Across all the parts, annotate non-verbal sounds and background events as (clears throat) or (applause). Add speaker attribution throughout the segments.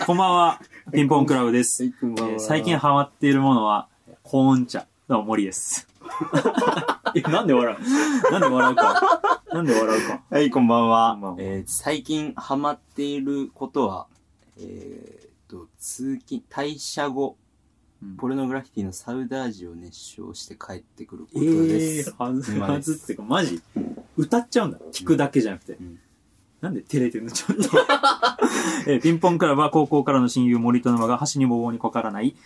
Speaker 1: こんばんは。ピンポンクラブです。
Speaker 2: はいこんばんは
Speaker 1: えー最近ハマっているものは、コーン茶。どうも、森です。 (laughs) え、なんで笑う (laughs) なんで笑うか。なんで笑うか。
Speaker 2: はい、こんばんは
Speaker 1: こんばんは
Speaker 2: えー最近ハマっていることは、えーっと、通勤、退社後、
Speaker 1: うん
Speaker 2: ポルノグラフィティのサウダージを熱唱して帰ってくるこ
Speaker 1: え
Speaker 2: とです。
Speaker 1: ー、はず、
Speaker 2: 今
Speaker 1: は
Speaker 2: です
Speaker 1: ずってか、マジ歌っちゃうんだ。聞くだけじゃなくて。
Speaker 2: うん
Speaker 1: なんで照れてんのちょっと。 (laughs) えーピンポンクラブは高校からの親友森と沼が箸にも棒にもかからない、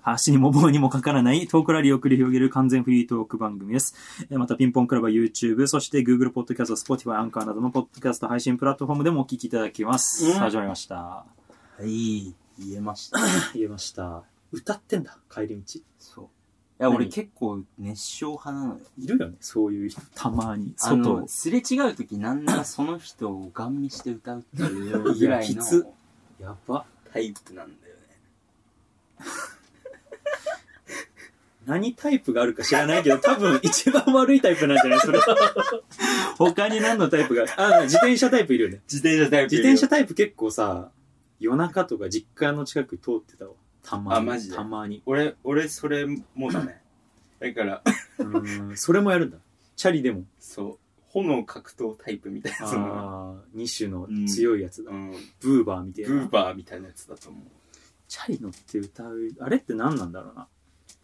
Speaker 1: 箸にも棒にもかからないトークラリーを繰り広げる完全フリートーク番組です。えーまたピンポンクラブは YouTube、そして Google ポッドキャスト、Spotify、アンカーなどのポッドキャスト配信プラットフォームでもお聞きいただきます。
Speaker 2: うん
Speaker 1: 始まりました。
Speaker 2: はい、言えました。
Speaker 1: 言えました。歌ってんだ、帰り道。
Speaker 2: そう。いや、
Speaker 1: 何
Speaker 2: 俺結構熱唱派なのよ。
Speaker 1: いるよね、そういう人。たまに、
Speaker 2: あ
Speaker 1: 外を
Speaker 2: の、。すれ違うときなんならその人をガン見して歌うっていうぐらい
Speaker 1: いや
Speaker 2: (laughs)
Speaker 1: きつ
Speaker 2: の
Speaker 1: やば。
Speaker 2: タイプなんだよね。
Speaker 1: 何タイプがあるか知らないけど、多分一番悪いタイプなんじゃないそれは。他に何のタイプがあるあ、自転車タイプいるよね。
Speaker 2: 自転車タイ
Speaker 1: 自転車タイプ結構さ、夜中とか実家の近く通ってたわ。たまに。
Speaker 2: あマジで
Speaker 1: たまに。
Speaker 2: 俺、俺それもだね。だから、
Speaker 1: うーん、それもやるんだ。チャリでも。
Speaker 2: そう炎格闘タイプみたいな
Speaker 1: あ
Speaker 2: (laughs) その、
Speaker 1: あー、2種の強いやつだ。
Speaker 2: うん、
Speaker 1: ブー
Speaker 2: ブ
Speaker 1: バーみたいな。
Speaker 2: ーバーみたいなやつだと思う
Speaker 1: チャリ乗って歌う、あれって何なんだろうな。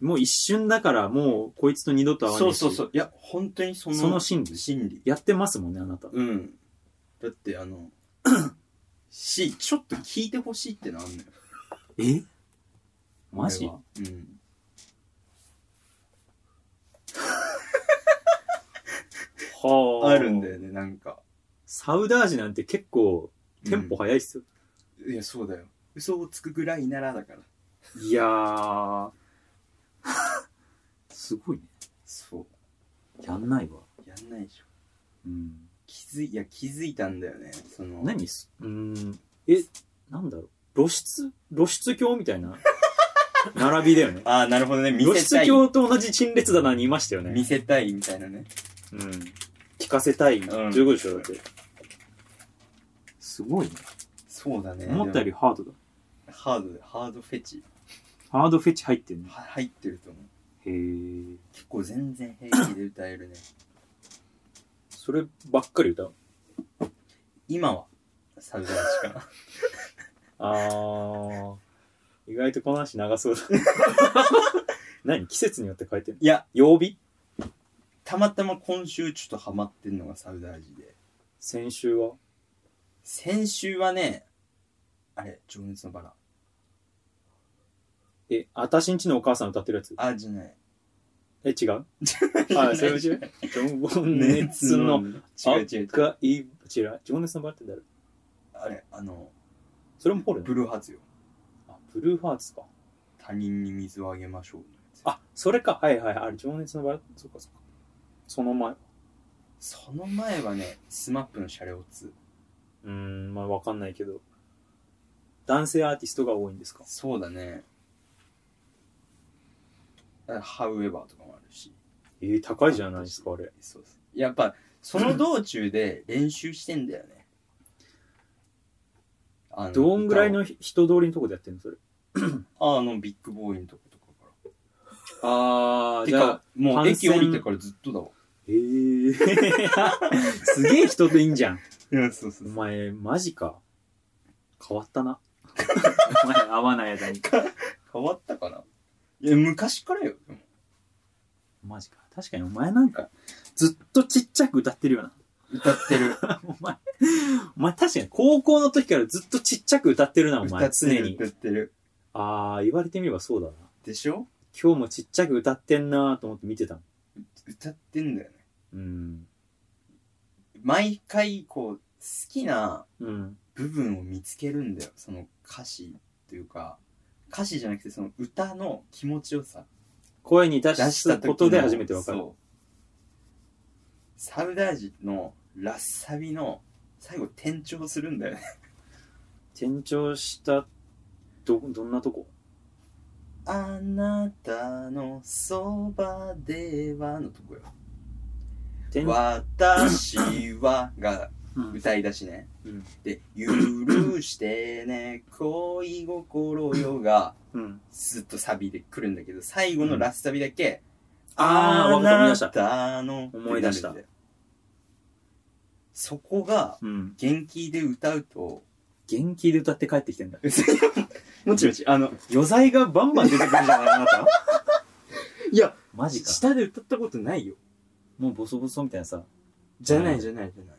Speaker 1: もう一瞬だから、もうこいつと二度と会わない
Speaker 2: そう
Speaker 1: し
Speaker 2: そうそういや本当にその
Speaker 1: その心理。
Speaker 2: 心理
Speaker 1: やってますもんね、あなた。
Speaker 2: うんだってあの (clears throat) しちょっと聞いてほしいってのあんのよ
Speaker 1: えマジ
Speaker 2: 俺はうん
Speaker 1: は
Speaker 2: あるんだよねなんか
Speaker 1: サウダージなんて結構テンポ早いっすよ、
Speaker 2: うんいやそうだよ嘘をつくぐらいならだから
Speaker 1: いやーすごいね
Speaker 2: そう
Speaker 1: やんないわ、
Speaker 2: やんないでしょ
Speaker 1: うん、
Speaker 2: 気づいいや気づいたんだよねその
Speaker 1: 何すうーんえなんだろう露出露出鏡みたい (laughs) な並びだよね
Speaker 2: ああなるほどね見
Speaker 1: 露
Speaker 2: せた
Speaker 1: 出
Speaker 2: い
Speaker 1: 鏡と同じ陳列棚にいましたよね
Speaker 2: 見、せたいみたいなね
Speaker 1: うん、聞かせたい、
Speaker 2: うん
Speaker 1: ということでしょだってすごいね
Speaker 2: そうだね
Speaker 1: 思ったより
Speaker 2: で
Speaker 1: ハードだ
Speaker 2: もハードでハードフェチ
Speaker 1: ハードフェチ入ってんね
Speaker 2: は入ってると思う
Speaker 1: へえ
Speaker 2: 結構全然平気で歌えるね
Speaker 1: そればっかり歌う
Speaker 2: 今はサウダージかな
Speaker 1: あー意外とこの話長 (laughs) そうだ何季節によって変えてんの
Speaker 2: いや
Speaker 1: 曜日
Speaker 2: たまたま今週ちょっとハマってんのがサウダージで
Speaker 1: 先週は
Speaker 2: 先週はねあれ情熱のバラ
Speaker 1: えあたしんちのお母さん歌ってるやつ
Speaker 2: あじゃない
Speaker 1: え違う (laughs) あそれ違う情熱の
Speaker 2: 違う違う違う
Speaker 1: 赤い違う情熱のバラって誰
Speaker 2: あれあの
Speaker 1: それもポルノ
Speaker 2: ブルーハーツよ
Speaker 1: あブルーハーツか
Speaker 2: 他人に水をあげましょうのやつ
Speaker 1: あそれかはいはいあれ情熱のバラそっかそっかその前う
Speaker 2: その前はねスマップのシャレオツ
Speaker 1: ーんまあわかんないけど男性アーティストが多いんですか
Speaker 2: そうだねハウエバーとかもあるし
Speaker 1: えー、高いじゃないですかあれ
Speaker 2: そうそうやっぱその道中で練習してんだよねあの
Speaker 1: どんぐらい
Speaker 2: 歌
Speaker 1: の人通りのとこでやってんのそれ
Speaker 2: をああのビッグボーイのとことかか
Speaker 1: あ
Speaker 2: らてかもう
Speaker 1: 感
Speaker 2: 駅
Speaker 1: 染
Speaker 2: 降りてからずっとだわ
Speaker 1: えー、すげえ人といいんじゃん。
Speaker 2: いやそうそ
Speaker 1: お前、マジか。変わったな。お前、合わない間に。
Speaker 2: 変わったかないや昔からよでも
Speaker 1: マジか。確かにお前なんか、ずっとちっちゃく歌ってるよな。
Speaker 2: 歌ってる
Speaker 1: お前、お前確かに高校の時からずっとちっちゃく歌ってるな、 (laughs) お
Speaker 2: 歌
Speaker 1: 前、
Speaker 2: って
Speaker 1: 常
Speaker 2: る
Speaker 1: に
Speaker 2: 歌。ってる
Speaker 1: あー、言われてみればそうだな。
Speaker 2: でしょ
Speaker 1: 今日もちっちゃく歌ってんなーと思って見てたの。
Speaker 2: 歌ってんだよね
Speaker 1: うん。
Speaker 2: 毎回こう好きな
Speaker 1: うん。
Speaker 2: 部分を見つけるんだよその歌詞というか歌詞じゃなくてその歌の気持ちよさ
Speaker 1: 声に出
Speaker 2: 出し
Speaker 1: した
Speaker 2: た時の
Speaker 1: ことで初めてわかる。
Speaker 2: そうサウダージのラッサビの最後転調するんだよね
Speaker 1: 転調した、ど、どんなとこ
Speaker 2: (laughs) あなたのそばではのとこよ
Speaker 1: 転
Speaker 2: 私はが
Speaker 1: うん
Speaker 2: 歌い出しね、
Speaker 1: うん
Speaker 2: で「許してね恋心よ」が
Speaker 1: うん。
Speaker 2: ずっとサビで来るんだけど最後のラスサビだけ「
Speaker 1: あーわかった思い出した
Speaker 2: たの」
Speaker 1: 思い出した
Speaker 2: そこが
Speaker 1: うん。
Speaker 2: 元気で歌
Speaker 3: (laughs)
Speaker 2: うと
Speaker 1: 元気で歌って帰ってきてんだ。
Speaker 2: もちもちあの
Speaker 3: 余罪がバンバン出てくるじゃないあな
Speaker 1: (laughs)
Speaker 3: た。いや、
Speaker 1: マジか。
Speaker 3: 下で歌ったことないよ。
Speaker 1: もうボソボソみたいなさ。
Speaker 3: じゃないじゃないじゃない。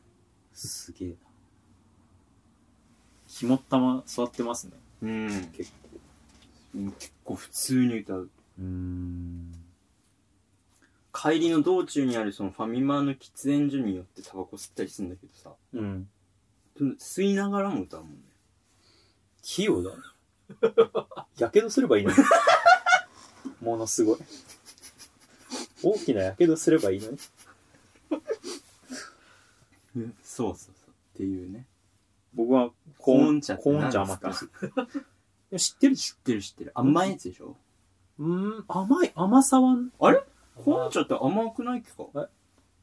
Speaker 1: すげえな。ひもったま座ってますね。
Speaker 2: うん
Speaker 1: 結
Speaker 2: うん結構普通に歌う
Speaker 1: うーん。
Speaker 3: 帰りの道中にあるそのファミマの喫煙所によってタバコ吸ったりするんだけどさ、
Speaker 1: うん。
Speaker 3: 吸いながらも歌うもんね。
Speaker 1: 器用 (laughs) だね。やけどすればいいのに。 (laughs) ものすごい。大きなやけどすればいいのに。
Speaker 2: そうそうそうっていうね
Speaker 1: 僕はコーン
Speaker 2: コーン茶って
Speaker 1: コーン茶
Speaker 2: 何で
Speaker 1: 余
Speaker 2: す
Speaker 1: って
Speaker 2: か
Speaker 1: ます。でも知ってるし。
Speaker 2: 知ってる知ってる甘いやつでしょ
Speaker 1: うん、甘い、甘さは、
Speaker 3: コーン茶って甘くないっけか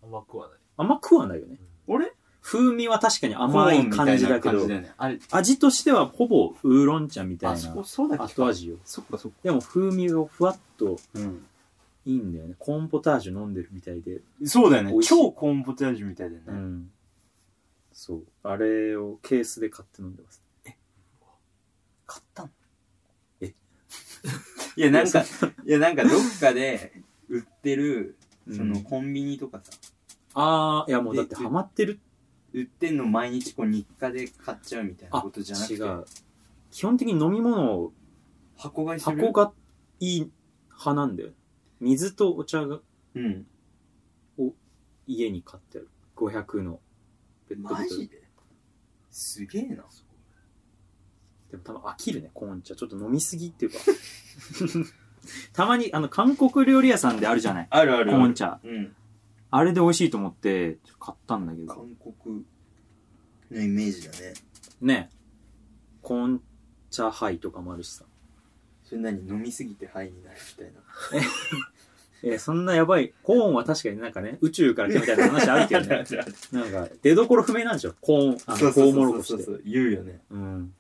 Speaker 4: 甘くはない。
Speaker 1: 甘くはないよね。
Speaker 3: あれ
Speaker 1: 風味は確かに甘い感じだけ
Speaker 2: コーン
Speaker 1: ど
Speaker 2: みたいな感じ、よねあれ
Speaker 1: 味としてはほぼウーロン茶みた
Speaker 3: あ
Speaker 1: い
Speaker 3: そ
Speaker 1: な
Speaker 3: こそうだっけ
Speaker 1: 後味よ。
Speaker 3: そっかそっか
Speaker 1: でも風味をふわっと
Speaker 3: うん
Speaker 1: いいんだよね。コーンポタージュ飲んでるみたいで。
Speaker 3: そうだよね
Speaker 1: 美味しい
Speaker 3: 超コーンポタージュみたいだよね、
Speaker 1: うん。そう。あれをケースで買って飲んでます。
Speaker 3: 買ったの
Speaker 2: (laughs) いやなんかいやなんかどっかで売ってるそのコンビニとかさ
Speaker 1: ああ、いやもうだってハマってる。
Speaker 2: 売ってんの毎日こう日課で買っちゃうみたいなことじゃなく
Speaker 1: 違
Speaker 2: て
Speaker 1: う。基本的に飲み物を
Speaker 2: 箱買いする
Speaker 1: 箱がいい派なんだよ。水とお茶が
Speaker 2: うん
Speaker 1: 家に買ってある。500のペットボト
Speaker 2: マ
Speaker 1: ル。
Speaker 2: ジですげえな
Speaker 1: でも多分飽きるね、コーン茶。ちょっと飲みすぎっていうか。 (laughs) たまに、あの、韓国料理屋さんであるじゃない。
Speaker 2: あるあ
Speaker 1: コーン茶。
Speaker 2: うん
Speaker 1: あれで美味しいと思って、ちょっと買ったんだけど。
Speaker 2: 韓国のイメージだね
Speaker 1: ねコーン茶杯とかもあるしさ。
Speaker 2: それ何飲みすぎてハイになるみたいな
Speaker 1: えーそんなやばい。コーンは確かになんかね、宇宙から来たみたいな (laughs) 話あるけどね。なんか、出所不明なんでしょコーン、あ
Speaker 2: そ
Speaker 1: の、
Speaker 2: うそ
Speaker 1: コ
Speaker 2: う
Speaker 1: ウモロコシ
Speaker 2: そうそう
Speaker 1: で
Speaker 2: そ。う言うよね
Speaker 1: うん。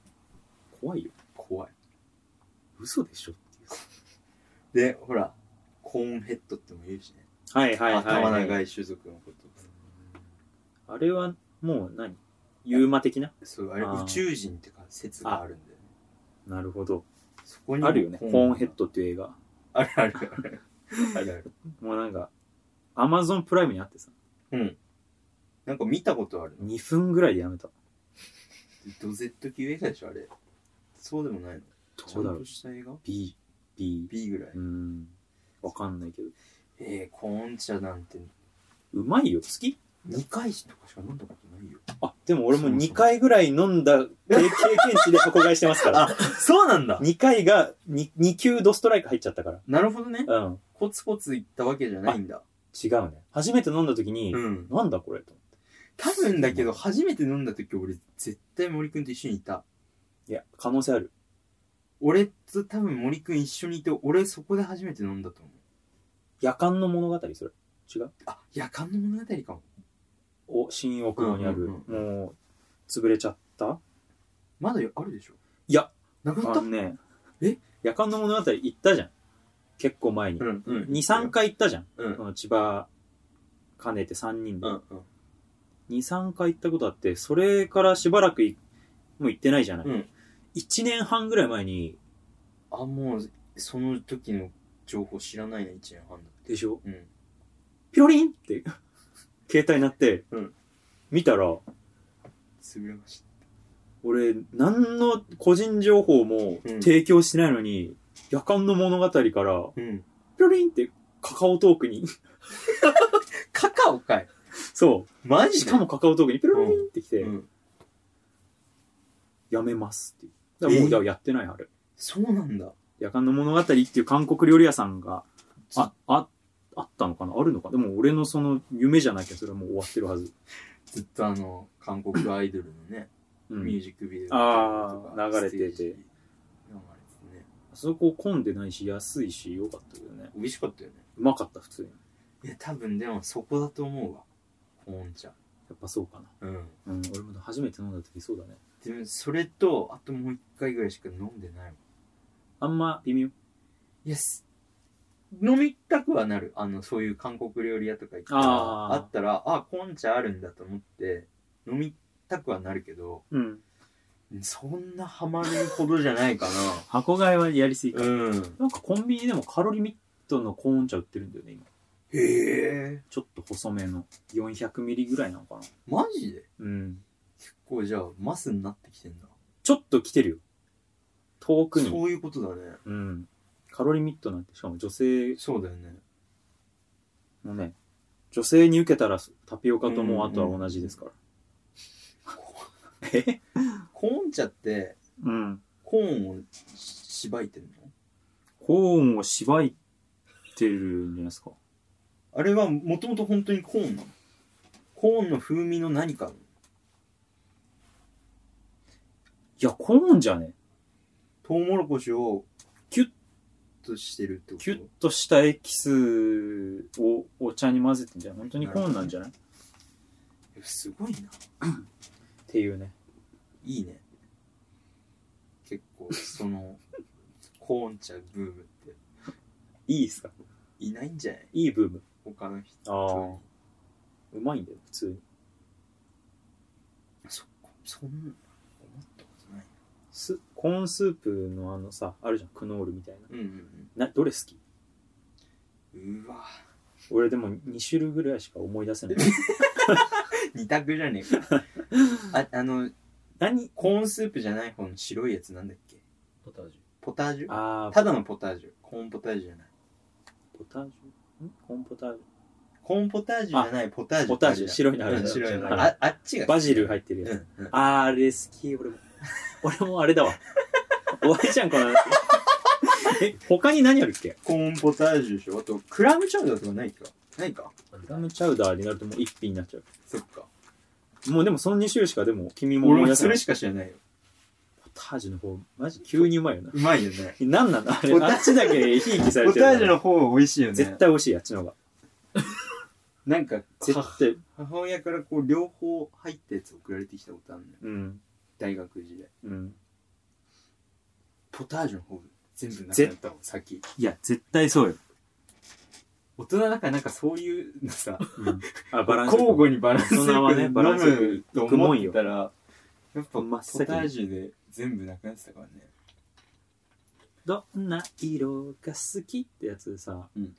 Speaker 1: 怖いよ。
Speaker 2: 怖い
Speaker 1: 嘘でしょ
Speaker 2: でほらコーンヘッドっても言うしね
Speaker 1: はいはいはい、
Speaker 2: 頭長い種族のこと
Speaker 1: あれは、もう何ユーマ的な
Speaker 2: そうあれ
Speaker 1: あー
Speaker 2: 宇宙人ってか説があるんだよね
Speaker 1: なるほど。
Speaker 2: そこにも
Speaker 1: あるよね。コーンヘッドっていう映画。
Speaker 2: あるあるあ
Speaker 1: (laughs)
Speaker 2: るあるある
Speaker 1: もうなんか、アマゾンプライムにあってさ、
Speaker 2: うんなんか見たことある
Speaker 1: 2分ぐらいでやめた。
Speaker 2: ドゼット級映画でしょあれそうでもないのちゃ
Speaker 1: どうだろ
Speaker 2: ん
Speaker 1: う
Speaker 2: と。した映画
Speaker 1: B、B。
Speaker 2: B ぐらいう
Speaker 1: ーん。わかんないけど。
Speaker 2: えー、コーン茶なんて
Speaker 1: うまいよ。好き
Speaker 2: 2回とかしか飲んだことないよ
Speaker 1: あ、でも俺も
Speaker 2: そうそう
Speaker 1: 2回ぐらい飲んだ経 (laughs) 経験値で箱買いしてますから。
Speaker 3: そうなんだ
Speaker 1: 2回が 2, 2級ドストライク入っちゃったか
Speaker 2: なるほどね
Speaker 1: ら。うん。
Speaker 2: コツコツいったわけじゃないんだ
Speaker 1: 違うね。初めて飲んだ時に、
Speaker 2: ん
Speaker 1: なんだこれと思っ
Speaker 2: 多分だけど初めて飲んだ時俺絶対森くんと一緒にいた
Speaker 1: て。いや、可能性ある。
Speaker 2: 俺と多分森くん一緒にいて俺そこで初めて飲んだと思う
Speaker 1: 夜間の物語、それ。違う
Speaker 2: あ夜間の物語かも
Speaker 1: お、新大久保にある、
Speaker 2: うん
Speaker 1: もう、潰れちゃった
Speaker 2: まだあるでしょ
Speaker 1: いや
Speaker 2: なくなっ
Speaker 1: あ
Speaker 2: た
Speaker 1: のね、
Speaker 2: え
Speaker 1: 夜間の物語行ったじゃん。結構前に。
Speaker 2: んうん
Speaker 1: 2、3回行ったじゃん。
Speaker 2: うん
Speaker 1: この千葉兼ねて3人で。
Speaker 2: うん
Speaker 1: 2、3回行ったことあって、それからしばらくいもう行ってないじゃない。
Speaker 2: うん
Speaker 1: 1年半ぐらい前に、
Speaker 2: あもうその時の情報知らないな1年半だって
Speaker 1: でしょ
Speaker 2: うん
Speaker 1: ピロリンって、 (laughs) 携帯鳴って、
Speaker 2: うん
Speaker 1: 見たら、
Speaker 2: 潰れました
Speaker 1: 俺、何の個人情報も
Speaker 2: うん
Speaker 1: 提供してないのに、夜間の物語から、ピロ
Speaker 2: うん
Speaker 1: リンってカカオトークに、 (laughs)
Speaker 2: カカオかい
Speaker 1: そ
Speaker 2: マ
Speaker 1: う、
Speaker 2: ジ
Speaker 1: し
Speaker 2: で
Speaker 1: かもカカオトークにピロリンってきて、
Speaker 2: うん
Speaker 1: やめますっていう。だからも
Speaker 2: え
Speaker 1: うだからやってない、あれ。
Speaker 2: そうなんだ
Speaker 1: 夜間の物語っていう韓国料理屋さんが、あ、あ、あったのかなあるのかなでも俺のその夢じゃなきゃそれはもう終わってるはず。
Speaker 2: ずっとあの韓国アイドルのね
Speaker 1: う
Speaker 2: ミュ
Speaker 1: ん
Speaker 2: ー。ジックビデオ
Speaker 1: あー流れてて
Speaker 2: ステージ流れててね
Speaker 1: あそこ混んでないし、安いし、良かったけどね。
Speaker 2: 美味しかったよね
Speaker 1: うまかった、普通に。
Speaker 2: いや多分でもそこだと思うわコーン茶
Speaker 1: やっぱそうかな。
Speaker 2: うん
Speaker 1: うん、俺も初めて飲んだ時そうだね。
Speaker 2: でもそれとあともう一回ぐらいしか飲んでないもん
Speaker 1: あんま微妙。
Speaker 2: イエス飲みたくはなるあのそういう韓国料理屋とか行ったら
Speaker 1: あー
Speaker 2: あったらあコンチャあるんだと思って飲みたくはなるけど
Speaker 1: うん。
Speaker 2: そんなハマるほどじゃ (laughs) ないか
Speaker 1: 箱買いはやりすぎ
Speaker 2: な
Speaker 1: か。
Speaker 2: うん
Speaker 1: なんかコンビニでもカロリーミットのコーン茶売ってるんだよね、今。
Speaker 2: へえ
Speaker 1: ちょっと細めの。400ミリぐらいなのかな。
Speaker 2: マジで
Speaker 1: うん。
Speaker 2: 結構じゃあマスになってきてんだ
Speaker 1: ちょっと来てるよ。遠くに。
Speaker 2: そういうことだね
Speaker 1: うん。カロリーミットなんて、しかも女性
Speaker 2: そうだよね
Speaker 1: のね、女性に受けたらタピオカともうあとは同じですから。え
Speaker 2: コーン茶って
Speaker 1: うん。
Speaker 2: コーンをしばいてんの
Speaker 1: コーンをしばいてるんじゃないですか。
Speaker 2: あれはもともと本当にコーンなのコーンの風味の何かなの
Speaker 1: いや、コーンじゃね
Speaker 2: トウモロコシを
Speaker 1: キュッ
Speaker 2: としてるってこと
Speaker 1: キュッとしたエキスをお茶に混ぜてんじゃない本当にコーンなんじゃないっ
Speaker 2: えすごいな
Speaker 1: ていうね。
Speaker 2: いいね結構その (laughs) コーン茶ブームって
Speaker 1: いいっすか
Speaker 2: いないんじゃない
Speaker 1: いいブーム。
Speaker 2: 他の人
Speaker 1: あうまいんだよ、普通に。
Speaker 2: そっかそんな思ったことない
Speaker 1: スコーンスープのあのさ、あるじゃん、クノールみたい
Speaker 2: うんうん
Speaker 1: な。な、どれ好き
Speaker 2: うんうわ
Speaker 1: 俺でも2種類ぐらいしか思い出 (laughs) せない。
Speaker 2: 二択じゃねえか
Speaker 1: (laughs)
Speaker 2: ああの
Speaker 1: 何
Speaker 2: コーンスープじゃない方の白いやつなんだっけ
Speaker 5: ポタージ
Speaker 2: ポタージュ
Speaker 1: あー、
Speaker 2: ただのポタージュコーンポタージュじゃない
Speaker 1: ポタージュんコーンポタージ
Speaker 2: コーンポタージュじゃないポタージュ
Speaker 1: ュ。ポタージュ、白いのあ
Speaker 2: あ
Speaker 1: るじ
Speaker 2: る
Speaker 1: ゃん
Speaker 2: 白いの
Speaker 1: はい
Speaker 2: ああっちが
Speaker 1: バジル入ってるや
Speaker 2: う
Speaker 1: つ。
Speaker 2: んうん
Speaker 1: あー、あれ好き、俺も。俺もあれだわ。終わりじゃん、この話。え、他に何あるっけ
Speaker 2: コーンポタージュでしょあとクラムチャウダーとかないかないか
Speaker 1: クラムチャウダーになるともう一品になっちゃ
Speaker 2: そっか
Speaker 1: う。もうでもその2種類しかでも君も
Speaker 2: 俺
Speaker 1: 思い出
Speaker 2: も
Speaker 1: せ
Speaker 2: そ
Speaker 1: な
Speaker 2: れ
Speaker 1: い。
Speaker 2: しか知らないよ
Speaker 1: ポタージュの方、マジ急にうまいよな。
Speaker 2: うまいよね
Speaker 1: 何なんだあれ、
Speaker 2: ポタージ
Speaker 1: あ
Speaker 2: ュ
Speaker 1: っちだけひいきされ
Speaker 2: ポ
Speaker 1: て
Speaker 2: タ
Speaker 1: る。
Speaker 2: ージュの方が美味しいよね
Speaker 1: 絶対美味しい、あっちの方が。
Speaker 2: なんか
Speaker 1: 絶対。
Speaker 2: 母親からこう両方入ったやつ送られてきたことあるのよ
Speaker 1: うん。
Speaker 2: 大学時代
Speaker 1: うん。
Speaker 2: ポタージュの方全部なくなったもん先
Speaker 1: いや、絶対そうよ。
Speaker 2: 大人だからなんかそういうのさ
Speaker 1: あ、バランス。
Speaker 2: 交互にバランスよ
Speaker 1: 大人は
Speaker 2: く
Speaker 1: ね
Speaker 2: 飲
Speaker 1: バランスよく
Speaker 2: むと思ってたらやっぱ
Speaker 1: 真
Speaker 2: ポ
Speaker 1: っ
Speaker 2: タ
Speaker 1: 先に
Speaker 2: ージュで全部なくなってたからね
Speaker 1: どんな色が好きってやつでさ、
Speaker 2: うん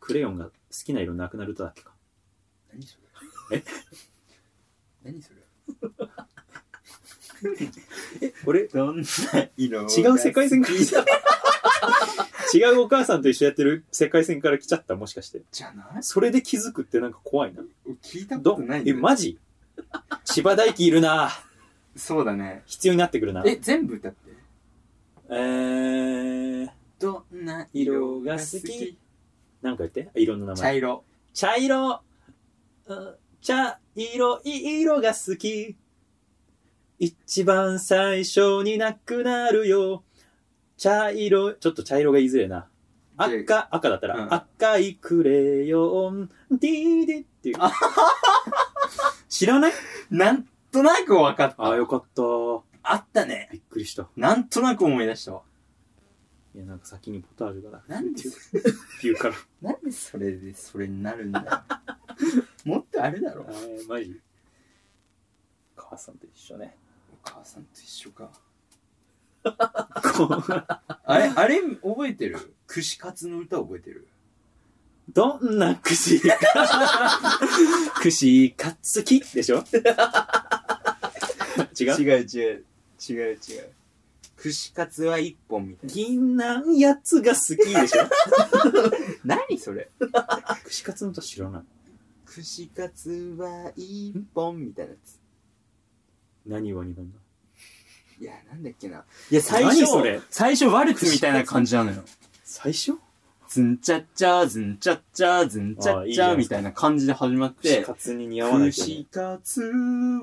Speaker 1: クレヨンが好きな色なくなるとだっけか。
Speaker 2: 何そ
Speaker 1: れえ
Speaker 2: 何それ
Speaker 1: え、俺、
Speaker 2: どんな色が
Speaker 1: 違う世界線から来た。 (laughs) 違うお母さんと一緒やってる世界線から来ちゃった、もしかして。
Speaker 2: じゃない
Speaker 1: それで気づくってなんか怖いな。
Speaker 2: 聞いたこ
Speaker 1: ど
Speaker 2: とない
Speaker 1: え、
Speaker 2: よ
Speaker 1: マジ千葉大輝いるな
Speaker 2: そうだね
Speaker 1: 必要になってくるな。
Speaker 2: え全部歌って
Speaker 1: えー、
Speaker 2: どんな
Speaker 1: 色が好きなんか言って色の名
Speaker 2: 茶
Speaker 1: 前。
Speaker 2: 色
Speaker 1: 茶色うん茶色い色が好き。一番最初になくなるよ。茶色、ちょっと茶色が言いづれえな。
Speaker 2: じ
Speaker 1: 赤、赤だったら、
Speaker 2: うん
Speaker 1: 赤いクレヨン、ディーディっていう。知らない
Speaker 2: なんとなく分かった
Speaker 1: ああ、よかった。
Speaker 2: あったね
Speaker 1: びっくりした。
Speaker 2: なんとなく思い出したわ
Speaker 1: いや、なんか先にポタージュがなくて
Speaker 2: なんで
Speaker 1: 言うから。
Speaker 2: なんでそれでそれになるんだよ (laughs) もっとあれだろ
Speaker 1: あーマジ母さんと一緒
Speaker 2: (laughs)
Speaker 1: ね。
Speaker 2: お母さんと一緒か
Speaker 1: こう
Speaker 2: あれあれ覚えてる串カツの歌覚えてる
Speaker 1: どんな串か、串かつきで (laughs) しょ違う
Speaker 2: 違う違う違う違う串カツは一本みたいな
Speaker 1: 銀なんやつが好きでしょ
Speaker 2: 何それ
Speaker 1: 串カツのと知らない。
Speaker 2: 串カツは一本みたいなやつ
Speaker 1: 何は日本だ
Speaker 2: いやなんだっけないや最
Speaker 1: 何
Speaker 2: 初
Speaker 1: それ
Speaker 2: 最初ワルツみたいな感じなのよ
Speaker 1: 最初
Speaker 2: ズンチャッチャーズンチャッチャーズンチャ
Speaker 1: あ
Speaker 2: ッ
Speaker 1: いい
Speaker 2: チ
Speaker 1: じゃ
Speaker 2: ャ
Speaker 1: な
Speaker 2: ー
Speaker 1: いで
Speaker 2: み
Speaker 1: すか
Speaker 2: たいな感じで始まっ
Speaker 1: 串
Speaker 2: て
Speaker 1: カツに似合わないけどね、
Speaker 2: 串カツ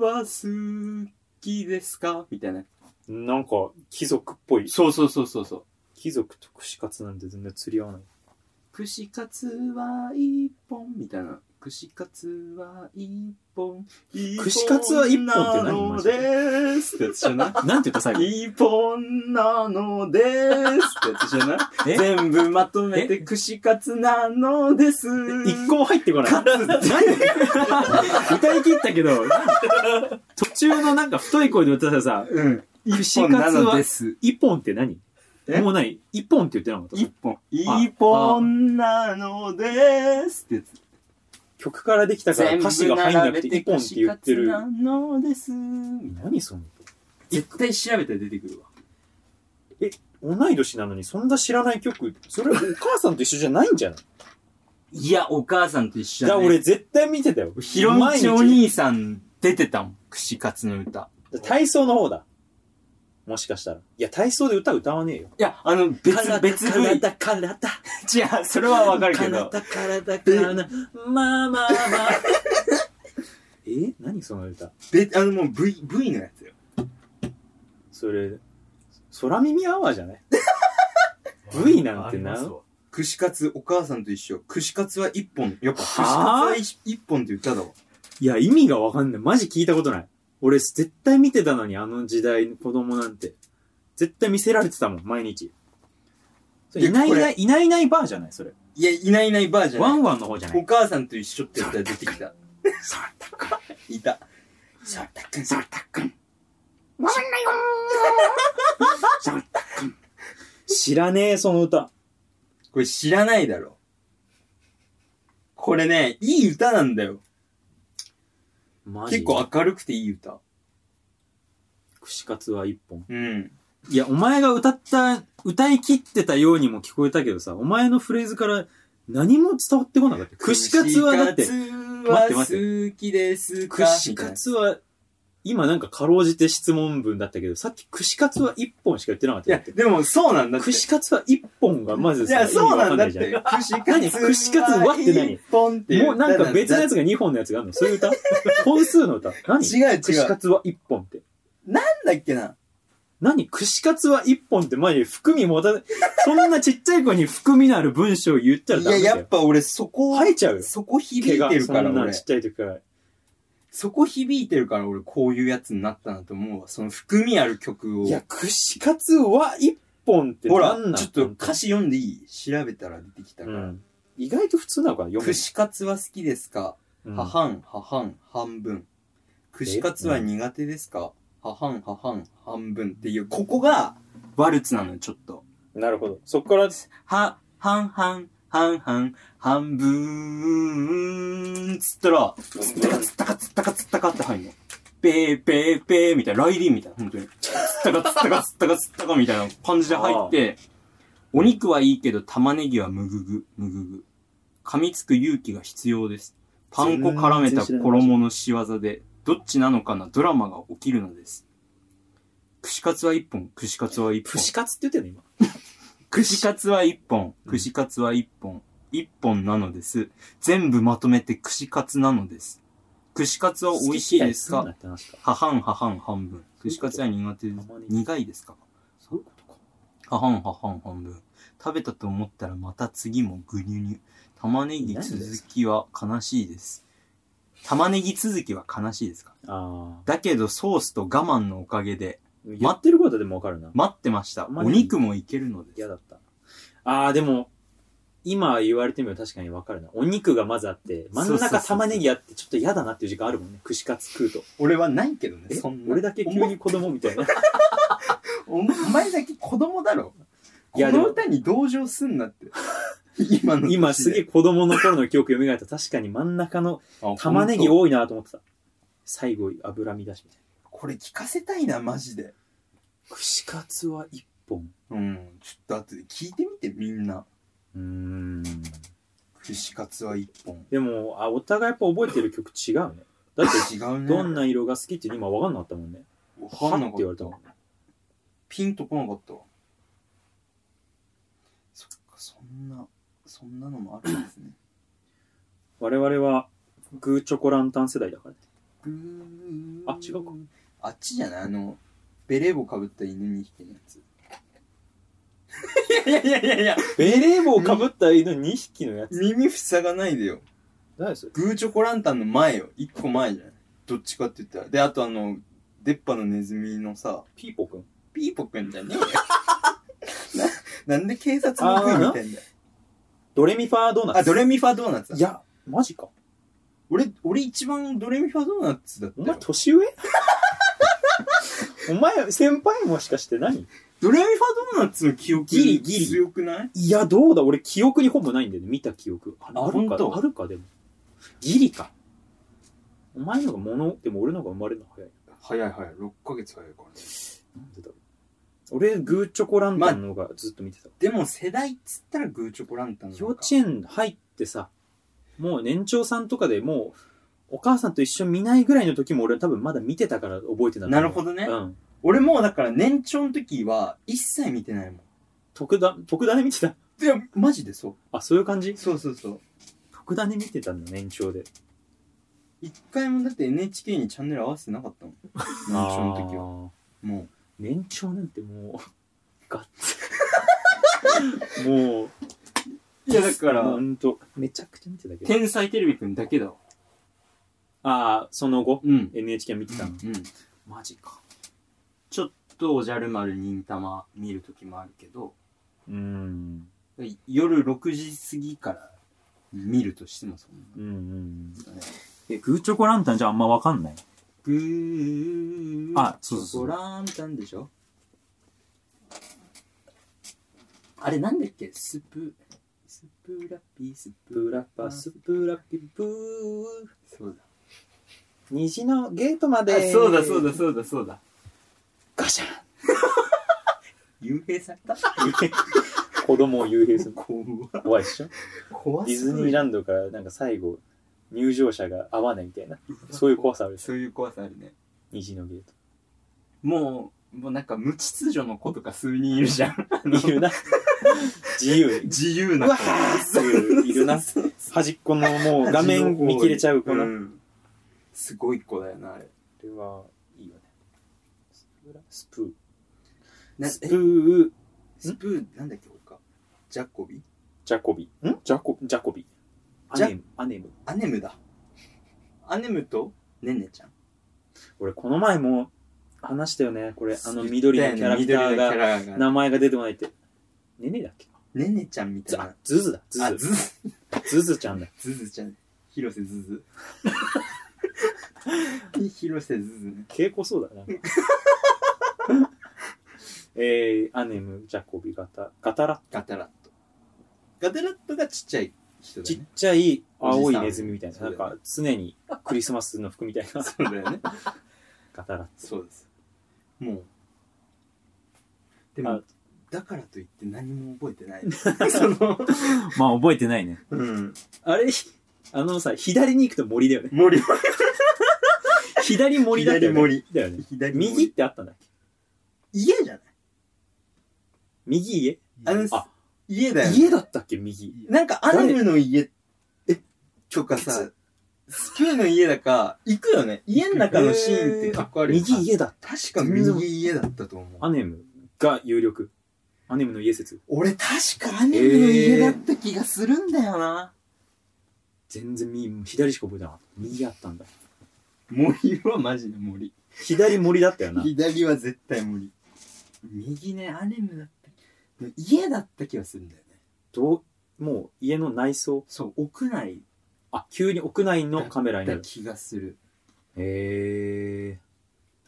Speaker 2: は好きですかみたいな。
Speaker 1: なんか、貴族っぽい。
Speaker 2: そうそうそうそうそう。
Speaker 1: 貴族と串カツなんて全然釣り合わない。
Speaker 2: 串カツは一本みたいな
Speaker 6: 串カツは一本
Speaker 1: 串カツは一本って何
Speaker 6: なのですってやつじゃない
Speaker 1: なんて言った最後。
Speaker 6: 一本なのですってやつじゃない
Speaker 1: え
Speaker 6: 全部まとめて
Speaker 1: え
Speaker 6: 串カツなのです
Speaker 1: 一個も入ってこない。 (laughs) 何歌い切ったけど、何途中のなんか太い声で歌ってたらさ、
Speaker 2: うん。
Speaker 1: 串
Speaker 2: 一本
Speaker 1: カ
Speaker 2: な
Speaker 1: ツ
Speaker 2: の
Speaker 1: は
Speaker 2: です。
Speaker 1: 一本って何
Speaker 2: え
Speaker 1: もうない一本って言ってなかった
Speaker 2: 一本。
Speaker 1: あ
Speaker 6: 一本なのですってやつ
Speaker 1: 曲からできたから歌詞が入んなくて一本って言ってる。
Speaker 6: なのです。
Speaker 1: 何その
Speaker 6: 絶対調べたら出てくるわ。
Speaker 1: 同い年なのにそんな知らない曲、そ
Speaker 6: (laughs)
Speaker 1: れお母さんと一緒じゃないんじゃない
Speaker 6: いや、お母さんと一緒
Speaker 1: じゃ
Speaker 6: だ、
Speaker 1: あ
Speaker 6: ね。
Speaker 1: 俺、絶対見てたよ。
Speaker 6: ひろみちお
Speaker 1: 毎日
Speaker 6: 兄さん出てたもん。串カツの歌。
Speaker 1: 体操の方だ。もしかしたら。いや、体操で歌歌わねえよ。
Speaker 6: いや、あの、別、別部位。
Speaker 1: 体、体、体。
Speaker 6: 違う、それはわかるけど。
Speaker 1: 体、体、体、まあまあまあ。え何その歌
Speaker 2: で、あのもう V、V のやつよ。
Speaker 1: それ、空耳アワーじゃない ?V なんてな。
Speaker 2: 串カツ、お母さんと一緒。串カツは一本。やっぱ、串カツ
Speaker 1: は
Speaker 2: は
Speaker 1: ぁ
Speaker 2: 一一本って歌だわ。
Speaker 1: いや、意味がわかんない。マジ聞いたことない。俺、絶対見てたのに、あの時代の子供なんて。絶対見せられてたもん、毎日。それ
Speaker 2: い
Speaker 1: い
Speaker 2: や
Speaker 1: ないい
Speaker 2: これ
Speaker 1: ない、いないいないバーじゃないそれ。
Speaker 2: いや、いないいないバージョン。
Speaker 1: ワンワンの方じゃない
Speaker 2: お母さんと一緒って歌出てきた。
Speaker 1: そらた
Speaker 2: いた。そらたくん、そらたくん。
Speaker 1: (laughs) 知らねえ、その歌。
Speaker 2: これ知らないだろ。これね、いい歌なんだよ。
Speaker 1: マジ
Speaker 2: 結構明るくていい歌。
Speaker 1: 串カツは一本。
Speaker 2: うん。
Speaker 1: いや、お前が歌った、歌い切ってたようにも聞こえたけどさ、お前のフレーズから何も伝わってこなかった。串カツはだって、
Speaker 2: 待
Speaker 1: って待
Speaker 2: 好きですか
Speaker 1: 串カツは、今なんかかろうじて質問文だったけど、さっき串カツは一本しか言ってなかった
Speaker 2: みた
Speaker 1: よ
Speaker 2: いな。いや、でもそうなんだって。
Speaker 1: 串カツは一本がまず
Speaker 2: い
Speaker 1: さ、
Speaker 2: や、そうなんだっ
Speaker 1: 意味
Speaker 2: て
Speaker 1: わ。
Speaker 2: 串カ
Speaker 1: 何
Speaker 2: ツ。
Speaker 1: 串カツはって何
Speaker 2: 一本って
Speaker 1: かんないじゃ
Speaker 2: い
Speaker 1: んもうなんか別のや
Speaker 2: つ。
Speaker 1: つが2本のやつがあるのそういう歌本数の歌何
Speaker 2: 違う違う
Speaker 1: 串カツは一本って。
Speaker 2: なんだっけな。
Speaker 1: 何串カツは一本って前に含み持たない。そんなちっちゃい子に含みのある文章を言ったら
Speaker 2: い
Speaker 1: ダ
Speaker 2: や、
Speaker 1: メだ
Speaker 2: や
Speaker 1: よ
Speaker 2: っ。ぱ俺そこ、
Speaker 1: 生えちゃうよ。
Speaker 2: そこ響
Speaker 1: 毛
Speaker 2: い
Speaker 1: が
Speaker 2: てる
Speaker 1: そ
Speaker 2: から
Speaker 1: んな
Speaker 2: 俺
Speaker 1: ち。っちゃい時から。
Speaker 2: そこ響いてるから俺こういうやつになったなと思うわ。その含みある曲を
Speaker 1: い。や、串カツは一本って
Speaker 2: ほら
Speaker 1: なんなん、
Speaker 2: ちょっと歌詞読んでいい調べたら出てきた
Speaker 1: う
Speaker 2: から。
Speaker 1: ん。意外と普通なのかな読む
Speaker 2: 串カツは好きですか
Speaker 1: うん
Speaker 2: ははん、ははん、半分。串カツは苦手ですかははん、ははん、半分っていう、ここがワルツなのよ、ちょっと。
Speaker 1: なるほど。そっから、
Speaker 2: は、はんはん、はんはん、半分、つったら、つったかつったかつったかつったかって入んの。ペーペーペーみたいな、ライディーンみたいな、本当に。つったかつったかつったかつったかみたいな感じで入って、お肉はいいけど玉ねぎはむぐぐ、むぐぐ。噛みつく勇気が必要です。パン粉絡めた衣の仕業で、どっちなのかなドラマが起きるのです。串カツは一本、串カツは一本。
Speaker 1: 串カツって言ってんの今。
Speaker 2: 串カツは一本、
Speaker 1: うん
Speaker 2: 串カツは一本、一本なのです。全部まとめて串カツなのです。串カツは美味しいです
Speaker 1: 好き嫌いすんな
Speaker 2: か
Speaker 1: って話か
Speaker 2: ははんははん半分。串カツは苦手です
Speaker 1: たまに。
Speaker 2: 苦いですか
Speaker 1: そういうことか。
Speaker 2: ははんははん半分。食べたと思ったらまた次もぐにゅにゅ。玉ねぎ続きは悲しいです。玉ねぎ続きは悲しいですか
Speaker 1: あ
Speaker 2: だけどソースと我慢のおかげで
Speaker 1: あ。待ってることはでもわかるな。
Speaker 2: 待ってました。
Speaker 1: 玉
Speaker 2: お
Speaker 1: ねぎ
Speaker 2: 肉もいけるのです
Speaker 1: 嫌。だった。ああ、でも、今言われてみれば確かにわかるな。お肉がまずあって、真ん
Speaker 2: そうそう
Speaker 1: 中
Speaker 2: そう
Speaker 1: 玉ねぎあって、ちょっと嫌だなっていう時間あるもんね。串カツ食うと。
Speaker 2: 俺はないけどね
Speaker 1: え俺だけ急に子供み
Speaker 2: (laughs)
Speaker 1: たいな。
Speaker 2: お前だけ子供だろ。
Speaker 1: いや
Speaker 2: この歌に同情すんな (laughs) って。今の
Speaker 1: 今すげえ子供の頃の記憶蘇った。確かに真ん中の玉ねぎ。
Speaker 2: あ本
Speaker 1: 多いなと思ってた。最後、脂身だしみたい
Speaker 2: 当これ聞かせたいな、マジで。
Speaker 1: な。串カツは一本。
Speaker 2: うん。ちょっと後で聞いてみて、みんな。
Speaker 1: うーん。
Speaker 2: 串カツは一 (laughs) 本。
Speaker 1: でも、あ、お互いやっぱ覚えてる曲違うね。だって、
Speaker 2: 違うね。
Speaker 1: どんな色が好きって今わかんなかったもんね。
Speaker 2: わ
Speaker 1: は
Speaker 2: か
Speaker 1: っ
Speaker 2: ん
Speaker 1: て
Speaker 2: なか
Speaker 1: 言わ
Speaker 2: っ
Speaker 1: れた
Speaker 2: た
Speaker 1: もん。
Speaker 2: ピンとこなかったわ。そっか、そんな、そんなのもあるんですね。
Speaker 1: 我々は、グーチョコランタン世代だからね。
Speaker 2: ぐー
Speaker 1: あ違うか。
Speaker 2: (coughs) あっちじゃないあの、ベレー帽かぶった犬2匹のやつ。 (laughs) いやいやいやいや
Speaker 1: ベレー帽かぶった犬2匹のやつ。
Speaker 2: 耳塞がないでよ。
Speaker 1: 何それ
Speaker 2: グーチョコランタンの前よ。一個前じゃないどっちかって言ったら。で、あとあの、出っ歯のネズミのさ、
Speaker 1: ピーポくん
Speaker 2: ピーポくんじゃ (laughs) ねえよ。な、なんで警察の声みたいんだよ。
Speaker 1: ドレミファドーナツ。
Speaker 2: あ、ドレミファドーナツだ
Speaker 1: いや、マジか。
Speaker 2: 俺、俺一番ドレミファドーナツだった
Speaker 1: お
Speaker 2: よ
Speaker 1: 前年
Speaker 2: (laughs)
Speaker 1: 上お前、先輩もしかして何
Speaker 2: ドレミファドーナツの記憶
Speaker 1: ギリギリ
Speaker 2: 強くない
Speaker 1: いや、どうだ俺記憶にほぼないんだよね。見た記憶。あある
Speaker 2: 本当
Speaker 1: か、あるか、でも。ギリか。お前のが物、でも俺のが生まれるの早い。
Speaker 7: 早い早い。6ヶ月早いからね。
Speaker 1: なんでだろう。俺、グーチョコランタンのがずっと見てた。
Speaker 2: でも世代っつったらグーチョコランタンなのか
Speaker 1: 幼稚園入ってさ、もう年長さんとかでもう、お母さんと一緒に見ないぐらいの時も俺は多分まだ見てたから覚えてたんだ
Speaker 2: な
Speaker 1: よ
Speaker 2: るほどね。
Speaker 1: うん。
Speaker 2: 俺もうだから年長の時は一切見てないもん。
Speaker 1: 特ダ、特ダネ見てた。
Speaker 2: いや、マジでそ
Speaker 1: あ、そういう感じ
Speaker 2: う。そうそうそう。
Speaker 1: 特ダネ見てたんだ、年長で。
Speaker 2: 一回もだって NHK にチャンネル合わせてなか
Speaker 7: (laughs)
Speaker 2: ったもん。年長の時は。
Speaker 1: は。
Speaker 2: も
Speaker 1: 年長なんてもう、 (laughs) ガッ (laughs) ツ。もう、
Speaker 2: う。いや、だか
Speaker 1: ほ
Speaker 2: ら、
Speaker 1: んと、めちゃくちゃ見てたけど。
Speaker 7: 天才テレビくんだけだわ。
Speaker 1: ああ、その後、
Speaker 2: うん。
Speaker 1: NHK 見てたの。
Speaker 2: うん。
Speaker 1: マジか。
Speaker 7: ちょっとおじゃる丸忍たま見る時もあるけど、
Speaker 1: うん。
Speaker 7: 夜6時過ぎから見るとしてもそんな。
Speaker 1: うんうん。
Speaker 8: え、グーチョコランタンじゃあんまわかんない。
Speaker 2: グー、
Speaker 8: あそうそうそう
Speaker 2: チョコランタンでしょ
Speaker 7: あれなんだっけスプ、スプラピース
Speaker 1: ブラパスブラピブー。
Speaker 7: そうだ。
Speaker 1: 虹のゲートま
Speaker 7: あ
Speaker 1: で。
Speaker 7: そうだそう
Speaker 1: だ。
Speaker 7: だそうだそうだ。
Speaker 1: ガシャン。
Speaker 2: 幽閉された
Speaker 1: 子供を幽閉する。
Speaker 2: 怖
Speaker 1: 怖いっ
Speaker 8: (laughs)
Speaker 1: しょ
Speaker 2: 怖
Speaker 1: ディ
Speaker 2: す
Speaker 1: ズ
Speaker 2: ぎ
Speaker 1: ニ
Speaker 2: る
Speaker 1: ーランドからなんか最後、入場者が合わないみたいな。そういう怖さあるでしょ
Speaker 2: そういう怖さあるね。
Speaker 1: 虹のゲート。
Speaker 7: もう、もうなんか無秩序の子とか数人いる
Speaker 2: (laughs)
Speaker 7: じゃん。
Speaker 8: (laughs)
Speaker 1: いるな。自由に。
Speaker 7: 自由
Speaker 1: う
Speaker 7: な
Speaker 1: わ
Speaker 7: 子。
Speaker 1: ーいるな。端っこのもう画面見切れちゃう子な。こ
Speaker 2: ん。すごい子だよな、あれ。
Speaker 1: れは、いいよね。スプー。
Speaker 2: な
Speaker 1: スプ
Speaker 2: え
Speaker 1: ー、
Speaker 2: スプー、なんだっけ、他。ジャコビ
Speaker 1: ジャコビ。んジャコ、ジャコビ。ア
Speaker 2: ジャ
Speaker 1: ネム、アネム。
Speaker 2: アネムだ。アネムとネネちゃん。
Speaker 1: 俺、この前も話したよね。これ、あの緑のキャラクター
Speaker 2: 緑のキ
Speaker 1: が、
Speaker 2: ャラが
Speaker 1: 名前が出てこないって。ねねだっけ
Speaker 2: ねねちゃんみたい
Speaker 1: ず
Speaker 2: な。
Speaker 1: あ、ズズだ。ズ
Speaker 2: あ、
Speaker 1: ズ。
Speaker 2: ズズ。
Speaker 1: ズズちゃんだ。
Speaker 2: ズズちゃん。広瀬ズズ。
Speaker 1: (laughs)
Speaker 2: 広瀬ズズね。
Speaker 1: 稽古そうだな。 (laughs) えー、アネム、ジャコビ、ガタ、ガタラ
Speaker 2: ガタラット。ガタラットがちっちゃい人だ
Speaker 1: ちっ
Speaker 2: よね。
Speaker 1: ちゃい青いネズミみたいな。
Speaker 2: そ
Speaker 1: な
Speaker 2: うんだよね
Speaker 1: か常にクリスマスの服みたいな。
Speaker 2: そうだ (laughs) よね。
Speaker 1: ガタラ。
Speaker 2: そうです。もう。で
Speaker 1: あ
Speaker 2: も、だからといって何も覚えてない。 (laughs) その、
Speaker 8: まあ覚えてないね。
Speaker 2: うん。
Speaker 1: あれ、あのさ、左に行くと森だよね。
Speaker 2: 森、
Speaker 1: 左森だったよね。
Speaker 2: 左森
Speaker 1: だよね。
Speaker 2: 左森
Speaker 1: 右ってあったんだっけ
Speaker 2: 家じゃない
Speaker 1: 右家
Speaker 2: あの、
Speaker 1: あ
Speaker 2: 家だよね。
Speaker 1: 家だったっけ右。
Speaker 2: なんかアニメの家とかさ、スプーの家だか、行くよね。家の中のシーンって結構あるよ
Speaker 1: 右家だった。
Speaker 2: 確か右家だったと思う。
Speaker 1: アネムが有力。アネムの家説。
Speaker 2: 俺確かアニメの家だった気がするんだよな。
Speaker 1: 全然右、左しか覚えてなかった。右あったんだ。
Speaker 2: 森はマジで森。
Speaker 1: 左森だ (laughs) ったよな。
Speaker 2: 左は絶対森。右ね、アネムだった。家だった気がするんだよね。
Speaker 1: どう、もう家の内装。
Speaker 2: そう、屋内
Speaker 1: あ、急に屋内のカメラ
Speaker 2: だっ
Speaker 1: にな
Speaker 2: た
Speaker 1: る。
Speaker 2: 気がする。
Speaker 1: へ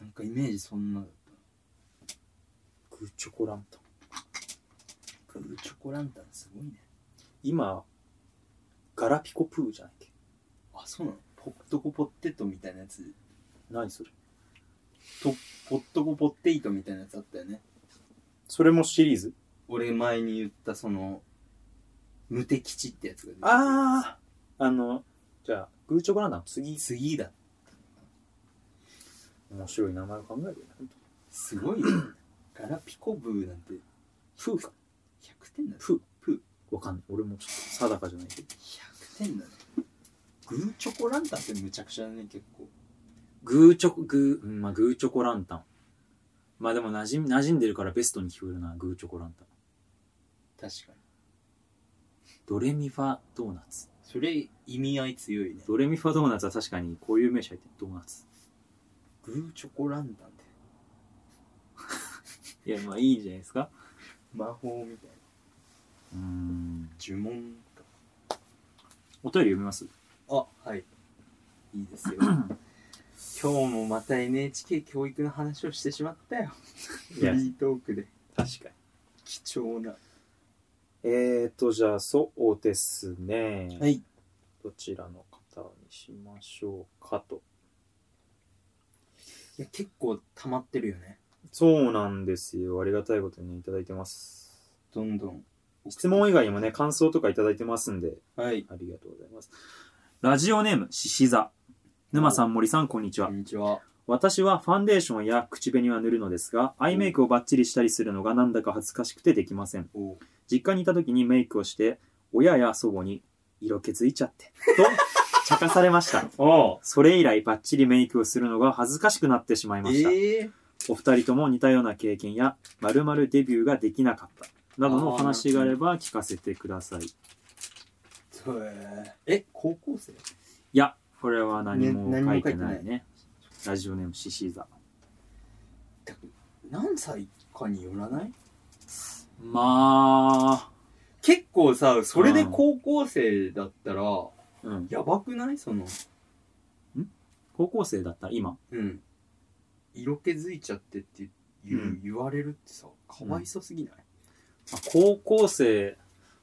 Speaker 2: なんかイメージそんなだっ
Speaker 1: ー。グーチョコランタン。
Speaker 2: た。グーチョコランタンすごいね。
Speaker 1: 今、ガラピコプーじゃないっけ
Speaker 2: あ、そうなのポットコポッテトみたいなやつ。
Speaker 1: 何それ
Speaker 2: ポットコポッテイトみたいなやつあったよね。
Speaker 1: それもシリーズ
Speaker 2: 俺前に言ったその、無敵地ってやつが出てくる
Speaker 1: あああの、じゃあ、グーチョコランタン次、
Speaker 2: 次だ。
Speaker 1: 面白い名前を考えるよね。
Speaker 2: すごいよね。ガラピコブーなんて
Speaker 1: プーか。
Speaker 2: 100点だね。
Speaker 1: プー。
Speaker 2: プー。
Speaker 1: わかんない。俺もちょっと定かじゃないけど。
Speaker 2: 100点だね。グーチョコランタンってむちゃくちゃだね、結構。
Speaker 1: グーチョコ、グー、うんまあ、グーチョコランタン。まあでも馴染み、馴染んでるからベストに聞こえるな、グーチョコランタン。
Speaker 2: 確かに。
Speaker 1: ドレミファドーナツ。
Speaker 7: それ、意味合い強いね。
Speaker 1: ドレミファドーナツは確かにこういう名詞入ってるドーナツ。
Speaker 7: グーチョコランタンって。
Speaker 1: いや、まあいいんじゃないですか。
Speaker 2: 魔法みたいな。
Speaker 1: うん。
Speaker 7: 呪文か。
Speaker 1: お便り読みます
Speaker 2: あ、はい。いい
Speaker 1: (coughs)
Speaker 2: ですよ。今日もまた NHK 教育の話をしてしまったよ。フ
Speaker 1: いや
Speaker 2: リートークで。
Speaker 1: 確かに。
Speaker 2: 貴重な。
Speaker 1: えーと、じゃあ、そうですね。
Speaker 2: はい。
Speaker 1: どちらの方にしましょうかと。
Speaker 2: いや、結構溜まってるよね。
Speaker 1: そうなんですよ。ありがたいことにねいただいてます。
Speaker 2: どんどん。
Speaker 1: 質問以外にもね、感想とかいただいてますんで、
Speaker 2: はい。
Speaker 1: ありがとうございます。
Speaker 8: ラジオネーム、しし座。沼さん、森さん、こんにち
Speaker 2: こ
Speaker 8: は。
Speaker 2: んにちは。
Speaker 1: 私はファンデーションや口紅は塗るのですが、アイメイクをバッチリしたりするのがなんだか恥ずかしくてできません
Speaker 7: おう。
Speaker 1: 実家にいた時にメイクをして、親や祖母に色気づいちゃって、
Speaker 2: (laughs)
Speaker 1: と、茶化されました。
Speaker 7: あ
Speaker 1: それ以来バッチリメイクをするのが恥ずかしくなってしまいました。
Speaker 2: ええ
Speaker 1: お二人とも似たような経験や、〇〇デビューができなかった。などのお話があれば聞かせてください。い
Speaker 2: そうえーえ、高校生
Speaker 1: や、これは何も
Speaker 2: ね
Speaker 1: 書いて
Speaker 2: 何も
Speaker 1: な
Speaker 2: 書い
Speaker 1: いね。ラジオネームシシーザ。
Speaker 2: 何歳かによらない
Speaker 8: まあ、
Speaker 2: 結構さ、それで高校生だったら、
Speaker 1: うん。
Speaker 2: やばくないその、
Speaker 1: 高校生だった今。
Speaker 2: うん。色気づいちゃってって言う、
Speaker 1: うん
Speaker 2: 言われるってさ、かわいそすぎない、
Speaker 1: まあ高校生、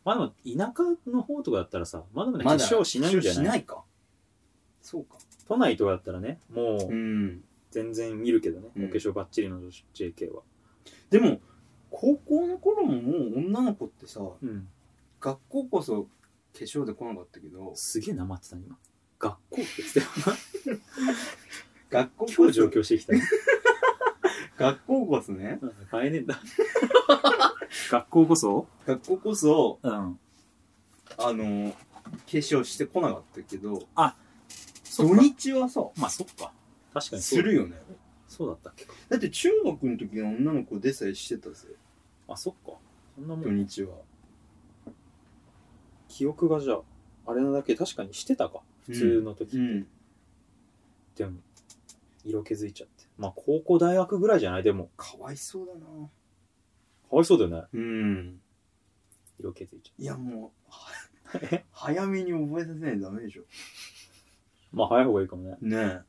Speaker 1: まあでも田舎の方とかだったらさ、まあでもね、化
Speaker 2: まだ
Speaker 1: 粧しないんじゃ
Speaker 2: し
Speaker 1: な
Speaker 2: ないいか。そうか。
Speaker 1: 都内とかだったらね、もう
Speaker 2: うん。
Speaker 1: 全然見るけどね、
Speaker 2: うん
Speaker 1: お化粧バッチリの女子 JK は。
Speaker 2: でも、高校の頃ももう女の子ってさ、
Speaker 1: うん。
Speaker 2: 学校こそ化粧で来なかったけど、
Speaker 1: すげえなまってたね今。学校って言って
Speaker 8: (laughs)
Speaker 1: たよな。
Speaker 2: 学校
Speaker 1: 今
Speaker 2: こ
Speaker 1: 日
Speaker 2: そ
Speaker 1: 上、京し
Speaker 8: (laughs)
Speaker 1: てきたね。
Speaker 2: 学校こそね、
Speaker 1: 買えねえ
Speaker 8: (laughs)
Speaker 1: んだ。
Speaker 8: 学校こそ
Speaker 2: 学校こそ、
Speaker 8: うん。
Speaker 2: あの、化粧してこなかったけど、
Speaker 8: あ、
Speaker 2: 土日はさ、
Speaker 8: まあ、そっか。
Speaker 1: 確かに
Speaker 2: す
Speaker 1: そうだ
Speaker 2: るよね。
Speaker 1: そうだったっけ
Speaker 2: だって中学の時の女の子でさえしてたぜ、
Speaker 1: あ、そっか。そんなも
Speaker 2: 土
Speaker 1: ん。
Speaker 2: 日は。
Speaker 1: 記憶がじゃあ、あれなだけ確かにしてたか。普通の時。
Speaker 2: うん。
Speaker 1: でも、色気づいちゃって。まあ、高校、大学ぐらいじゃないでも、
Speaker 2: かわいそうだな
Speaker 1: かわいそうだよね。
Speaker 2: うん。
Speaker 1: 色気づいちゃ
Speaker 2: いやもう、は早めに覚えさせないとダメでしょ。
Speaker 1: う。まあ、早い方がいいかもね。
Speaker 2: ねえ。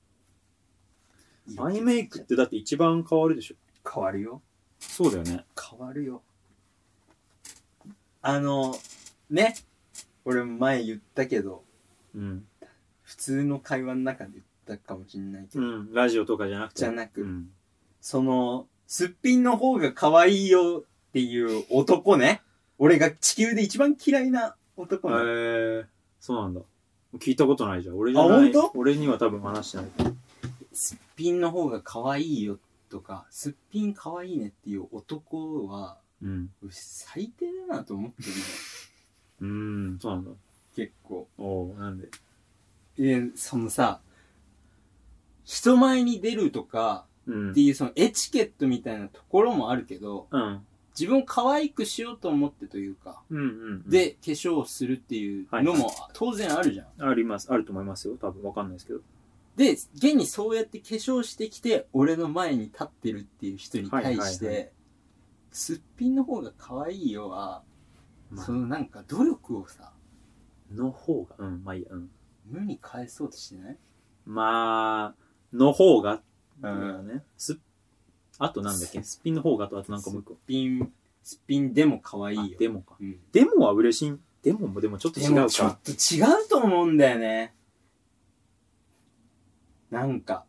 Speaker 1: アイメイクってだって一番変わるでしょ。
Speaker 2: 変わるよ。
Speaker 1: そうだよね。
Speaker 2: 変わるよ。あの、ね。俺も前言ったけど、
Speaker 1: うん。
Speaker 2: 普通の会話の中で言ったかもしんないけ
Speaker 1: う
Speaker 2: ど、
Speaker 1: ん。ラジオとかじゃなくて。
Speaker 2: じゃなく、
Speaker 1: うん。
Speaker 2: その、すっぴんの方が可愛いよっていう男ね。俺が地球で一番嫌いな
Speaker 1: へ
Speaker 2: 男
Speaker 1: え
Speaker 2: ね。
Speaker 1: ー、そうなんだ。聞いたことないじゃん。俺じゃ
Speaker 2: あ
Speaker 1: な
Speaker 2: 本
Speaker 1: い
Speaker 2: 当。
Speaker 1: 俺には多分話してない。
Speaker 2: すっぴんの方が可愛いよとか、すっぴん可愛いねっていう男は、
Speaker 1: うん。
Speaker 2: 最低だなと思ってるね。
Speaker 1: うーん、そうなんだ。
Speaker 2: 結構。
Speaker 1: おうなんで。
Speaker 2: いや、そのさ、人前に出るとか
Speaker 1: うん
Speaker 2: って。いうそのエチケットみたいなところもあるけど、
Speaker 1: うん。
Speaker 2: 自分を可愛くしようと思ってというか、
Speaker 1: うんうん。、
Speaker 2: で、化粧をするっていうのも当然あるじゃん。
Speaker 1: あります。あると思いますよ。多分わかんないですけど。
Speaker 2: で、現にそうやって化粧してきて、俺の前に立ってるっていう人に対して、
Speaker 1: はいはい
Speaker 2: すっぴんの方が可愛いよは、
Speaker 1: まあ
Speaker 2: そのなんか努力をさ、
Speaker 1: の方が。うん、まあいいや。うん。
Speaker 2: 無に返そうとしてない
Speaker 1: まあ、の方が。
Speaker 2: う
Speaker 1: ね。す、あとなんだっけすっぴんの方がと、あとなんかもう一個。
Speaker 2: すっぴん、すっぴんでも可愛い
Speaker 1: あ
Speaker 2: よ。
Speaker 1: デモか。
Speaker 2: うん
Speaker 1: デモは嬉しい。デモもでもちょっと
Speaker 2: で
Speaker 1: 違
Speaker 2: も
Speaker 1: う
Speaker 2: ちょっ
Speaker 1: か。
Speaker 2: と違うと思うんだよね。なんか、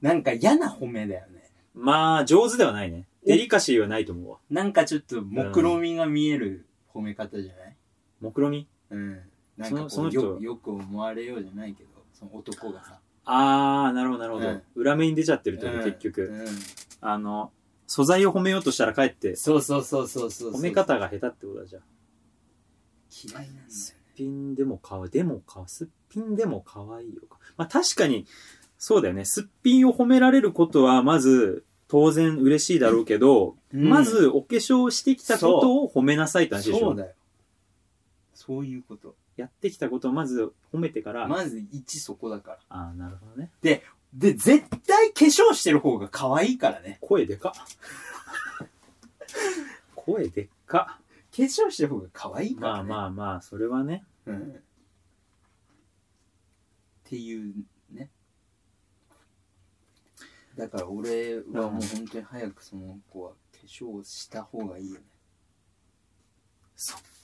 Speaker 2: なんか嫌な褒めだよね。
Speaker 1: まあ、上手ではないね。デリカシーはないと思うわ。
Speaker 2: なんかちょっと目論みが見える褒め方じゃない
Speaker 1: 目論み
Speaker 2: うん。なんかこう
Speaker 1: そのその人
Speaker 2: よよく思われようじゃないけど、その男がさ。
Speaker 1: あー、なるほど、なるほど。
Speaker 2: うん
Speaker 1: 裏目に出ちゃってるとね、
Speaker 2: うん
Speaker 1: 結局、
Speaker 2: うん
Speaker 1: あの、素材を褒めようとしたらかえって、
Speaker 2: そうそうそうそうそうそう。
Speaker 1: 褒め方が下手ってことだじゃん。
Speaker 2: 嫌いなんだよ。
Speaker 1: すっぴんでもかわ、でもか、すっぴんでも可愛いよか。まあ確かに、そうだよね。すっぴんを褒められることは、まず、当然嬉しいだろうけど、
Speaker 2: うん
Speaker 1: ま、ずお化粧してきたことを褒めなさいって話でしょ。
Speaker 2: そうだよ。そういうこと。
Speaker 1: やってきたことをまず褒めてから、
Speaker 2: まず1そこだから。
Speaker 1: ああ、なるほどね。
Speaker 2: で、絶対化粧してる方が可愛いからね。
Speaker 1: 声で
Speaker 2: (laughs)
Speaker 1: か。声でか。
Speaker 2: 化粧してる方が可愛いから
Speaker 1: ま
Speaker 2: ね。
Speaker 1: あまあまあ、それはね。
Speaker 2: うん。っていうね。だから俺はもう本当に早くその子は化粧をした方がいいよね。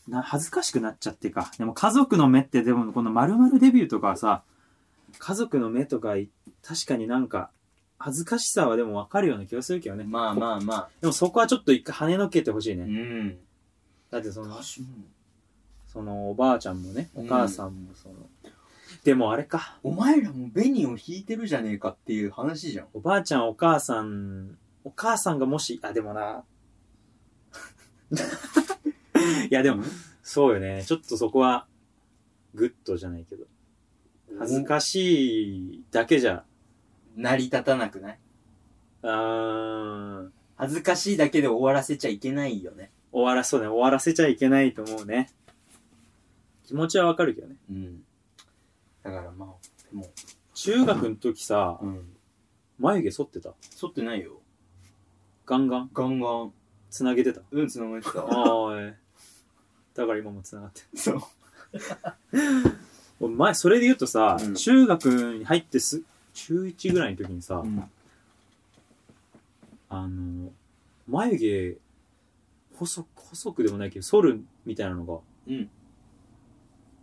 Speaker 1: な、恥ずかしくなっちゃってか。でも家族の目って、でもこの〇〇デビューとかはさ、家族の目とかい、確かになんか、恥ずかしさはでもわかるような気がするけどね。
Speaker 2: まあまあまあ。
Speaker 1: でもそこはちょっと一回跳ねのけてほしいうね。
Speaker 2: ん。
Speaker 1: だってその、
Speaker 2: 私も
Speaker 1: そのおばあちゃんもね、
Speaker 2: う
Speaker 1: お
Speaker 2: ん
Speaker 1: 母さんもその、でもあれか、
Speaker 2: お前らも紅を引いてるじゃねえかっていう話じゃん。
Speaker 1: おばあちゃんお母さん、お母さんがもし、あ、でも
Speaker 2: (laughs)
Speaker 1: な、いやでも、そうよね、ちょっとそこは、グッドじゃないけど、恥ずかしいだけじゃ、
Speaker 2: 成り立たなくない
Speaker 1: あー
Speaker 2: 恥ずかしいだけで終わらせちゃいけないよね。
Speaker 1: 終わらそうね、終わらせちゃいけないと思うね。気持ちはわかるけどね。
Speaker 2: うん。だからまあ、でも、
Speaker 1: 中学の時さ、
Speaker 2: うん。
Speaker 1: 眉毛剃ってた
Speaker 2: 剃ってないよ。
Speaker 1: ガンガン
Speaker 2: ガンガン。
Speaker 1: 繋げてた
Speaker 2: うん、つながってた。
Speaker 1: (laughs) おーい。だから今も繋がってる。
Speaker 2: そう。
Speaker 1: お前、それで言うとさ、
Speaker 2: うん
Speaker 1: 中学に入ってす、中1ぐらいの時にさ、
Speaker 2: うん
Speaker 1: あの、眉毛、細く、細くでもないけど、剃るみたいなのが、
Speaker 2: うん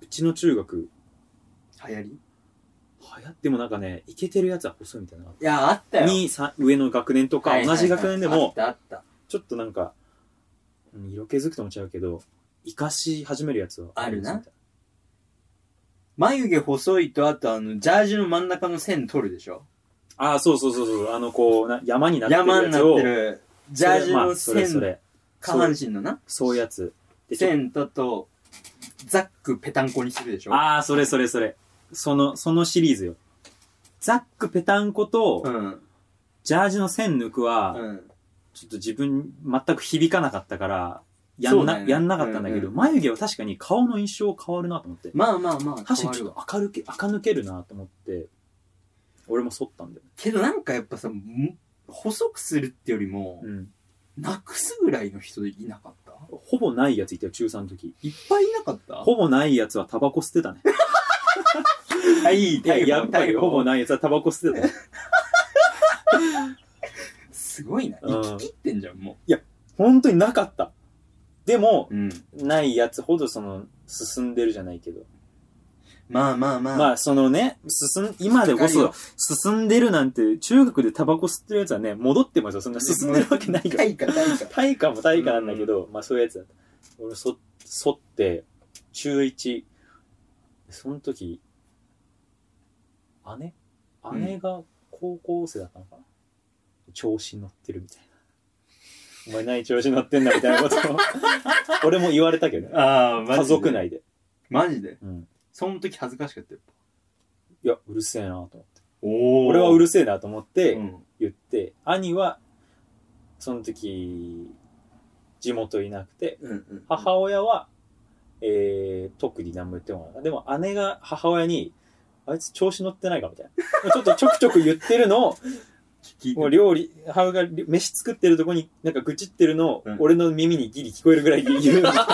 Speaker 1: うちの中学、
Speaker 2: 流行り
Speaker 1: 流行ってもなんかね、イケてるやつは細いみたいなのがあっ
Speaker 2: いや、あっ
Speaker 1: た。
Speaker 2: たよ。
Speaker 1: に、さ上の学年とか、同じ学年で
Speaker 2: はいは
Speaker 1: も
Speaker 2: い、はいあったあっ
Speaker 1: ちょっとなんか、うん色気づくとも違うけど、生かし始めるやつはりますみたい
Speaker 2: た。眉毛細いと、あとあの、ジャージの真ん中の線取るでしょ
Speaker 1: な。ああ、そうそうそうそう、あの、こう、な山になってる
Speaker 2: 山に
Speaker 1: や
Speaker 2: な
Speaker 1: つ
Speaker 2: っ
Speaker 1: を
Speaker 2: て、る、ジャージ
Speaker 1: ま
Speaker 2: の
Speaker 1: あそれそ
Speaker 2: 線、
Speaker 1: れ
Speaker 2: 下半身のな、
Speaker 1: そういうやつでちょ
Speaker 2: 線とと、ザックペタンコにするでしょ
Speaker 1: ああそれそれそれそのそのシリーズよザックペタンコと、
Speaker 2: うん。
Speaker 1: ジャージの線抜くは、
Speaker 2: うん。
Speaker 1: ちょっと自分全く響かなかったからやん
Speaker 2: そう
Speaker 1: な,、
Speaker 2: だよね
Speaker 1: やんなかったんだけど、
Speaker 2: うんうん
Speaker 1: 眉毛は確かに顔の印象変わるなと思って
Speaker 2: まあまあまあ、
Speaker 1: 確か
Speaker 2: 変
Speaker 1: に
Speaker 2: わ
Speaker 1: ち
Speaker 2: る
Speaker 1: ょっ
Speaker 2: わ。
Speaker 1: と垢抜け垢抜けるなと思って俺も剃ったんだよね
Speaker 2: けどなんかやっぱさ、ん細くするってよりも、
Speaker 1: うん
Speaker 2: なくすぐらいの人いなかった
Speaker 1: ほぼないやついたよ中3の時
Speaker 2: いっぱいいなかった
Speaker 1: ほぼないやつはタバコ吸ってたね
Speaker 2: は
Speaker 1: (laughs)
Speaker 2: い、
Speaker 1: いややっぱりほぼ
Speaker 2: な。
Speaker 1: ないやつはタバコ吸ってたね
Speaker 2: すごいな。
Speaker 1: うん
Speaker 2: 生き切ってんじゃん、も
Speaker 1: 本当になかったでも、
Speaker 2: う。うん。
Speaker 1: ないやつほどその進んでるじゃないけど、
Speaker 2: まあまあまあ。
Speaker 1: まあそのね進ん今でこ
Speaker 2: しっか
Speaker 1: そ進んでるなんて中学でタバコ吸ってるやつはね戻ってますよそんな進んでるわけないから
Speaker 2: 対価、対価。
Speaker 1: 対価も対価なんだけど、まあそういうやつだった俺そ剃って中1その時姉
Speaker 2: ん
Speaker 1: 姉が高校生だったのかな、調子乗ってるみたいなお前何調子乗ってんだみたいなことを (laughs) 俺も言われたけどね
Speaker 2: ああ、マジで。
Speaker 1: 家族。内で、
Speaker 2: マジで。
Speaker 1: うん、
Speaker 2: その時恥ずかしかったよ。
Speaker 1: いや、うるせえなと思って。
Speaker 2: お
Speaker 1: 俺はう
Speaker 2: る
Speaker 1: るせえなと思って
Speaker 2: うん。
Speaker 1: 言って、兄は、その時、地元いなくて、
Speaker 2: うんうん。
Speaker 1: 母親は、えー、特に何も言ってもらう。でも姉が母親に、あいつ調子乗ってないかみたいな。ちょっとちょくちょく言ってるのを、
Speaker 2: 聞い
Speaker 1: もう
Speaker 2: て
Speaker 1: 料理、母親が飯作ってるとこになんか愚痴ってるのを
Speaker 2: うん、
Speaker 1: 俺の耳にギリ聞こえるぐらいで言うみたい
Speaker 2: (laughs)
Speaker 1: な。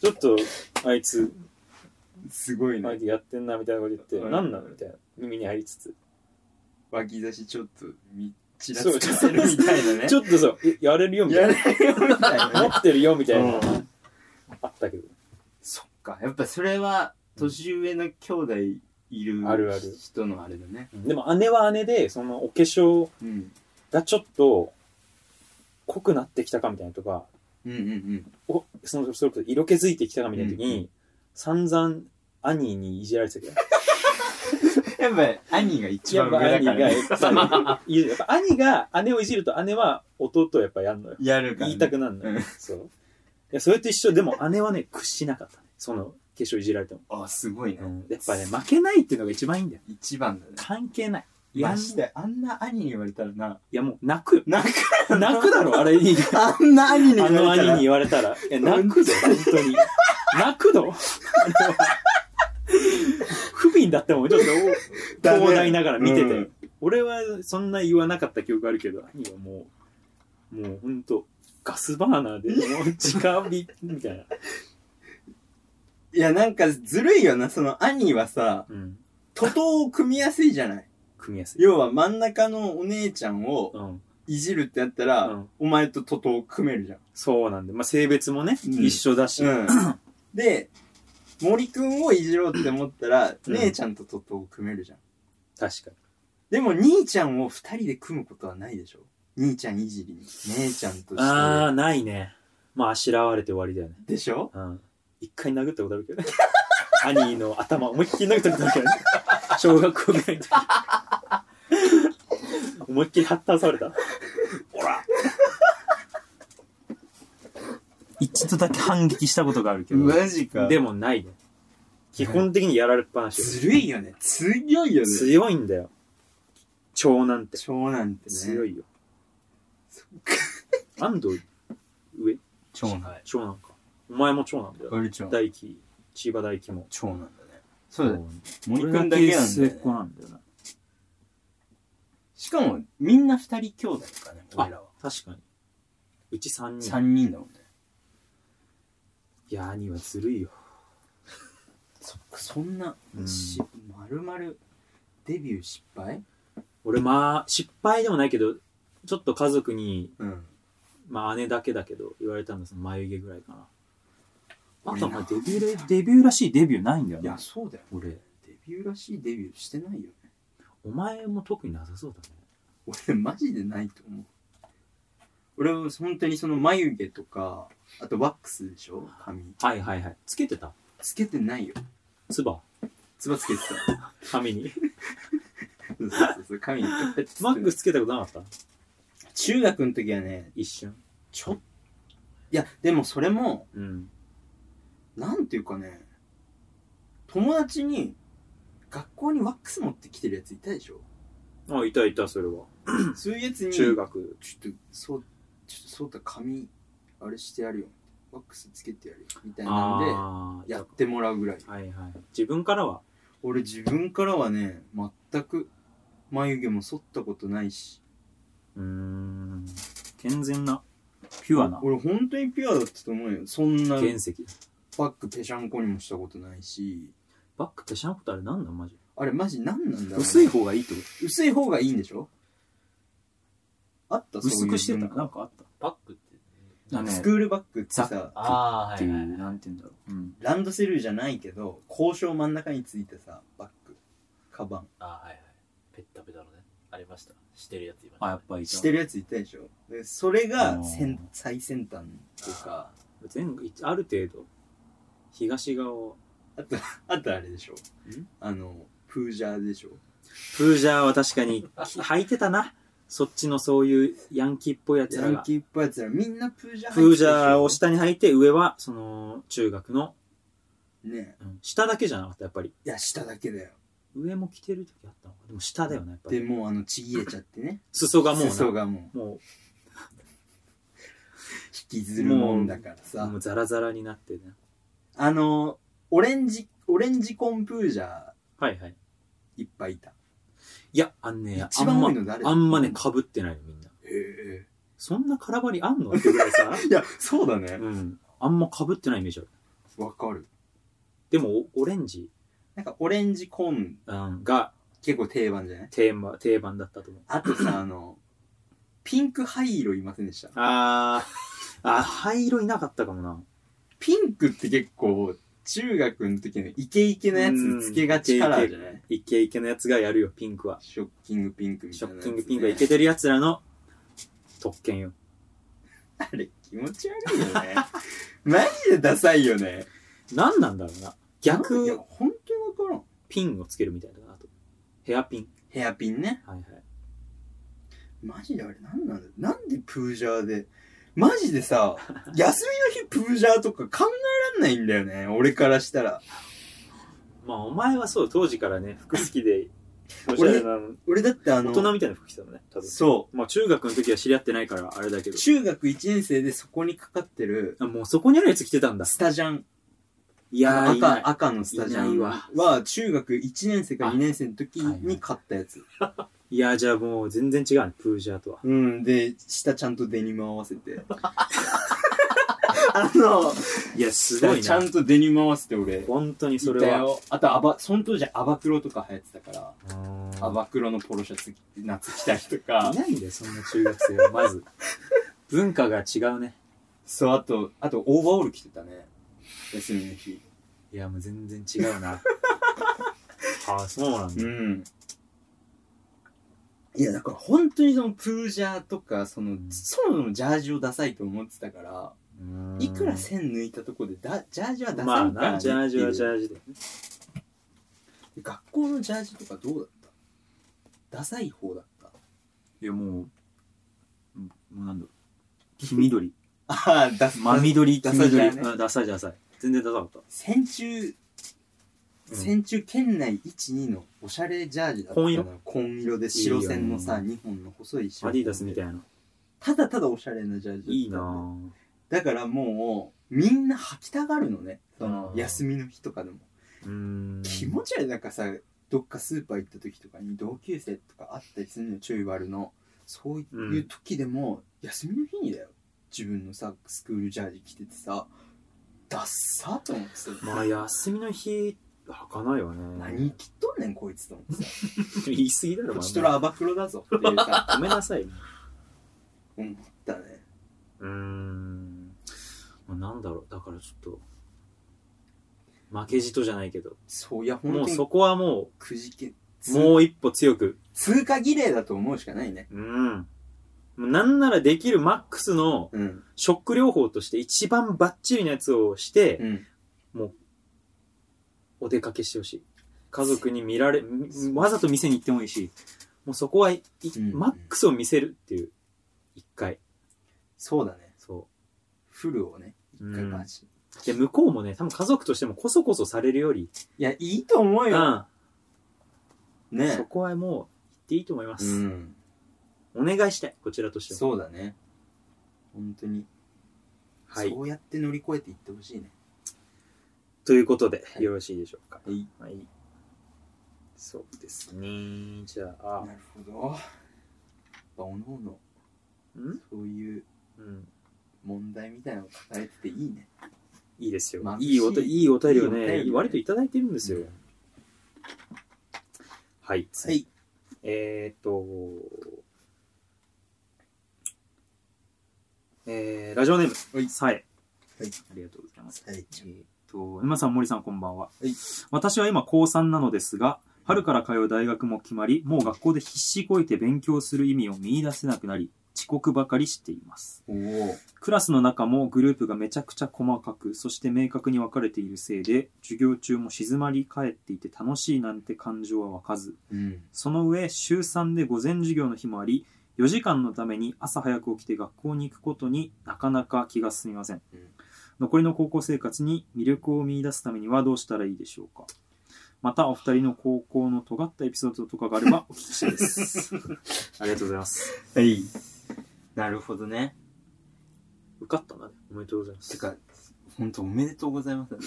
Speaker 1: ちょっと、あいつ、
Speaker 2: すごい
Speaker 1: あ
Speaker 2: ね
Speaker 1: い。つやってんなみたいなこと言って、
Speaker 2: うん
Speaker 1: なんなのみたいな。耳に入りつつ。
Speaker 2: 脇差しちょっと、み、ちら
Speaker 1: そ
Speaker 2: つ
Speaker 1: う
Speaker 2: かせるみたいなね。
Speaker 1: ちょっとそう、えやれるよみた
Speaker 2: (laughs) や
Speaker 1: いな。
Speaker 2: れよみたいな
Speaker 1: 持
Speaker 2: ね。
Speaker 1: ってるよみたいな
Speaker 2: う。ん
Speaker 1: あったけど。
Speaker 2: そっか。やっぱそれは、年上の兄弟いる
Speaker 1: あるある
Speaker 2: 人のあれだね。
Speaker 1: でも姉は姉で、そのお化粧
Speaker 2: うん。
Speaker 1: がちょっと濃くなってきたかみたいなとか、
Speaker 2: うんうんうん。
Speaker 1: おそのそれこそ色気づいてきたかみたいな時
Speaker 2: う
Speaker 1: に、散々兄にいじられてたけど。
Speaker 2: やっぱり、兄が (laughs) 一
Speaker 1: や
Speaker 2: 番
Speaker 1: っぱ
Speaker 2: 上だ
Speaker 1: 兄
Speaker 2: か
Speaker 1: が、
Speaker 2: らね。 (laughs)
Speaker 1: やっぱ兄やっぱ兄が姉をいじると姉は弟をやっぱやんのよ。
Speaker 2: やるか
Speaker 1: 言
Speaker 2: らね。
Speaker 1: いたくなんの
Speaker 2: う
Speaker 1: よ
Speaker 2: ん。
Speaker 1: そう。いや、それと一緒、でも姉はね、屈しなかったね。その化粧いじられても。
Speaker 2: あ、すごいね
Speaker 1: う。んやっぱね、負けないっていうのが一番いいんだよ。
Speaker 2: 一番だね。
Speaker 1: 関係ない。いや
Speaker 2: ま
Speaker 1: ん
Speaker 2: し
Speaker 1: い
Speaker 2: て、あんな兄に言われたらな。
Speaker 1: や、もう泣くよ。
Speaker 2: なんか、
Speaker 1: 泣くだろ、あれに。
Speaker 2: あんな兄に
Speaker 1: あ
Speaker 2: 言わ
Speaker 1: の兄
Speaker 2: れたら (laughs)
Speaker 1: に。言われたら。いや、泣くぞ、本当に。泣くのあれは。不憫だったもん、
Speaker 2: (laughs)
Speaker 1: ちょっと、
Speaker 2: だね
Speaker 1: 東大ながら見てて、
Speaker 7: うん
Speaker 1: 俺はそんな言わなかった記憶あるけど、兄はもう、もうほんと、ガスバーナーで、もう、時間み、みたいな。
Speaker 2: いや、なんかずるいよな。その兄はさ、
Speaker 1: うん。
Speaker 2: 徒党を組みやすいじゃない。
Speaker 1: 組みやすい。
Speaker 2: 要は真ん中のお姉ちゃんを
Speaker 1: うん。
Speaker 2: いじるってやったら、
Speaker 1: うん
Speaker 2: お前と徒党を組めるじゃん。
Speaker 1: そうなんで、まあ、性別もね、
Speaker 2: うん
Speaker 1: 一緒だし、
Speaker 2: うん、で森くんをいじろうって思ったら、
Speaker 1: うん
Speaker 2: 姉ちゃんとトトを組めるじゃん
Speaker 1: 確かに。
Speaker 2: でも兄ちゃんを二人で組むことはないでしょ兄ちゃんいじりに姉ちゃんと
Speaker 1: あー、
Speaker 2: し
Speaker 1: ないね。まあ、あしらわれて終わりだよね。
Speaker 2: てでしょ
Speaker 1: うん。一回殴ったことあるけどね。 (laughs) 兄の頭思いっきり殴ったことあるけど
Speaker 8: (laughs)
Speaker 1: ね。小学校ぐらいの時。思いっきり発端された。
Speaker 8: 一度だけ反撃したことがあるけど。
Speaker 2: マジか
Speaker 1: でもないね。基本的にやられっぱなし。
Speaker 2: ずるいよね強いよね
Speaker 1: 強いんだよ。長男って。
Speaker 2: 長男ってね
Speaker 1: 強
Speaker 2: い
Speaker 1: いよ。安藤上
Speaker 7: 長男。
Speaker 1: 長男か。お前も長男だよ。
Speaker 7: 俺長男。
Speaker 1: 大輝、千葉大輝も。
Speaker 7: 長男だね。そうだね。森
Speaker 8: 俺
Speaker 7: くん
Speaker 8: だ
Speaker 7: だけ
Speaker 8: け
Speaker 7: なんだ
Speaker 8: 末
Speaker 7: よ
Speaker 8: っ
Speaker 7: ね
Speaker 8: 子なんだよな。
Speaker 7: しかも、みんな二人兄弟かね、俺らは。
Speaker 1: 確かに。うち三人。
Speaker 7: 三人だもんね。
Speaker 1: いや、兄はずるいよ。
Speaker 2: そっかそんな、
Speaker 1: うん
Speaker 2: しまるまるデビュー失敗
Speaker 1: 俺まあ失敗でもないけどちょっと家族に、
Speaker 2: うん
Speaker 1: まあ、姉だけだけど言われたのはその眉毛ぐらいかなあ
Speaker 2: 俺
Speaker 1: と
Speaker 2: な
Speaker 1: はまあデ
Speaker 8: デ
Speaker 1: ビュー
Speaker 8: ビューら、デビューらしいデビューないんだよ
Speaker 2: いや
Speaker 8: な。
Speaker 2: そうだよ
Speaker 1: 俺
Speaker 2: デビューらしいデビューしてないよね (laughs)
Speaker 1: お前も特になさそうだね
Speaker 2: 俺マジでないと思う俺は本当にその眉毛とかあとワックスでしょ髪
Speaker 1: はいはいはいつけてた
Speaker 2: つけてないよ
Speaker 1: つば
Speaker 2: つば
Speaker 1: (laughs)
Speaker 2: つけてた
Speaker 1: 髪
Speaker 7: (laughs)
Speaker 1: に
Speaker 2: そうそうそう髪にこうやってつけて
Speaker 1: マックスつけたことなかった
Speaker 2: 中学の時はね
Speaker 1: 一瞬
Speaker 2: ちょっいやでもそれも
Speaker 1: うん
Speaker 2: なんていうかね友達に学校にワックス持ってきてるやついたでしょ
Speaker 1: あいたいたそれは
Speaker 2: そういうやつに
Speaker 1: 中学
Speaker 2: ちょっとそうちょっとそうた髪あれしてやるよワックスつけてやるよみたいなん
Speaker 1: ああ
Speaker 2: でやってもらうぐらい
Speaker 1: はいはい自分からは
Speaker 2: 俺自分からはね全く眉毛も剃ったことないし
Speaker 1: うーん
Speaker 8: 健全な、ピュアな。
Speaker 2: 俺本当にピュアだったと思うよそんな
Speaker 1: 原石
Speaker 2: バックペシャンコにもしたことないし
Speaker 1: バックってシャンプーってあれなんなんマジ
Speaker 2: あれマジ何なんだろうね
Speaker 1: 薄い方がいいってこ
Speaker 2: 薄い方がいいんでしょあった
Speaker 8: 薄くしてた
Speaker 2: そういう文
Speaker 8: なん
Speaker 2: 化
Speaker 8: かあった
Speaker 7: バックって。
Speaker 8: なんか
Speaker 2: ス
Speaker 8: ね
Speaker 2: クールバッグってさ
Speaker 7: ああ、
Speaker 8: っ
Speaker 7: は
Speaker 8: てい
Speaker 7: いは
Speaker 8: う、
Speaker 7: いは
Speaker 8: なんて言うんだろう。うん。
Speaker 2: ランドセルじゃないけど交渉真ん中についてさバッグカバン
Speaker 7: ああ、はいはい。ペッタペタのね。ありました。してるやついました。
Speaker 8: あ、やっぱいた。
Speaker 2: してるやついたでしょでそれが
Speaker 8: あー
Speaker 2: 先最先端っていうか
Speaker 1: と前ある程度東側を
Speaker 2: あとあれでしょあのプージャーでしょ
Speaker 1: プージャーは確か (laughs) に履いてたな。そっちのそういうヤンキーっぽいやつ
Speaker 2: ヤ
Speaker 1: ら
Speaker 2: ン
Speaker 1: が。
Speaker 2: キーっぽいやつらみんなプージャー
Speaker 1: プージャーを
Speaker 2: し
Speaker 1: 下に履いて、上はその中学の、
Speaker 2: ね
Speaker 1: うん下だけじゃなかった、やっぱり。
Speaker 2: いや下だけだよ
Speaker 1: 上も着てる時あったのか。でも下だよね、やっぱ
Speaker 2: で
Speaker 1: り。
Speaker 2: もうあのちぎれちゃってね
Speaker 1: 裾がもう
Speaker 2: 裾
Speaker 1: な、
Speaker 2: がもう
Speaker 1: も
Speaker 2: 引きずるもんだから
Speaker 1: う、
Speaker 2: さ
Speaker 1: もうザラザラになってね。
Speaker 2: あのオレンジオレンジコンプージャー
Speaker 1: はいはい。
Speaker 2: いっぱいいた
Speaker 1: いや、あんね、あ
Speaker 2: 一
Speaker 1: ん
Speaker 2: 番多
Speaker 1: ま
Speaker 2: い、の誰
Speaker 1: あんまね、被ってないの、みんな。
Speaker 2: へえ
Speaker 1: そんな空張りあんのってぐらいさ。
Speaker 2: いやそうだね
Speaker 1: (laughs) うん。あんま被ってないイメージある。
Speaker 2: わかる
Speaker 1: でも、おオレンジ、
Speaker 2: なんかオレンジコン
Speaker 1: うん、が
Speaker 2: 結構定番じゃない
Speaker 1: テーマ、定番だったと思う。
Speaker 2: あとさあのピンク灰色いませんでした
Speaker 1: あーあ、灰色いなかったかもな。
Speaker 2: ピンクって結構中学の時のイケイケのやつつけがちカラーじゃない
Speaker 1: イケイケのやつがやるよ、ピンクは。
Speaker 2: ショッキングピンクみ
Speaker 1: シ
Speaker 2: た
Speaker 1: ョ
Speaker 2: いな、
Speaker 1: ッキングピンクはイケてるやつらの特権よ。
Speaker 2: あれ気持ち悪いよね (laughs) マジでダサいよね
Speaker 1: 何なんだろうな。
Speaker 2: いや
Speaker 1: 逆
Speaker 2: 本当に分からん
Speaker 1: ピンをつけるみたいだなと。ヘアピン。
Speaker 2: ヘアピンね
Speaker 1: はいはい。
Speaker 2: マジであれなんなんだなんでプージャーでマジ
Speaker 1: (laughs)
Speaker 2: でさ休みの日プージャーとか考えらんないんだよね俺からしたら
Speaker 1: まあお前はそう、当時からね、服好きで、おしゃ
Speaker 2: (laughs) 俺
Speaker 1: れな
Speaker 2: 俺だってあ
Speaker 1: 大
Speaker 2: の
Speaker 1: 人みたいな服着てたのね、多分。
Speaker 2: そ
Speaker 1: まあ中学の時は知り合ってないからあれだけ
Speaker 2: う
Speaker 1: ど。
Speaker 2: 中学1年生でそこにかかってる
Speaker 1: あもうそこにあるやつ着てたんだ。
Speaker 2: スタジャン
Speaker 1: いやー、いない
Speaker 2: 赤、赤のスタジア
Speaker 1: いない
Speaker 2: ム
Speaker 1: わ
Speaker 2: は中学1年生か2年生の時
Speaker 7: あはいは
Speaker 2: に
Speaker 7: い
Speaker 2: 買ったやつ。
Speaker 1: いやー、じゃあもう全然違うね、プージャーとは。
Speaker 2: うん。で、下ちゃんとデニム合わせて。
Speaker 1: (laughs)
Speaker 2: あの、
Speaker 1: いや、すごい
Speaker 2: ちゃ
Speaker 1: な。
Speaker 2: んとデニム合わせて俺。
Speaker 1: 本当にそ
Speaker 2: そ
Speaker 1: れ
Speaker 2: れ
Speaker 1: は。
Speaker 2: は。あと、アバ、その当時アバクロとか流行ってたから、
Speaker 1: うーん
Speaker 2: アバクロのポロシャツ着て夏着たりとか
Speaker 1: い、ないんだよ、そんな中学生
Speaker 2: (laughs)
Speaker 1: は。まず。文化が違うね。
Speaker 2: そう、あと、あとオーバーオール着てたね。休みの日。
Speaker 1: いや、もう全然違う
Speaker 2: (laughs)
Speaker 1: な。ああ、そうなんだ。
Speaker 2: うん。いや、だから本当にそのプージャーとか、その、そもそもジャージをダサいと思ってたから、
Speaker 1: うーん
Speaker 2: いくら線抜いたとこでだ、ジャージはダ
Speaker 1: ま
Speaker 2: サ
Speaker 1: あ
Speaker 2: いからね
Speaker 1: な、
Speaker 2: って
Speaker 1: ジ
Speaker 2: いう
Speaker 1: ャージはジャージで。
Speaker 2: 学校のジャージとかどうだったダサい方だった。
Speaker 8: いや、もう、うんもうなんだろう。黄
Speaker 1: (laughs)
Speaker 8: 緑。
Speaker 2: ああ、ダサ
Speaker 8: 真緑、黄
Speaker 2: ダサいじゃ
Speaker 8: 緑。
Speaker 2: んね
Speaker 8: うんダサいダサい。全然ダサかった。
Speaker 2: 戦中、
Speaker 1: うん
Speaker 2: 戦中県内1、2のおしゃれジャージだったのよ。紺色で白線のさ、
Speaker 1: い
Speaker 2: 2本の細い白
Speaker 1: アディダスみたい
Speaker 2: な。
Speaker 1: な。
Speaker 2: ただただおしゃれなジャージだった
Speaker 1: いいなぁ。
Speaker 2: だからもう、みんな履きたがるのね。その
Speaker 1: うん
Speaker 2: 休みの日とかでも。
Speaker 1: うーん。
Speaker 2: 気持ち悪い。なんかさ、どっかスーパー行った時とかに同級生とかあったりするのよちょい悪の。そういう時でも、休みの日にだよ。自分のさ、スクールジャージ着ててさ、ダッサーと思ってさ、
Speaker 1: まあ、休みの日、履かないよね。
Speaker 2: 何着っとんねんこいつと思ってさ、
Speaker 1: 言い過ぎだろ、
Speaker 2: こ
Speaker 1: ま
Speaker 2: ちとら
Speaker 1: あ。
Speaker 2: アバクロだぞっていうさ、
Speaker 1: ごめんなさい。
Speaker 2: 思ったね。
Speaker 1: うーん。まあ、なんだろう、だからちょっと、負けじとじゃないけど、
Speaker 2: そういや、
Speaker 1: も
Speaker 2: 本
Speaker 1: う
Speaker 2: 当
Speaker 1: そ
Speaker 2: に
Speaker 1: こはも
Speaker 2: くじけ、
Speaker 1: う、もう一歩強く、
Speaker 2: 通過儀礼だと思うしかないね。
Speaker 1: うん。もうなんならできるマックスの
Speaker 2: うん。
Speaker 1: ショック療法として一番バッチリなやつをして、
Speaker 2: うん。
Speaker 1: お出かけしてほしい。家族に見られ、わざと店に行ってもいいし、もうそこはい、
Speaker 2: ん
Speaker 1: マックスを見せるっていう、一回。
Speaker 2: そうだね。
Speaker 1: そ
Speaker 2: フルをね、一回
Speaker 1: うん
Speaker 2: バージ。
Speaker 1: う。で、向こうもね、多分家族としてもこそこそされるより、
Speaker 2: いや、いいと思う
Speaker 1: う
Speaker 2: よ。
Speaker 1: ん。そ
Speaker 2: ね。
Speaker 1: こはもう、行っていいと思いま
Speaker 2: う
Speaker 1: す。
Speaker 2: ん。
Speaker 1: お願いしたい、こちらとしても。
Speaker 2: そうだね。本当に。
Speaker 1: はい
Speaker 2: そうやって乗り越えていってほしいね。
Speaker 1: ということで、
Speaker 2: はい
Speaker 1: よろしいでしょうか。
Speaker 2: はい。
Speaker 1: はい。そうですね。じゃあ、
Speaker 2: なるほど。やっぱ、おのおの、
Speaker 1: うん
Speaker 2: そういう
Speaker 1: うん。
Speaker 2: 問題みたいなのを抱えてていいね。
Speaker 1: いいですよ
Speaker 2: まあ。
Speaker 1: いいおといいお便りを
Speaker 2: いいお
Speaker 1: ね
Speaker 2: 便りね
Speaker 1: 割といただいてるんですよ。はい。
Speaker 2: い。
Speaker 1: えーっと、えー、ラジオネーム、さえ。
Speaker 2: はい
Speaker 1: ありがとうございます。
Speaker 2: はい。
Speaker 1: えーっ
Speaker 8: と、沼さん、森さん、こんばんは。
Speaker 2: はい
Speaker 8: 私は今、高3なのですが、春から通う大学も決まり、もう学校で必死こいて勉強する意味を見出せなくなり、遅刻ばかりしています。
Speaker 2: おお。
Speaker 8: クラスの中もグループがめちゃくちゃ細かく、そして明確に分かれているせいで、授業中も静まり返っていて楽しいなんて感情は湧かず、
Speaker 2: うん。
Speaker 8: その上、週3で午前授業の日もあり、4時間のために朝早く起きて学校に行くことになかなか気が進みません。
Speaker 2: うん
Speaker 8: 残りの高校生活に魅力を見出すためにはどうしたらいいでしょうかまたお二人の高校の尖ったエピソードとかがあればお聞きしたいです。ありがとうございます。
Speaker 2: はい。なるほどね。
Speaker 1: 受かったな。おめでとうございます。
Speaker 2: てか、本当おめでとうございますだね。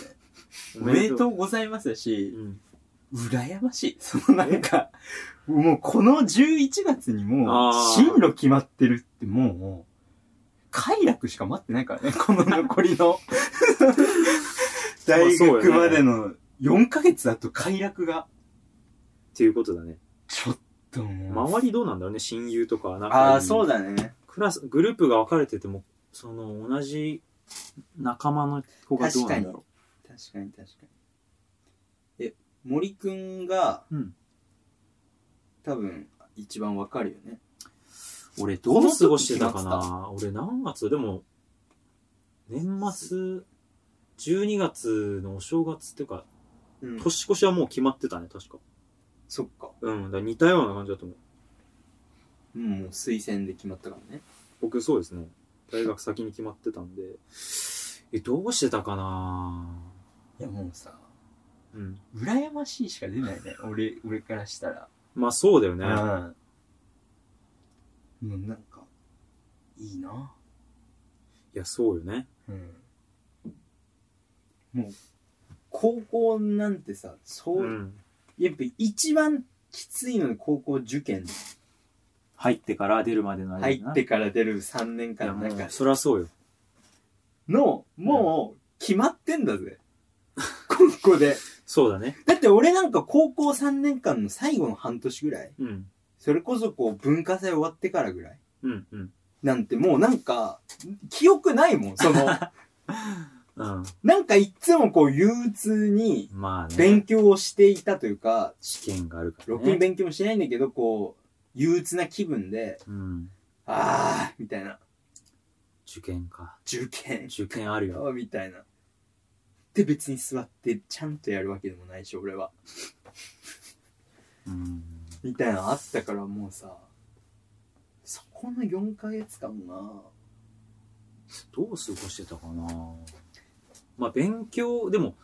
Speaker 1: お
Speaker 2: おめでと
Speaker 1: う。
Speaker 2: うございますだし、
Speaker 1: うん。
Speaker 2: 羨ましい。そのなんか、もうこの11月にもう
Speaker 1: あー
Speaker 2: 進路決まってるってもう、快楽しか待ってないからね、この残り
Speaker 1: (laughs)
Speaker 2: の。大
Speaker 1: そうよね
Speaker 2: 学までの4ヶ月だと快楽が、
Speaker 1: っていうことだね。
Speaker 2: ちょっともう。
Speaker 1: 周りどうなんだろうね、親友とか、なんか。
Speaker 2: ああ、そうだね。
Speaker 1: クラス、グループが分かれてても、その、同じ仲間の子がどうなんだろ
Speaker 2: 確かに確かに。え、森くんが、
Speaker 8: うん
Speaker 2: 多分、一番わかるよね。
Speaker 1: う。俺、どう過ごしてた
Speaker 2: こ
Speaker 1: か
Speaker 2: の時
Speaker 1: な俺、何月でも、年末、12月のお正月っていうか、
Speaker 2: うん
Speaker 1: 年越しはもう決まってたね、確か。
Speaker 2: そっか。
Speaker 1: うん、だから似たような感じだと思う。
Speaker 2: うんもう推薦で決まったからね。
Speaker 1: 僕、そうですね。大学先に決まってたんで、え、どうしてたかない
Speaker 2: や、もうさ、
Speaker 1: うん。
Speaker 2: 羨ましいしか出ないね。俺、俺からしたら。
Speaker 1: まあ、そうだよね。
Speaker 2: うん。もうなんか、いいな。
Speaker 1: いや、そうよね。
Speaker 2: うん。もう、高校なんてさ、そう、
Speaker 1: うん
Speaker 2: やっぱ一番きついのに高校受験
Speaker 1: 入ってから出るまでの間
Speaker 2: 入
Speaker 1: な
Speaker 2: ってから出る3年間ない
Speaker 1: や
Speaker 2: ん
Speaker 1: も
Speaker 2: か
Speaker 1: うそりゃそうよ
Speaker 2: の、もう決まってんだぜ。高校で。
Speaker 1: そうだね
Speaker 2: だって俺なんか高校3年間の最後の半年ぐらい、
Speaker 1: うん
Speaker 2: それこそこう文化祭終わってからぐらい、
Speaker 1: うんうん
Speaker 2: なんてもうなんか、記憶ないもん、その、
Speaker 1: うん
Speaker 2: なんかいっつもこう憂鬱に
Speaker 1: まあね
Speaker 2: 勉強をしていたというか、
Speaker 1: 試験があるからね
Speaker 2: ろくに勉強もしないんだけど、こう、憂鬱な気分で、
Speaker 1: うん
Speaker 2: あー、みたいな、
Speaker 1: 受験か
Speaker 2: 受験
Speaker 1: 受験あるよ
Speaker 2: あみたいな。で、別に座ってちゃんとやるわけでもないし、俺は。
Speaker 1: うん
Speaker 2: みたいなのあったからもうさ、そこの4ヶ月間が、
Speaker 1: どう過ごしてたかなまあ勉強でも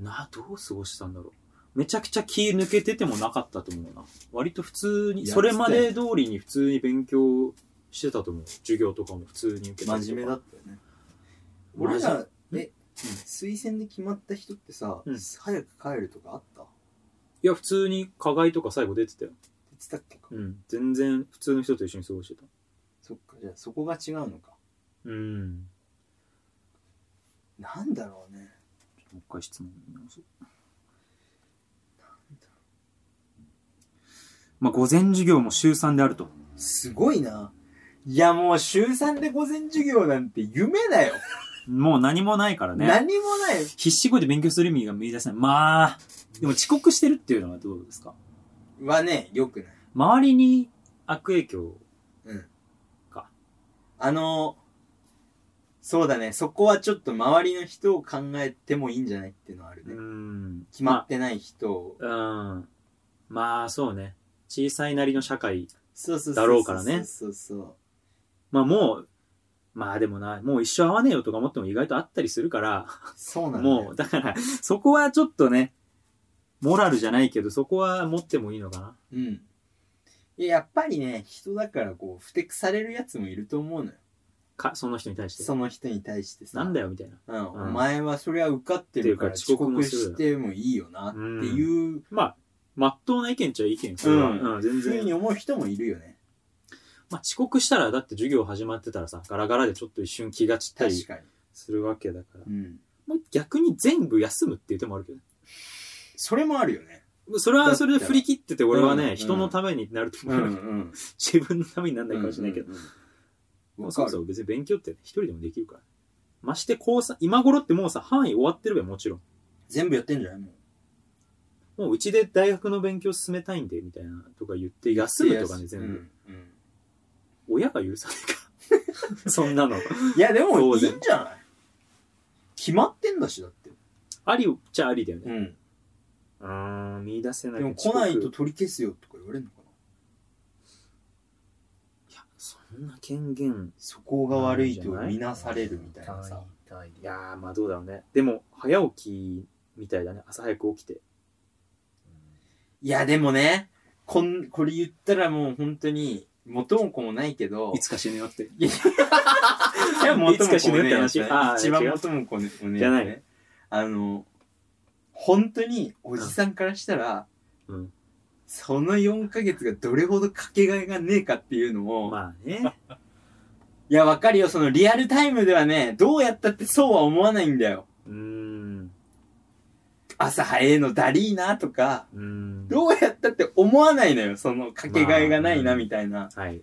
Speaker 1: などう過ごしてたんだろうめちゃくちゃ気抜けててもなかったと思うな割と普通
Speaker 2: い
Speaker 1: に
Speaker 2: や
Speaker 1: それまで通りに普通に勉強してたと思う授業とかも普通に受けたりとか
Speaker 2: 真面目だったよね。
Speaker 1: 真面
Speaker 2: 俺ら、え、
Speaker 1: うん
Speaker 2: 推薦で決まった人ってさ、
Speaker 1: うん
Speaker 2: 早く帰るとかあったって
Speaker 1: いや普通に課外とか最後出てたよ
Speaker 2: 言ってたっけか。
Speaker 1: うん全然普通の人と一緒に過ごしてた
Speaker 2: そっか、じゃあそこが違うのか。
Speaker 1: うん
Speaker 2: なんだろうね。
Speaker 1: もう一回質問見直そうまあ午前授業も週3であると
Speaker 2: すごいな。いやもう週3で午前授業なんて夢だよ。
Speaker 1: もう何もないからね
Speaker 2: 何もない。
Speaker 1: 必死こいて勉強する意味が見出せないまあでも遅刻してるっていうのはどうですか
Speaker 2: はね、良くない。
Speaker 1: 周りに悪影響
Speaker 2: あの、そうだね、そこはちょっと周りの人を考えてもいいんじゃないっていうのはあるね。
Speaker 1: ん
Speaker 2: 決まってない人を。
Speaker 1: まあうんまあそうね小さいなりの社会
Speaker 2: そうそうそうそう。
Speaker 1: だろうからね
Speaker 2: そうそうそう。
Speaker 1: まあもうまあでもなもう一生会わねえよとか思っても意外とあったりするから
Speaker 2: そうなんだよ。
Speaker 1: もう、だから、そこはちょっとね、モラルじゃないけど、そこは持ってもいいのかな。
Speaker 2: うん。いや、やっぱりね、人だからこう、不適されるやつもいると思うのよ。
Speaker 1: か、その人に対して。
Speaker 2: その人に対してさ。
Speaker 1: なんだよ、みたいな。
Speaker 2: うん、お前はそれは受かってるから
Speaker 1: って
Speaker 2: 遅
Speaker 1: いうか遅刻も
Speaker 2: 刻
Speaker 1: する
Speaker 2: してもいいよなっていう
Speaker 1: まあ、まっとうな意見っちゃ意見それは
Speaker 2: うん
Speaker 1: うん、全
Speaker 2: ふうに
Speaker 1: 然。
Speaker 2: 思う人もいるよね。
Speaker 1: まあ、遅刻したら、だって授業始まってたらさ、ガラガラでちょっと一瞬気が散った
Speaker 2: 確
Speaker 1: り
Speaker 2: かに。
Speaker 1: するわけだから。
Speaker 2: うん。
Speaker 1: もう逆に全部休むっていう手もあるけどね。
Speaker 2: それもあるよね。
Speaker 1: それはそれで振り切ってて、俺は
Speaker 2: うんうん
Speaker 1: ね、人のためになると思う。
Speaker 2: ん。
Speaker 1: 自分のためにならないかもしれないけど。
Speaker 2: うんうんうん。
Speaker 1: ま
Speaker 2: わ
Speaker 1: あ、
Speaker 2: か
Speaker 1: そ
Speaker 2: る
Speaker 1: もそも別に勉強ってね一人でもできるから。まして、高三今頃ってもうさ、範囲終わってるべ、もちろん。
Speaker 2: 全部やってんじゃないもう。
Speaker 1: もううちで大学の勉強進めたいんで、みたいなとか言って、休むとかね、全部。
Speaker 2: うん。うん
Speaker 1: 親が許さ (laughs) ないか。そんなの。
Speaker 2: いや、でも
Speaker 1: 当
Speaker 2: いい
Speaker 1: 然
Speaker 2: んじゃない決まってんだし、だって。
Speaker 1: ありっちゃありだよね。
Speaker 2: ん。
Speaker 1: うーん、見出せな
Speaker 2: で
Speaker 1: い。
Speaker 2: も来ないと取り消すよとか言われるのかな
Speaker 1: 遅刻。いや、そんな権限。
Speaker 2: そこが悪いと見なされるみたいなさ。
Speaker 1: いやー、まあどうだろうね。でも、早起きみたいだね。朝早く起き (laughs) て。
Speaker 2: いや、でもね、こん、これ言ったらもう本当に、元も子もないけど、
Speaker 1: つか死ぬよって。
Speaker 2: いや、元
Speaker 1: いつか死ぬって話
Speaker 2: ね
Speaker 1: あー
Speaker 2: 一番
Speaker 1: 違う
Speaker 2: 元も子ねおね
Speaker 1: じゃない
Speaker 2: ね。あの、本当におじさんからしたら、
Speaker 1: うん
Speaker 2: その4ヶ月がどれほどかけがえがねえかっていうのを、
Speaker 1: まあね。
Speaker 2: いや、わかるよ。そのリアルタイムではね、どうやったってそうは思わないんだよ。
Speaker 1: うーん。
Speaker 2: 朝早いのだりーなとか、
Speaker 1: うーん。
Speaker 2: どうやったって思わないのよ。そのかけがえがない
Speaker 1: ま
Speaker 2: な
Speaker 1: あ
Speaker 2: みたいな。
Speaker 1: はい。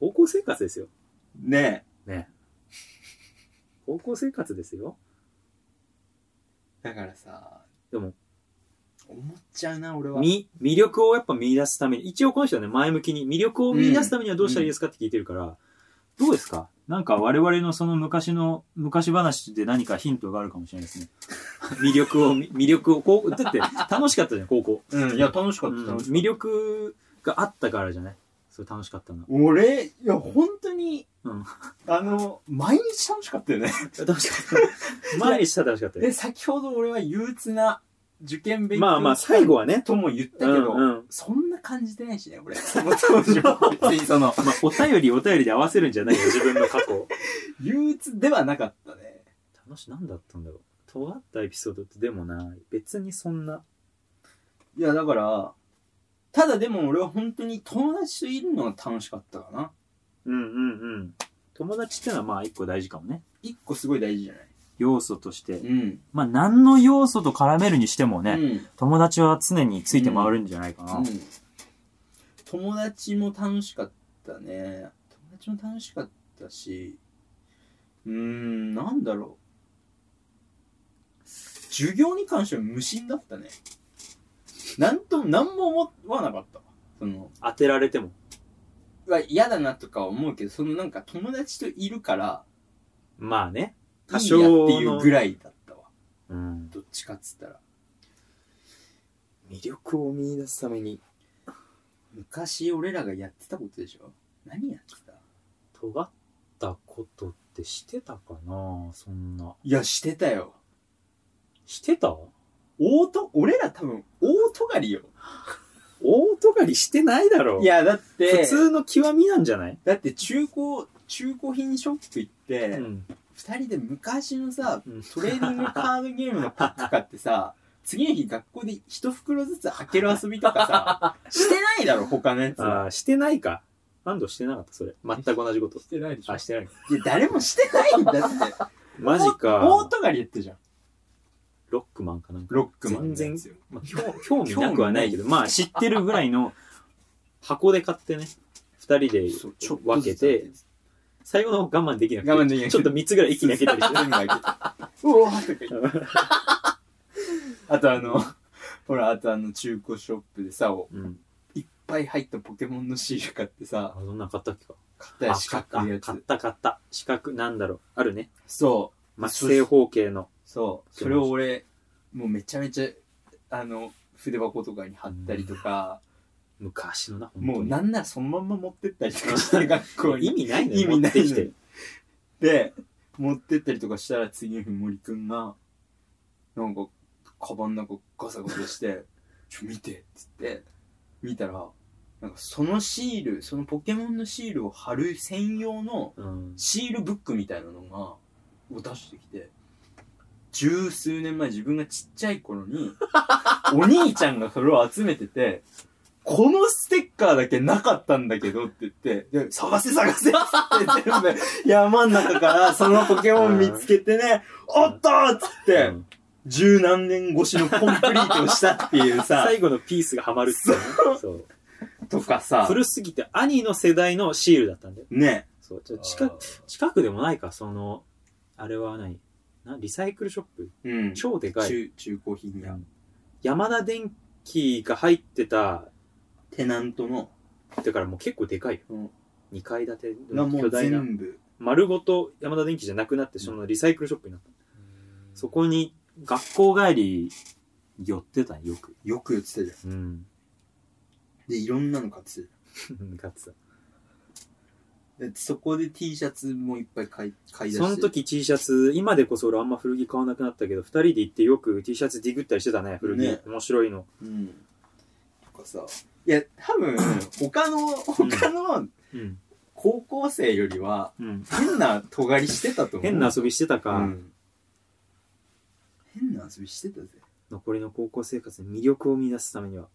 Speaker 1: 高校生活ですよ。
Speaker 2: ね
Speaker 1: ね。高校生活ですよ。
Speaker 2: え。だからさ、
Speaker 1: でも、
Speaker 2: 思っちゃうな、俺は。
Speaker 1: み魅力をやっぱ見出すために、一応この人はね、前向きに、魅力を見出すためにはどうしたらいいですかって聞いてるから、どうですか
Speaker 8: なんか我々のその昔の、昔話で何かヒントがあるかもしれないですね。
Speaker 1: 魅力を、み (laughs) 魅力を、こう、だって楽しかったじゃん、高校。
Speaker 2: うん、いや、楽しか
Speaker 1: う
Speaker 2: った、
Speaker 1: ん
Speaker 2: 楽しかっ
Speaker 1: 魅力があったからじゃないそう楽しかったの。
Speaker 2: た。俺、いや、本当に、
Speaker 1: うん
Speaker 2: あの、毎日楽しかったよね。
Speaker 1: 楽しかった。毎日は楽しかった
Speaker 2: で、
Speaker 1: よ。
Speaker 2: 先ほど俺は憂鬱な受験勉強
Speaker 1: まあまあ、最後はね。
Speaker 2: とも言ったけ
Speaker 1: うん (laughs)
Speaker 2: ど、
Speaker 1: うん
Speaker 2: そんな感じてないしね、俺。 (laughs) その当時は。 (laughs) 別にそ
Speaker 1: ま
Speaker 2: の、
Speaker 1: あ、お便りお便りで合わせるんじゃないよ、自分の過去を。
Speaker 2: 憂鬱ではなかったね。
Speaker 1: 話何だったんだろう尖ったエピソードってでもない別にそんない
Speaker 2: や、だから、ただでも俺は本当に友達といるのが楽しかったかな。
Speaker 1: うんうんうん友達ってのはまあ一個大事かもね
Speaker 2: 一個すごい大事じゃない
Speaker 1: 要素として
Speaker 2: うん。
Speaker 1: まあ何の要素と絡めるにしてもね、
Speaker 2: うん。
Speaker 1: 友達は常について回るんじゃないかな、
Speaker 2: うん友達も楽しかったね。友達も楽しかったし、うーん、なんだろう。授業に関しては無心だったね。なんとも、なんも思わなかったわ。その、
Speaker 1: 当てられても
Speaker 2: うわ嫌だなとか思うけど、そのなんか友達といるから、
Speaker 1: まあね
Speaker 2: い
Speaker 1: 多
Speaker 2: いやって
Speaker 1: 少の
Speaker 2: いうぐらいだったわ。
Speaker 1: うん
Speaker 2: どっちかっつったら。
Speaker 1: 魅力を見出すために
Speaker 2: 昔俺らがやってたことでしょ何やってた
Speaker 1: 尖ったことってしてたかなそんない
Speaker 2: や、してたよ。
Speaker 1: してた
Speaker 2: 大と、俺ら多分、大とがりよ。
Speaker 1: 大尖りしてないだろ
Speaker 2: いや、だって、
Speaker 1: 普通の極みなんじゃない、
Speaker 2: だって中古、中古品ショップ行って、
Speaker 1: うん、
Speaker 2: 二人で昔のさ、
Speaker 1: うん
Speaker 2: トレーディングカードゲームのパック買って
Speaker 1: (laughs)
Speaker 2: さ、次の日学校で一袋ずつ開ける遊びとか
Speaker 1: (laughs)
Speaker 2: さ、してないだろ、他のやつは。
Speaker 1: あーしてないか安藤してなかったそれ全く同じこと
Speaker 9: してないでしょ
Speaker 1: あしてないか
Speaker 2: いや、誰もしてないんだって。
Speaker 1: マジ
Speaker 2: 大
Speaker 1: か
Speaker 2: とがりやってるじゃん。
Speaker 1: ロックマンかなんか、
Speaker 2: ロックマンのやつ。
Speaker 1: 全然まあ、興興味なくはないけどまあ知ってるぐらいの箱で買ってね二人で
Speaker 2: そう
Speaker 1: ちょ分けて最後の方我慢できなくて
Speaker 2: 我慢できなくて
Speaker 1: ちょっと三つぐらい息抜けたりして
Speaker 2: 全部開けて。 (laughs) うわーとか言って。 (laughs) あとあの、ほら、あとあの中古ショップでさ、お
Speaker 1: うん
Speaker 2: いっぱい入ったポケモンのシール買って
Speaker 1: あ
Speaker 2: さ、
Speaker 1: そんなん買ったっけか
Speaker 2: 買ったやつ、買
Speaker 1: あ
Speaker 2: ったや
Speaker 1: 買っ
Speaker 2: つ。
Speaker 1: た買った四角なんだろうあるね
Speaker 2: そ
Speaker 1: 末正方形の
Speaker 2: う、そう。それを俺、もうめちゃめちゃ、あの、筆箱とかに貼ったりとか、
Speaker 1: 昔のな本当に
Speaker 2: もうなんならそのまんま持ってったりとかして、学校
Speaker 1: 意
Speaker 2: に。
Speaker 1: 味ないの
Speaker 2: 意
Speaker 1: よ
Speaker 2: 味
Speaker 1: 持
Speaker 2: な
Speaker 1: っ
Speaker 2: い
Speaker 1: てきて
Speaker 2: で、持ってったりとかしたら次の日森くんが、なんか、カバンの中ガサガサして、ちょ、見てっつって、見たら、なんかそのシール、そのポケモンのシールを貼る専用の
Speaker 1: うん
Speaker 2: シールブックみたいなのが、を出してきて、十数年前自分がちっちゃい頃
Speaker 1: (laughs)
Speaker 2: に、お兄ちゃんがそれを集めてて、このステッカーだけなかったんだけどって言って、で探せ探せっつって全
Speaker 1: (laughs)
Speaker 2: 部山の中からそのポケモン見つけてね、おっとーっつっ
Speaker 1: う
Speaker 2: て、
Speaker 1: ん
Speaker 2: 十何年越しのコンプリートをしたっていうさ、
Speaker 1: 最後のピースがはまるっていうねそう
Speaker 2: (laughs) とかさ、
Speaker 1: 古すぎて兄の世代のシールだったんだよ
Speaker 2: ね、
Speaker 1: そうちょ近く近くでもないかそのあれは何なリサイクルショップ
Speaker 2: うん、
Speaker 1: 超でかい
Speaker 2: 中、中古品や、
Speaker 1: 山田電機が入ってた
Speaker 2: テナントの、
Speaker 1: だからもう結構でかいよ、
Speaker 2: うん
Speaker 1: 2階建て
Speaker 2: が
Speaker 1: の
Speaker 2: も
Speaker 1: 巨
Speaker 2: う
Speaker 1: 大な
Speaker 2: 全部、
Speaker 1: 丸ごと山田電機じゃなくなってそのリサイクルショップになった、そこに学校帰り寄ってたよく
Speaker 2: よく言ってたじゃん。
Speaker 1: うん
Speaker 2: で、いろんなの買ってたじゃ
Speaker 1: (laughs)
Speaker 2: ん。
Speaker 1: ガッツだ
Speaker 2: でそこで T シャツもいっぱい買い買い出して
Speaker 1: その時 T シャツ今でこそ俺あんま古着買わなくなったけど2人で行ってよく T シャツディグったりしてたね古着、
Speaker 2: ね
Speaker 1: 面白いの
Speaker 2: うんとかさいや多分他の他の
Speaker 1: うん、
Speaker 2: 高校生よりは
Speaker 1: うん、
Speaker 2: 変な尖りしてたと思う
Speaker 1: 変な遊びしてたか、
Speaker 2: うん変な遊びしてたぜ
Speaker 1: 残りの高校生活に魅力を見出すためには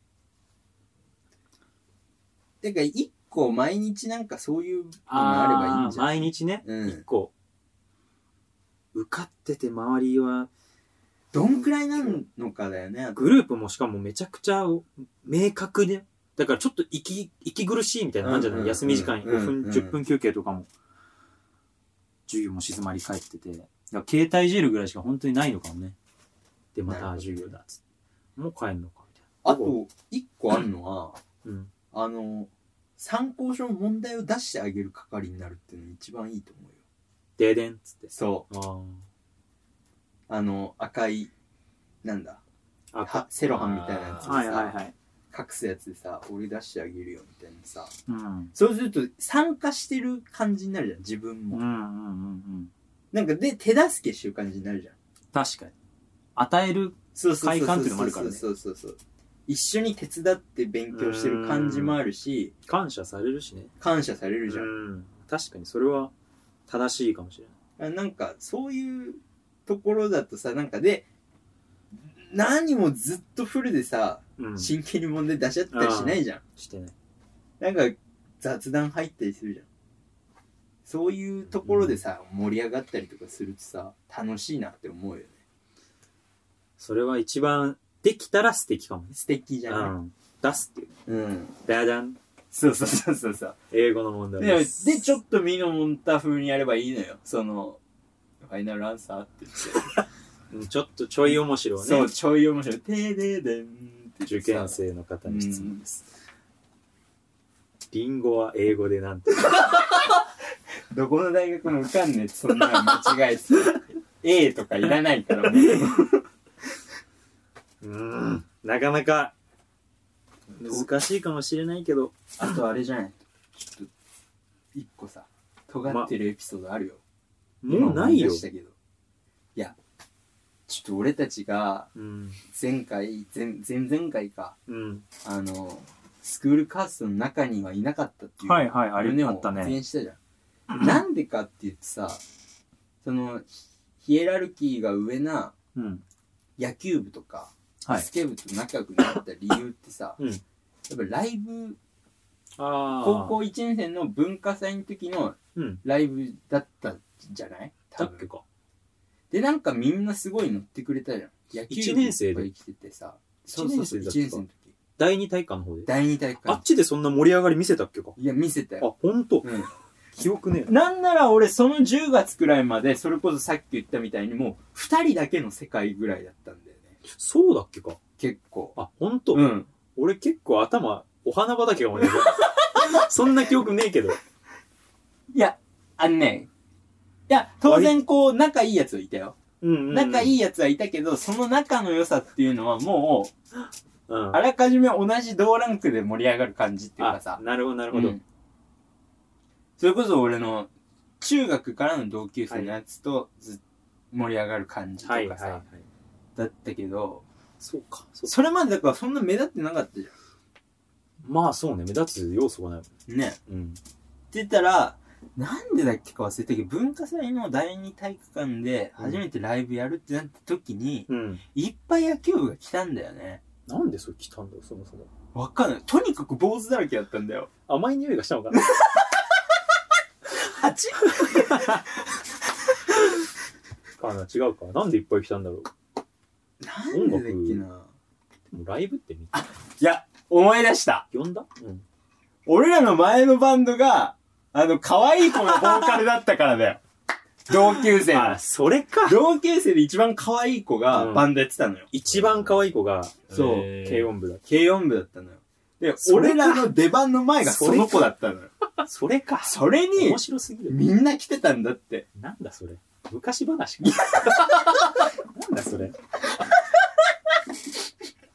Speaker 2: だから一個毎日なんかそういうのがあればいいんじゃん
Speaker 1: 毎日ね、
Speaker 2: うん
Speaker 1: 一個受かってて周りは
Speaker 2: どんくらいなのかだよねあと
Speaker 1: グループもしかもめちゃくちゃ明確でだからちょっと息息苦しいみたいなのあるんじゃない、
Speaker 2: うんうんうん
Speaker 1: 休み時間に5分、
Speaker 2: うんうん
Speaker 1: 10分休憩とかも授業も静まり返っててだから携帯いじるぐらいしか本当にないのかもねでまた
Speaker 2: なるほど
Speaker 1: 授業だっつってもう帰んのかみたい
Speaker 2: あと一個あるのは
Speaker 1: な、うん、
Speaker 2: あの参考書の問題を出してあげる係になるっていうのが一番いいと思うよ
Speaker 1: ででんっつって
Speaker 2: そう
Speaker 1: あー
Speaker 2: あの、赤い、なんだ、
Speaker 1: あ
Speaker 2: はセロハンみたいなやつでさ、
Speaker 1: はいはいはい
Speaker 2: 隠すやつでさ、俺出してあげるよみたいなさ、
Speaker 1: うん
Speaker 2: そうすると参加してる感じになるじゃん、自分
Speaker 1: うんう
Speaker 2: も。
Speaker 1: んうんうん
Speaker 2: なんかで、手助けしてる感じになるじゃん。
Speaker 1: 確かに与える
Speaker 2: そうそうそ
Speaker 1: 快
Speaker 2: うそう
Speaker 1: 感っていうのもあるからね
Speaker 2: そうそうそうそう。一緒に手伝って勉強してる感じもあるし、
Speaker 1: 感謝されるしね
Speaker 2: 感謝されるじゃん。
Speaker 1: うん確かにそれは正しいかもしれない
Speaker 2: なんか、そういうところだとさ、なんかで、何もずっとフルでさ、
Speaker 1: うん。
Speaker 2: 真剣に問題出し合ったりしないじゃん。
Speaker 1: してない。
Speaker 2: なんか雑談入ったりするじゃん。そういうところでさ、盛り上がったりとかするとさ、楽しいなって思うよね。
Speaker 1: それは一番、できたら素敵かもね。
Speaker 2: 素敵じゃ
Speaker 1: う
Speaker 2: ない、
Speaker 1: ん。出すっていう。
Speaker 2: うん、
Speaker 1: ダダン。
Speaker 2: そうそうそうそうそう。
Speaker 1: 英語の問題
Speaker 2: で、
Speaker 1: です。
Speaker 2: で、ちょっとミノモンタ風にやればいいのよ。その、ファイナルアンサーって言って。
Speaker 1: うんちょっとちょい面白いね。
Speaker 2: そう、ちょい面白い。てーでーでんって
Speaker 1: 受験生の方に質問。
Speaker 2: 問です。
Speaker 1: リンゴは英語でなんて。
Speaker 2: どこの大学も受かんねえって、そんなの間違えて。A とかいらないからもう。
Speaker 1: うん。なかなか、難しいかもしれないけど。
Speaker 2: (laughs) あとあれじゃないちょっと、一個さ、尖ってるエピソードあるよ。
Speaker 1: もうない
Speaker 2: 今思出
Speaker 1: よ
Speaker 2: し。たけどいや、ちょっと俺たちが
Speaker 1: うん。
Speaker 2: 前回、前、前々回か、
Speaker 1: うん。
Speaker 2: あの、スクールカーストの中にはいなかったっていう。
Speaker 8: はいはいあれ
Speaker 2: 胸を
Speaker 8: あったね
Speaker 2: 発言したじゃん。なんでかって言ってさ、その、ヒヒエラルキーが上な
Speaker 8: うん。
Speaker 2: 野球部とか、
Speaker 8: はい
Speaker 2: バスケ部と仲良くなった理由ってさ、
Speaker 1: うん
Speaker 2: やっぱライブ、
Speaker 1: ああ。
Speaker 2: 高校1年生の文化祭の時の
Speaker 1: うん
Speaker 2: ライブだったじゃない
Speaker 1: だ
Speaker 2: 多
Speaker 1: っけ
Speaker 2: 分。
Speaker 1: か。
Speaker 2: で、なんかみんなすごい乗ってくれたじゃん。野球
Speaker 1: 一
Speaker 2: 部い
Speaker 1: 年生で
Speaker 2: っぱい来ててさ、そうそうそう、
Speaker 1: 一年生だったか
Speaker 2: 1年生の時。
Speaker 1: 第二体育館の方で。
Speaker 2: 第2大
Speaker 1: あ
Speaker 2: 会
Speaker 1: っ。ちでそんな盛り上がり見せたっけか。
Speaker 2: いや、見せたよ。
Speaker 1: あ、ほんと。
Speaker 2: うん
Speaker 1: 記憶ねえな。
Speaker 2: なんなら俺その10月くらいまでそれこそさっき言ったみたいにもう2人だけの世界ぐらいだったんだよね
Speaker 1: そうだっけか。
Speaker 2: 結構
Speaker 1: あ、ほんと。
Speaker 2: うん
Speaker 1: 俺結構頭、お花畑が思い (laughs) 出せるそんな記憶ねえけど。
Speaker 2: いやあのねいや当然こう仲いいやつはいたよ、
Speaker 1: うんうんうん。
Speaker 2: 仲い
Speaker 1: い。
Speaker 2: いやつはいたけどその仲の良さっていうのはもう
Speaker 1: うん。
Speaker 2: あらかじめ同じ同ランクで盛り上がる感じっていうか
Speaker 1: あ
Speaker 2: さ、
Speaker 1: なるほど、なるほど
Speaker 2: う。んそれこそ俺の中学からの同級生のやつとず盛り上がる感じと
Speaker 1: はい、
Speaker 2: か
Speaker 1: はい、
Speaker 2: さ、
Speaker 1: はい。
Speaker 2: だったけど
Speaker 1: そうか、そうか。
Speaker 2: それまでだからそんな目立ってなかったじ
Speaker 1: まあそうね、目立つ要素がない。
Speaker 2: ゃんね
Speaker 1: うん。
Speaker 2: ってたら、なんでだっけか忘れたけど、文化祭の第二体育館で初めてライブやるってなった時に、
Speaker 1: うん。
Speaker 2: いっぱい野球部が来たんだよね。
Speaker 1: なんでそれ来たんだろう、そもそも。
Speaker 2: わかんない。とにかく坊主だらけだったんだよ。
Speaker 1: 甘い匂いがしたのかな
Speaker 2: 蜂
Speaker 1: かな違うか。なんでいっぱい来たんだろう。
Speaker 2: なんでだっけ
Speaker 1: で
Speaker 2: な。
Speaker 1: もライブってみ
Speaker 2: いや、思い出した。
Speaker 1: 呼んだうん。
Speaker 2: 俺らの前のバンドが、あの、可愛い子のボーカルだったか
Speaker 1: (laughs)
Speaker 2: らだよ。同級生の
Speaker 1: あ、。それか。
Speaker 2: 同級生で一番可愛い子
Speaker 1: う
Speaker 2: が
Speaker 1: ん
Speaker 2: バンドやってたのよ。
Speaker 1: 一番可愛い子が、
Speaker 2: そう
Speaker 1: 軽音部だっ
Speaker 2: 軽音部だったのよ。で、
Speaker 1: それ
Speaker 2: 俺
Speaker 1: から
Speaker 2: の出番の前がその子だったのよ。
Speaker 1: た。それか。
Speaker 2: それに
Speaker 1: 面、白すぎる。
Speaker 2: みんな来てたんだって。
Speaker 1: なんだそれ。昔
Speaker 8: (laughs)
Speaker 1: 話か。なんだそれ。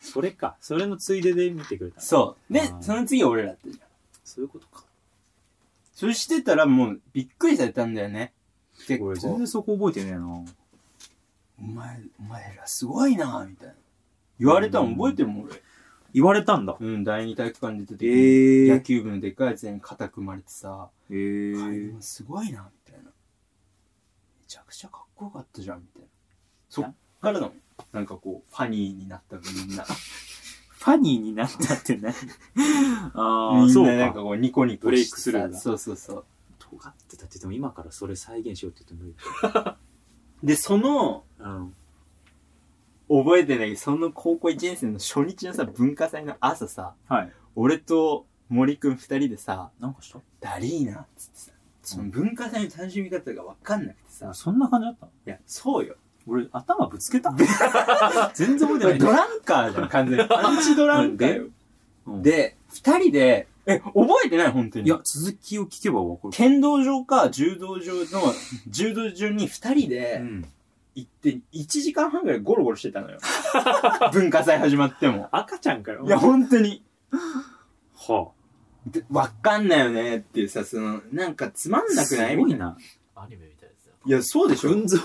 Speaker 1: それか。それのついでで見てくれた。
Speaker 2: そう。で
Speaker 1: あ、ー
Speaker 2: その次俺らってじゃん。
Speaker 1: そういうことか。
Speaker 2: そしてたらもうびっくりされたんだよね。結
Speaker 1: 俺全
Speaker 8: 全
Speaker 2: 構。
Speaker 8: 然そこ覚えてねえな。
Speaker 2: お前、お前らすごいなぁみたいな。言われたの覚えてるもん俺。
Speaker 8: 言われたんだ。
Speaker 2: うん、第二体育館出た
Speaker 8: え
Speaker 2: 時、野
Speaker 8: え
Speaker 2: 球部のでっかいやつに肩組まれてさ、
Speaker 8: え
Speaker 2: 海
Speaker 8: ー
Speaker 2: 軍すごいなみたいな。めちゃくちゃかっこよかったじゃんみたいな。そっからだもん。なんかこう、ファニーになったみんな。
Speaker 8: ファニーになったって (laughs) 何ああ、
Speaker 2: み
Speaker 8: そ
Speaker 2: ん
Speaker 8: う
Speaker 2: ななん
Speaker 8: か。
Speaker 2: かこうニコニ
Speaker 1: ブ
Speaker 2: コしてさ
Speaker 1: レイクスルーだ
Speaker 2: そうそうそう。
Speaker 1: 尖ってたって言っても今からそれ再現しようって言っても無理
Speaker 2: で、その、
Speaker 1: だ。うん。
Speaker 2: 覚えてないけど、その高校1年生の初日のさ、文化祭の朝さ、
Speaker 8: はい。
Speaker 2: 俺と森くん二人でさ、
Speaker 8: なんかした
Speaker 2: ダリーナっつってさ、その文化祭の楽しみ方が分かんなくてさ、い
Speaker 8: そんな感じだったの
Speaker 2: や、そうよ。
Speaker 8: 俺、頭ぶつ (laughs) けた全然覚えてない。 (laughs)
Speaker 2: ドランカーじゃん、完全に。 (laughs) アンチドランカーよ。
Speaker 8: うん
Speaker 2: で、二人で、え、覚えてない本当に。
Speaker 8: いや、、続きを聞けばわかる。
Speaker 2: 剣道場か柔道場の、柔道場に二人で
Speaker 8: ん。
Speaker 2: 行って、1時間半ぐらいゴロゴロしてたのよ。文化祭始まっても。
Speaker 1: 赤ちゃんかよ。
Speaker 2: (laughs) いや、本当に。
Speaker 1: は
Speaker 2: でわかんないよねっていうさ、その、なんかつまん
Speaker 1: あ。
Speaker 2: なくない
Speaker 1: す
Speaker 2: み
Speaker 1: ご
Speaker 2: た
Speaker 1: い (laughs)
Speaker 2: いな。
Speaker 1: な。
Speaker 7: アニメみたいですよ。
Speaker 2: いや、そうでしょ。
Speaker 1: 群像。青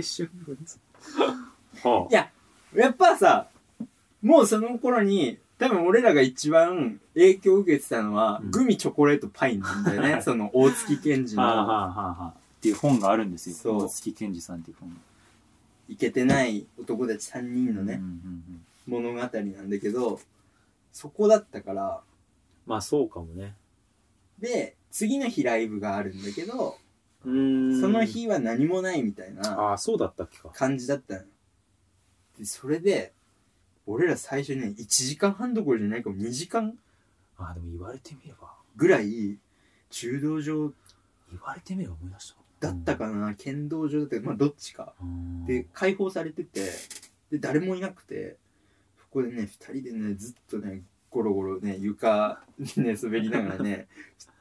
Speaker 1: 春群像。はい
Speaker 2: や、やっぱさ、もうその頃に、多分俺らが一番影響を受けてたのは、
Speaker 1: うん
Speaker 2: グミチョコレートパインなんだ
Speaker 1: (laughs)
Speaker 2: よね。その、大月健二
Speaker 1: あ。はあは
Speaker 2: の。
Speaker 1: あはあはあ。
Speaker 8: っていう本があるんですよ。
Speaker 2: そう
Speaker 8: 大月健二さんっていう本。
Speaker 2: いけてない男たち3人の
Speaker 1: うん
Speaker 2: ね、
Speaker 1: うんうん
Speaker 2: 物語なんだけど、そこだったから、
Speaker 1: まあそうかもね
Speaker 2: で、次の日ライブがあるんだけど、
Speaker 1: うーん
Speaker 2: その日は何もないみたいな
Speaker 1: ああそうだったっけか
Speaker 2: 感じだったの。で、それで、俺ら最初ね、1時間半どころじゃないかも2時間
Speaker 1: ああでも言われてみれば
Speaker 2: ぐらい、柔道場
Speaker 1: 言われてみれば思い出した
Speaker 2: だったかな、剣道場だったか、まあどっちか。
Speaker 1: うん
Speaker 2: で、解放されてて、で、誰もいなくて、そこでね、2人でね、ずっとね、ゴロゴロね、床にね、滑りながら
Speaker 1: (laughs)
Speaker 2: ね、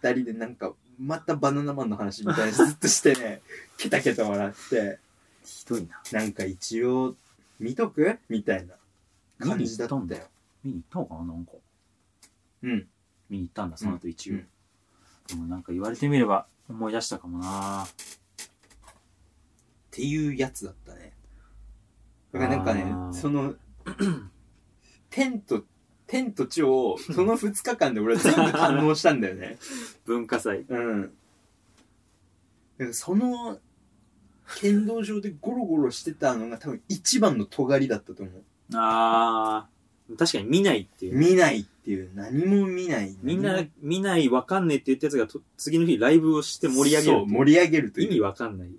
Speaker 2: 2人でなんか、またバナナマンの話みたいにずっとしてね、ケタケタ笑って、
Speaker 8: ひどいな。
Speaker 2: なんか一応、見とくみたいな感じだった
Speaker 1: 見に行ったん
Speaker 2: よ。
Speaker 1: 見に行ったのかななんか
Speaker 2: うん。
Speaker 1: 見に行ったんだその後一応、
Speaker 2: うん
Speaker 1: でもなんか言われてみれば思い出したかもな
Speaker 2: っていうやつだったねだからなんかね
Speaker 1: あー
Speaker 2: その (clears throat) 天と天と
Speaker 1: (laughs)
Speaker 2: 地をその2日間で俺は全部堪能したんだよね
Speaker 1: 文化祭
Speaker 2: うんだからその剣道場でゴロゴロしてたのが多分一番の尖りだったと思う
Speaker 1: あー確かに見ないっていうね
Speaker 2: 見ないっていう何も見ない
Speaker 1: みんな
Speaker 2: 何も
Speaker 1: 見ないわかんねえって言ったやつがと次の日ライブをして盛り上げ
Speaker 2: そう
Speaker 1: る
Speaker 2: 盛り上げると
Speaker 1: 意
Speaker 2: い
Speaker 1: 味
Speaker 2: う
Speaker 1: わかんない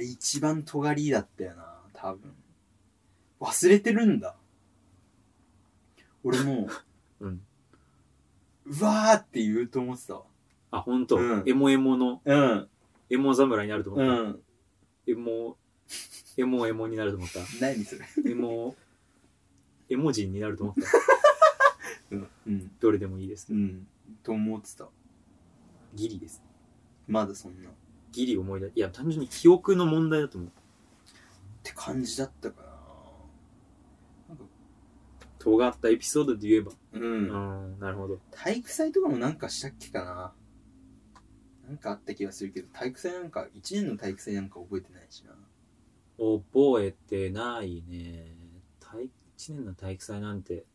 Speaker 2: 一番尖りだったよな多分忘れてるんだ俺もう
Speaker 1: うん
Speaker 2: う (laughs) わーって言うと思ってたわ。
Speaker 1: あ本当、
Speaker 2: うん
Speaker 1: エモエモの
Speaker 2: うん。
Speaker 1: エモ侍になると思
Speaker 2: う
Speaker 1: った、
Speaker 2: ん。
Speaker 1: エモエモエモになると思った
Speaker 2: 何それ。
Speaker 1: エモエモ人になると思った
Speaker 2: うん。
Speaker 1: どれでもいいです
Speaker 2: うん。と思ってた。
Speaker 1: ギリです
Speaker 2: まだそんな。っ
Speaker 1: ギリ思い出いや単純に記憶の問題だと思う
Speaker 2: て感じだったか
Speaker 1: 尖ったエピソードで言えば
Speaker 2: な。う。
Speaker 1: うんんなるほど
Speaker 2: 体育祭とかもなんかしたっけかな。なんかあった気がするけど、体育祭なんか、一年の体育祭なんか覚えてないしな。
Speaker 1: 覚えてないね体1年の体育祭なんて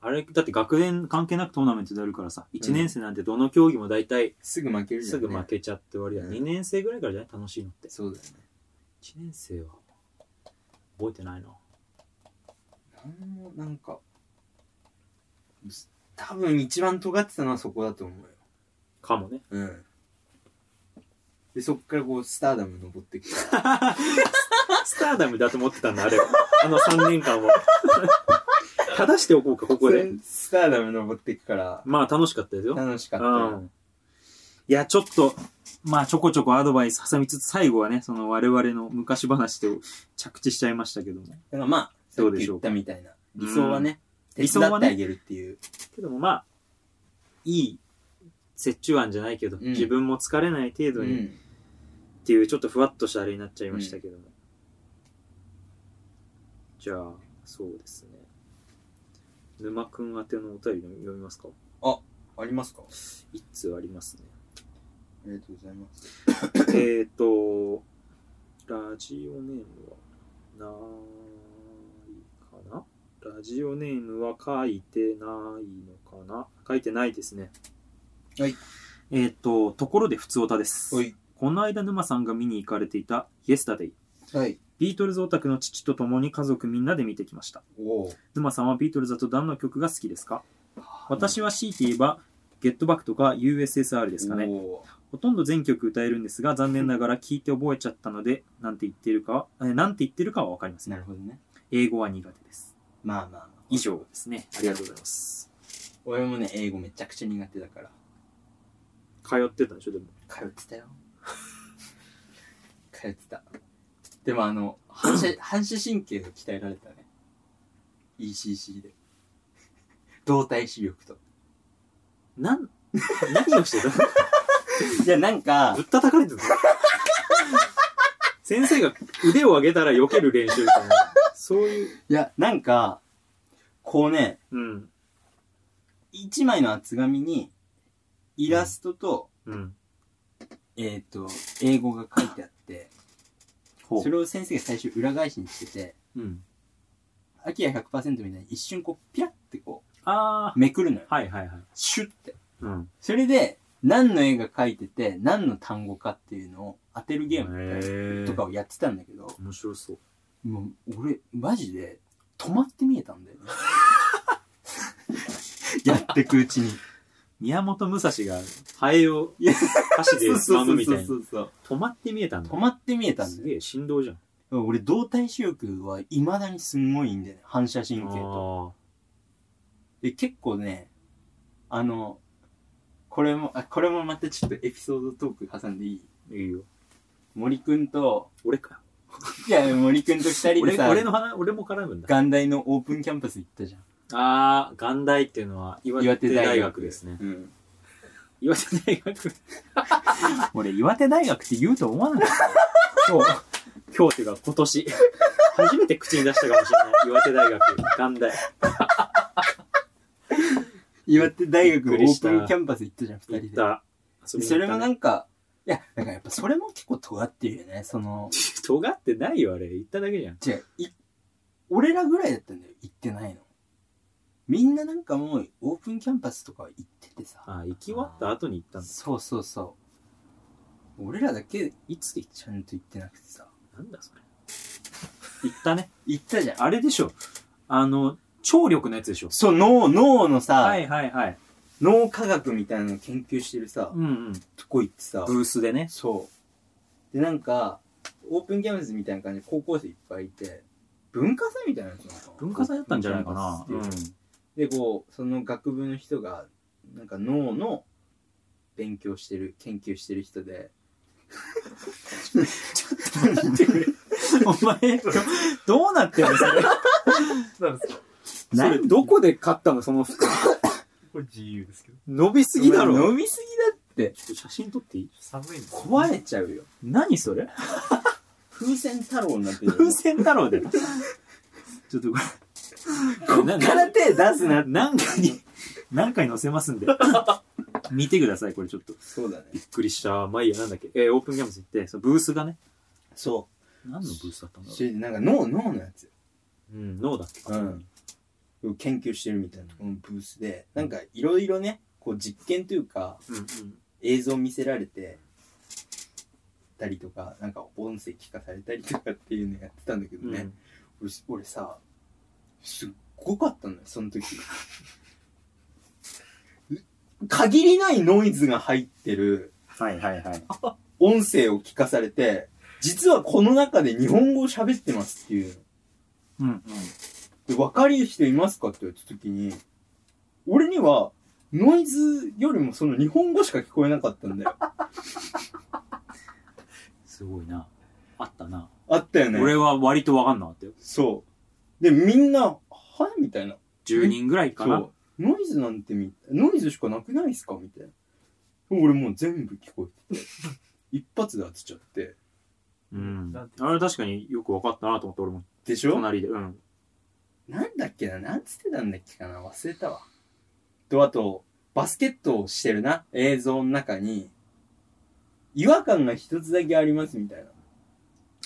Speaker 8: あれ、だって学年関係なくトーナメントでやるからさ、1年生なんてどの競技も大体
Speaker 2: すぐ負けるじ
Speaker 1: す
Speaker 2: ゃん、ね。
Speaker 1: ぐ負けちゃって終わりだ、
Speaker 2: うん
Speaker 1: 2年生ぐらいからじゃない楽しいのって
Speaker 2: そうだよね。
Speaker 1: 1年生は覚えてないな
Speaker 2: なんも、なんか、多分一番尖ってたのはそこだと思うよ。
Speaker 1: かもね
Speaker 2: うん。で、そっからこう、スターダム登っ
Speaker 1: (laughs)
Speaker 2: てきた。
Speaker 1: スターダムだと思ってたんだあれはあの3年
Speaker 2: (laughs)
Speaker 1: 間を正しておこうかここで
Speaker 2: それスターダム登っていくから
Speaker 1: まあ楽しかったですよ
Speaker 2: 楽しかった
Speaker 1: う
Speaker 2: よ
Speaker 1: ん
Speaker 8: いや、ちょっと、まあ、ちょこちょこアドバイス挟みつつ、最後はね、その我々の昔話で着地しちゃいましたけども。
Speaker 2: だからまあさ
Speaker 8: ど
Speaker 2: っ
Speaker 8: うで
Speaker 2: き
Speaker 8: しょ
Speaker 2: 言
Speaker 8: う
Speaker 2: ったみたいな理想はね
Speaker 8: うん
Speaker 2: 手伝ってあげるっていう
Speaker 1: けどもまあいい折衷案じゃないけど、
Speaker 2: うん
Speaker 1: 自分も疲れない程
Speaker 2: う
Speaker 1: 度にっ
Speaker 2: ん
Speaker 1: ていうちょっとふわっとしたあれになっちゃいましたけども、じゃあそうですね沼くん宛てのお便り読みますか
Speaker 2: ありますか
Speaker 1: 一通ありますね
Speaker 2: ありがとうございます
Speaker 1: えっとラジオネームはないかなラジオネームは書いてないのかな書いてないですね
Speaker 8: えっ、と、ところで普通オタです。
Speaker 2: はい
Speaker 8: この間沼さんが見に行かれていたイエスタデイ。
Speaker 2: はい
Speaker 8: ビートルズオタクの父と共に家族みんなで見てきました。
Speaker 2: おお
Speaker 8: 沼さんはビートルズだと何の曲が好きですか私は強いて言えば、ゲットバックとか USSR ですかね。
Speaker 2: おー
Speaker 8: ほとんど全曲歌えるんですが、残念ながら聞いて覚えちゃったので、なんて言ってるかは、えーなんて言ってるかはわかりません。
Speaker 2: なるほどね
Speaker 8: 英語は苦手です。
Speaker 2: まあまあまあ
Speaker 8: 以上ですね。ありがとうございます。
Speaker 2: 俺もね英語めちゃくちゃ苦手だから
Speaker 1: 通ってたでしょでも
Speaker 2: 通って (laughs) たよ通ってたでもあの反 (coughs) 射反射神経が鍛えられたね ECC で動体視力と
Speaker 1: なん (laughs) 何をしてた
Speaker 2: いやなんか
Speaker 1: ぶったたかれ
Speaker 8: (laughs)
Speaker 1: てる先生が腕を上げたら避ける練習みたいな。そういう。
Speaker 2: いや、なんか、こうね、
Speaker 1: うん。
Speaker 2: 一枚の厚紙に、イラストと、
Speaker 1: うん。
Speaker 2: えっ、と、英語が書いてあって、
Speaker 8: ほう
Speaker 2: それを先生が最初裏返しにしてて、
Speaker 1: うん。
Speaker 2: アキラ100%みたいに一瞬こう、ピラってこ
Speaker 1: あ
Speaker 2: う、めくるのよ。
Speaker 1: あ。はいはいはい。
Speaker 2: シュッて。
Speaker 1: うん。
Speaker 2: それで、何の絵が描いてて、何の単語かっていうのを当てるゲームみたいな
Speaker 7: ー
Speaker 2: とかをやってたんだけど、
Speaker 7: 面白そう。
Speaker 2: もう俺、マジで止まって見えたんだよね。 (laughs) やってくうちに。
Speaker 1: 宮本武蔵がハエを
Speaker 2: いや
Speaker 1: 箸でつまむみたいな。
Speaker 2: (laughs) そうそうそう
Speaker 1: 止まって見えたんだ
Speaker 2: 止。まって見えたん
Speaker 7: す
Speaker 2: だよ。
Speaker 7: げえ、振動じゃん。
Speaker 2: 俺、動体視力は未だにすんごいんだよね。反射神経と。
Speaker 7: あ
Speaker 2: で、結構ね、あの、これも、あ、これもまたちょっとエピソードトーク挟んでいい
Speaker 7: あ、いいよ。
Speaker 2: 森くんと、
Speaker 7: 俺か。
Speaker 2: いや、森くんと二人で
Speaker 7: 俺
Speaker 2: さ、
Speaker 7: 俺の話、俺も絡むんだ。
Speaker 2: 元大のオープンキャンパス行ったじゃん。
Speaker 7: ああ、元大っていうのは岩
Speaker 2: 岩手
Speaker 7: 手
Speaker 2: 大学
Speaker 7: 大学ですね。
Speaker 2: うん。
Speaker 7: 岩手大学。
Speaker 1: 俺、岩手大学って言うと思わなかった。
Speaker 7: (laughs) 今日、今日っていうか今年。 (laughs) 初めて口に出したかもしれない。岩手大学、元大。
Speaker 2: 岩手大学のオ
Speaker 7: びっくりし
Speaker 2: ー
Speaker 7: た
Speaker 2: プンキャンパス行ったじゃん、二人
Speaker 7: 行っ
Speaker 2: で。
Speaker 7: た。
Speaker 2: でそれもな
Speaker 7: か、
Speaker 2: んか、いや、だからやっぱそれも結構尖ってるよね、その、
Speaker 7: 尖ってないよ、あれ。行っただけじゃん。
Speaker 2: 違う、い、俺らぐらいだったんだよ、行ってないの。みんななんかもう、オープンキャンパスとか行っててさ、
Speaker 7: ああ、行き終わった後に行ったんだ。
Speaker 2: そうそうそう。俺らだけ、
Speaker 7: いつ行っ
Speaker 2: ちゃんと行ってなくてさ、
Speaker 7: たなんだそれ。
Speaker 1: 行ったね。
Speaker 2: 行ったじゃん。
Speaker 1: あれでしょ。あの、聴力のやつでしょ。
Speaker 2: そう、脳、脳のさ、
Speaker 1: はいはいはい。
Speaker 2: 脳科学みたいなの研究してるさ、
Speaker 1: うんうん。
Speaker 2: とこ行ってさ、
Speaker 1: ブースでね。
Speaker 2: そう。で、なんか、オープンキャンパスみたいな感じで高校生いっぱいいて、文化祭みたいなやつなのかな
Speaker 1: 文化祭だったんじゃないかな。
Speaker 2: オープンキャンパスっていうで、こう、その学部の人が、なんか脳の勉強してる、研究してる人で、ちょっと待ってくれ。
Speaker 1: (laughs) お前、どうなってんのそれ。
Speaker 7: なんですか
Speaker 1: な
Speaker 7: それ、どこで買ったのその服。
Speaker 1: これ GU ですけど。
Speaker 7: 伸びすぎだろ。
Speaker 2: 飲みすぎだって、
Speaker 1: 写真撮っていい
Speaker 7: 寒いんだ
Speaker 2: 壊れちゃうよ。
Speaker 1: 何それ
Speaker 2: 風船太郎になってるよ。
Speaker 1: 風船太郎で。ちょっとこれ。な
Speaker 2: から手出すなって。
Speaker 1: なんかに、なんかに載せますんで。見てください、これちょっと。
Speaker 2: そうだね。
Speaker 7: びっくりした。まあいいや、なんだっけ。えーオープンキャンパス行って、そのブースがね。
Speaker 2: そう。
Speaker 1: 何のブースだったんだろ
Speaker 2: それでなんか脳脳のやつ
Speaker 7: う。うん、ノーだっけ。
Speaker 2: を研究してるみたいなとこのブースでなんかいろいろねこう実験というか
Speaker 7: うんうん。
Speaker 2: 映像見せられてたりとかなんか音声聞かされたりとかっていうのやってたんだけどね、俺俺さすっごかったのよその時 (laughs) 限りないノイズが入ってる
Speaker 1: はいはいはい。
Speaker 2: 音声を聞かされて実はこの中で日本語を喋ってますっていう
Speaker 1: うんうん。
Speaker 2: で、分かる人いますかって言った時に、俺には、ノイズよりもその日本語しか聞こえなかったんだよ。
Speaker 1: すごいな。あったな。
Speaker 2: あったよね。
Speaker 1: 俺は割とわかんなかったよ。
Speaker 2: そう。で、みんな、はみたいな。
Speaker 1: 10人ぐらいかな。
Speaker 2: そう。ノイズなんてみ、ノイズしかなくないっすかみたいな。俺もう全部聞こ
Speaker 1: (laughs)
Speaker 2: えてて。一発で当てちゃって。
Speaker 1: うん。あれ確かによくわかったなと思って、俺も
Speaker 2: でしょ
Speaker 1: 隣で。うん。
Speaker 2: なんだっけななんつってたんだっけかな忘れたわ。と、あと、バスケットをしてるな。映像の中に、違和感が一つだけありますみたいな。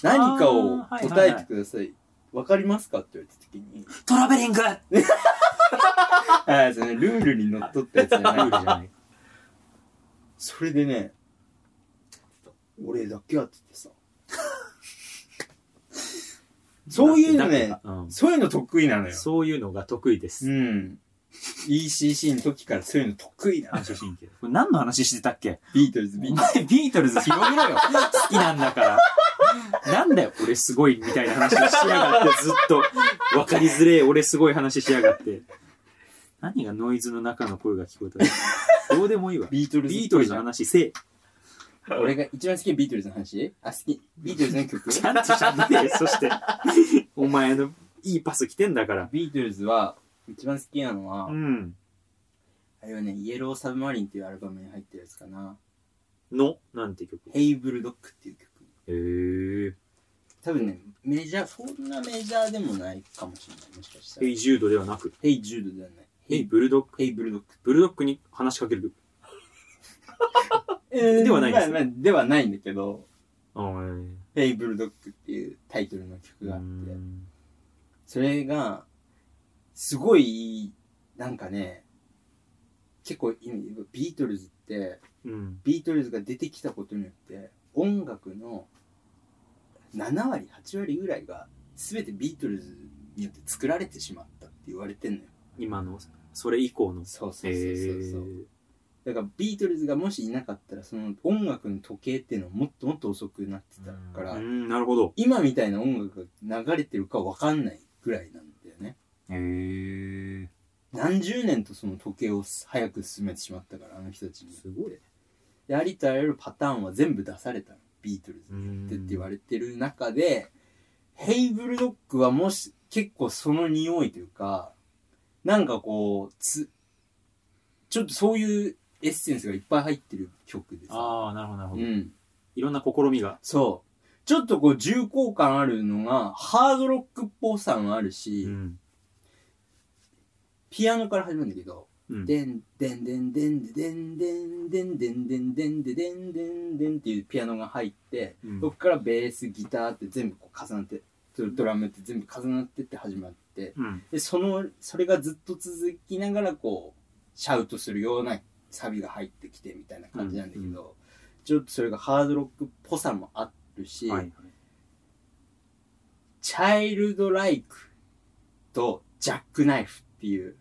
Speaker 2: 何
Speaker 1: あーは
Speaker 2: かを
Speaker 1: いはいはい
Speaker 2: 答えてください。わ、かりますかって言われた時
Speaker 1: (laughs)
Speaker 2: に。
Speaker 1: トラベリングル
Speaker 2: ああ、そのルールにのっとったやつじゃない
Speaker 1: ールじゃない。
Speaker 2: それでね、俺だけ当ててさ。 (laughs) そういうのね
Speaker 7: だ、うん
Speaker 2: そういうの得意なのよ。
Speaker 7: そういうのが得意です。
Speaker 2: うん。ECC の時からそういうの得意なの
Speaker 7: 反。射神経。
Speaker 1: これ (laughs) 何の話してたっけ
Speaker 2: ビートルズ、ビートルズ
Speaker 1: お。前ビートルズ広げろ
Speaker 2: (laughs)
Speaker 1: よ。好きなんだから。なんだよ、俺すごいみたいな話しやがって、ずっと。わかりづれえ、俺すごい話しやがって。何がノイズの中の声が聞こえたのどうでもいいわ。
Speaker 2: ビートルズ。
Speaker 1: ビートルズの話せえ。
Speaker 2: 俺が一番好きなビートルズの話あ、好き。ビートルズの曲
Speaker 1: ちゃんとしゃべれ。そして、お前のいいパス来てんだから。
Speaker 2: ビートルズは、一番好きなのは、
Speaker 1: うん。
Speaker 2: あれはね、イエローサブマリンっていうアルバムに入ってるやつかな。
Speaker 1: の、なんて曲。
Speaker 2: ヘイブルドッグっていう曲。
Speaker 1: へえ。
Speaker 2: 多分ね、メジャー、そんなメジャーでもないかもしれない。もしかしたら。
Speaker 1: ヘイジュードではなく、
Speaker 2: ヘイジュードではない。
Speaker 1: ヘイブルドッグ。
Speaker 2: ヘイブルドッグ。
Speaker 1: ブルドッグに話しかける。
Speaker 2: え
Speaker 1: ーではないんです
Speaker 2: まあまあではないんだけど、
Speaker 1: ああ、
Speaker 2: ヘイブルドッグっていうタイトルの曲があって。それが、すごいいい、なんかね、結構いいビートルズって、
Speaker 1: うん。
Speaker 2: ビートルズが出てきたことによって音楽の7割8割ぐらいが全てビートルズによって作られてしまったって言われてんのよ
Speaker 1: 今の、それ以降の。
Speaker 2: そうそ
Speaker 1: へ
Speaker 2: うそうそうそう、
Speaker 1: ー
Speaker 2: だからビートルズがもしいなかったらその音楽の時計っていうのはもっともっと遅くなってたから、
Speaker 1: うん、なるほど。
Speaker 2: 今みたいな音楽が流れてるか分かんないぐらいなんだよね
Speaker 1: へえ。
Speaker 2: 何十年とその時計を早く進めてしまったからあの人たちに
Speaker 1: すごい。
Speaker 2: でありとあらゆるパターンは全部出されたのビートルズによってって言われてる中で、ヘイブルドッグはもし結構その匂いというかなんかこうつちょっとそういうエッセンスがいっぱい入ってる曲です
Speaker 1: ああ、なるほど、なるほ
Speaker 2: う
Speaker 1: ど。
Speaker 2: ん
Speaker 1: いろんな試みが。
Speaker 2: そうちょっとこう重厚感あるのがハードロックっぽさもあるし、
Speaker 1: うん。
Speaker 2: ピアノから始まるんだけど、
Speaker 1: うん
Speaker 2: でんでんでんでんでんでんでんでんでんでんでんでんでんでんっていうピアノが入って、
Speaker 1: うん
Speaker 2: そこからベースギターって全部こう重なってドドラムって全部重なってって始まって
Speaker 1: うん。
Speaker 2: でそのそれがずっと続きながらこうシャウトするようなサビが入ってきてみたいな感じなんだけど、ちょっとそれがハードロックっぽさもあるし、
Speaker 1: はいはい。
Speaker 2: チャイルドライクとジャックナイフっていう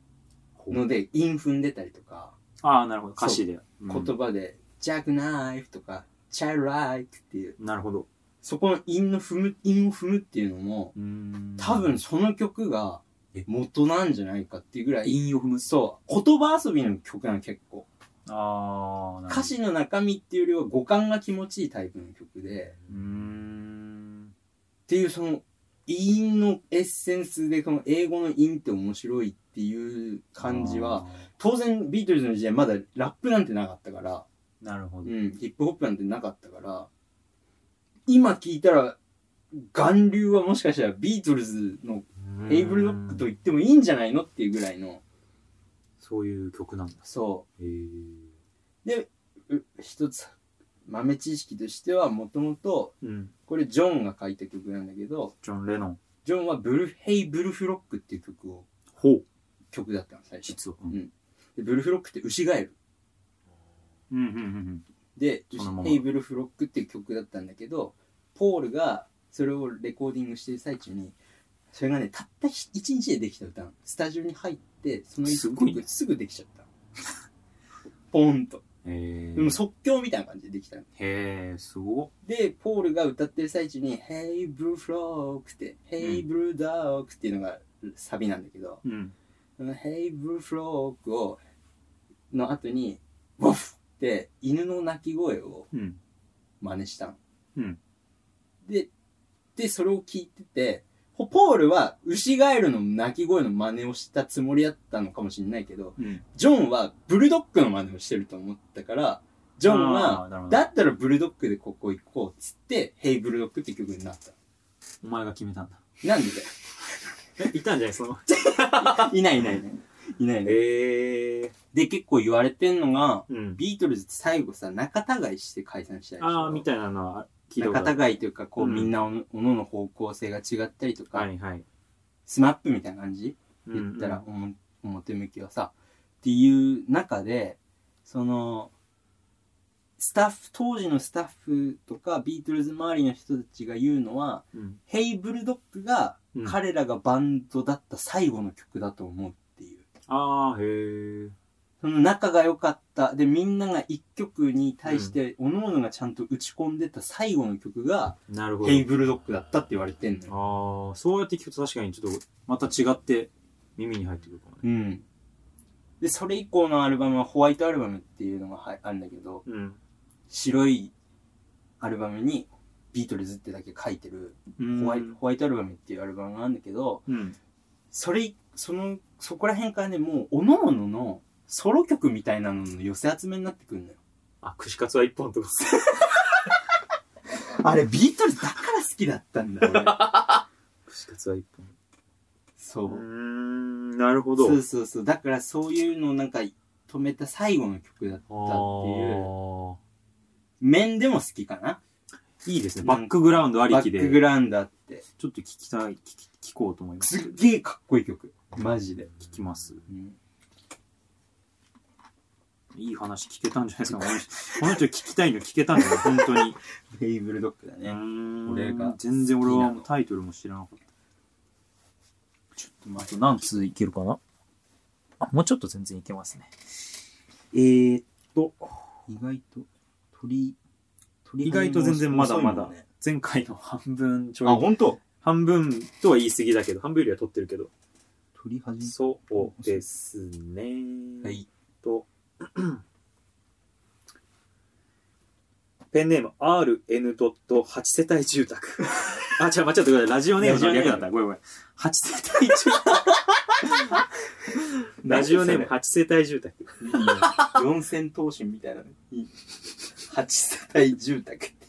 Speaker 2: ので韻踏んでたりとか。
Speaker 1: ああ、なるほど。歌詞で。うん
Speaker 2: 言葉で、ジャックナイフとか、チャイルライクっていう、
Speaker 1: なるほど。
Speaker 2: そこの韻の踏む、韻を踏むっていうのも、
Speaker 1: うん
Speaker 2: 多分、その曲が
Speaker 1: え
Speaker 2: 元なんじゃないかっていうぐらい、
Speaker 1: 韻を踏む。
Speaker 2: そう、言葉遊びの曲なの結構。
Speaker 1: ああ、なるほど。
Speaker 2: 歌。詞の中身っていうよりは五感が気持ちいいタイプの曲で、
Speaker 1: うーん。
Speaker 2: っていうその、韻のエッセンスで、この英語の韻って面白いっていう感じは、当然ビートルズの時代まだラップなんてなかったから、
Speaker 1: あー。なるほど。
Speaker 2: うん、ヒップホップなんてなかったから、今聞いたら、巌流はもしかしたらビートルズのエイブルドックと言ってもいいんじゃないのっていうぐらいの、
Speaker 1: そういう曲なんだ。
Speaker 2: そ
Speaker 1: へー
Speaker 2: う、う一つ豆知識としてはもともと、
Speaker 1: うん。
Speaker 2: これジョンが書いた曲なんだけど、
Speaker 1: ジョン・レノン。
Speaker 2: ジョンはブル、ヘイ・ブルフロックっていう曲を、
Speaker 1: ほう。
Speaker 2: 曲だったの、最初。
Speaker 1: 実は。
Speaker 2: でブルフロックって牛ガエル。
Speaker 1: うんうんうん
Speaker 2: で、
Speaker 1: そのまま
Speaker 2: ヘイ・ブルフロックっていう曲だったんだけど、ポールがそれをレコーディングしてる最中に、それがね、たった一日でできた歌なの。スタジオに入って、その
Speaker 1: す
Speaker 2: 一
Speaker 1: ごいね
Speaker 2: 曲すぐできちゃったの。ポンと。
Speaker 1: うん。へえ。
Speaker 2: でも即興みたいな感じでできたの。
Speaker 1: へえ、すごっ。
Speaker 2: で、ポールが歌ってる最中に、ヘイ・ブルフロックって、ヘイ・ブルドックっていうのがサビなんだけど、
Speaker 1: うん。
Speaker 2: そのヘイ・ブルフロックを、の後に、ワフって犬の鳴き声を、
Speaker 1: うん。
Speaker 2: 真似したの。
Speaker 1: うん
Speaker 2: で、で、それを聞いてて、ポポールは牛ガエルの鳴き声の真似をしたつもりだったのかもしれないけど、
Speaker 1: うん。
Speaker 2: ジョンはブルドッグの真似をしてると思ったから、ジョンは、
Speaker 1: あー、なるほど
Speaker 2: だったらブルドッグでここ行こうっつって、ヘイブルドッグって曲になった
Speaker 1: お前が決めたんだ。
Speaker 2: の。なんで
Speaker 1: え、いたんじゃないその。
Speaker 2: だ
Speaker 1: (laughs)
Speaker 2: よ。いないいないいない。いないいない。
Speaker 1: へえ。
Speaker 2: で、結構言われてんのが、
Speaker 1: うん。
Speaker 2: ビートルズって最後さ、仲違いして解散したり
Speaker 1: ああ、み
Speaker 2: い
Speaker 1: たいなのは聞いたことあ
Speaker 2: 仲
Speaker 1: る。
Speaker 2: 違いというか、こう、
Speaker 1: うん
Speaker 2: みんなおのおのの方向性が違ったりとか、
Speaker 1: はいはい。
Speaker 2: スマップみたいな感じ言ったら、おも表向きはさっていう中でそのスタッフ当時のスタッフとかビートルズ周りの人たちが言うのは
Speaker 1: うん、うん。
Speaker 2: ヘイ・ブルドッグが
Speaker 1: うん
Speaker 2: 彼らがバンドだった最後の曲だと思うっていう。
Speaker 1: ああ、へえ。
Speaker 2: その仲が良かった。で、みんなが一曲に対して、各々がちゃんと打ち込んでた最後の曲が、
Speaker 1: なるほど
Speaker 2: ヘイ。ブルドッグだったって言われてんのよ。
Speaker 1: ああ、そうやって聞くと確かにちょっと、また違って耳に入ってくるかもね。
Speaker 2: うん。で、それ以降のアルバムはホワイトアルバムっていうのがはあるんだけど、
Speaker 1: うん。
Speaker 2: 白いアルバムにビートルズってだけ書いてる
Speaker 1: うん
Speaker 2: ホワイ,、ホワイトアルバムっていうアルバムがあるんだけど、
Speaker 1: うん。
Speaker 2: それ、その、そこら辺からね、もう、各々のソロ曲みたいなのの寄せ集めになってくるのよ。
Speaker 1: あ、串カツは一本とか。
Speaker 2: あれ、ビートルズだから好きだったんだよ、 (laughs) 俺
Speaker 1: 串カツは一本。
Speaker 2: そう
Speaker 1: ー
Speaker 2: う。
Speaker 1: ん、なるほど。
Speaker 2: そうそうそう。だから、そういうのをなんか、止めた最後の曲だったっていう、
Speaker 1: あ
Speaker 2: 面でも好きかな。
Speaker 1: ーいいですね。バックグラウンドあり
Speaker 2: バ
Speaker 1: き
Speaker 2: ックグ
Speaker 1: で。
Speaker 2: ラウンドあって。
Speaker 1: ちょっと聞きたい、聞き、聞こうと思います。
Speaker 2: すっげえかっこいい曲。マジで。
Speaker 1: 聞きます。
Speaker 2: うん
Speaker 1: いい話聞けたんじゃないですか。この (laughs) 人この人聞きたいの聞けたんだよ、本当に。
Speaker 10: ベイブルドッグだ
Speaker 1: う
Speaker 10: ね。
Speaker 1: ーん
Speaker 10: 俺が
Speaker 1: 全然俺はもうタイトルも知らなかった。
Speaker 10: ちょっと待って
Speaker 1: あと何通いけるかなあ、もうちょっと全然いけますね。えー、
Speaker 10: 意外と、鳥、鳥
Speaker 1: 意外と全然まだま
Speaker 10: 遅
Speaker 1: だ
Speaker 10: いもんね
Speaker 1: 前回の半分ち
Speaker 10: あ、
Speaker 1: ょい、
Speaker 10: 本当。
Speaker 1: 半分とは言い過ぎだけど、半分よりは取ってるけど。
Speaker 10: 鳥始め
Speaker 1: そうですね。
Speaker 10: はい。
Speaker 1: と、ペンネーム RN.8 世帯住宅。 (laughs) あ、違う、間違ってください。ラジオネームの略だった。ごめんごめん。8世帯住宅。 (laughs) ラジオネーム8世帯住宅。
Speaker 2: 四千頭身みたいなのいい八世帯住宅って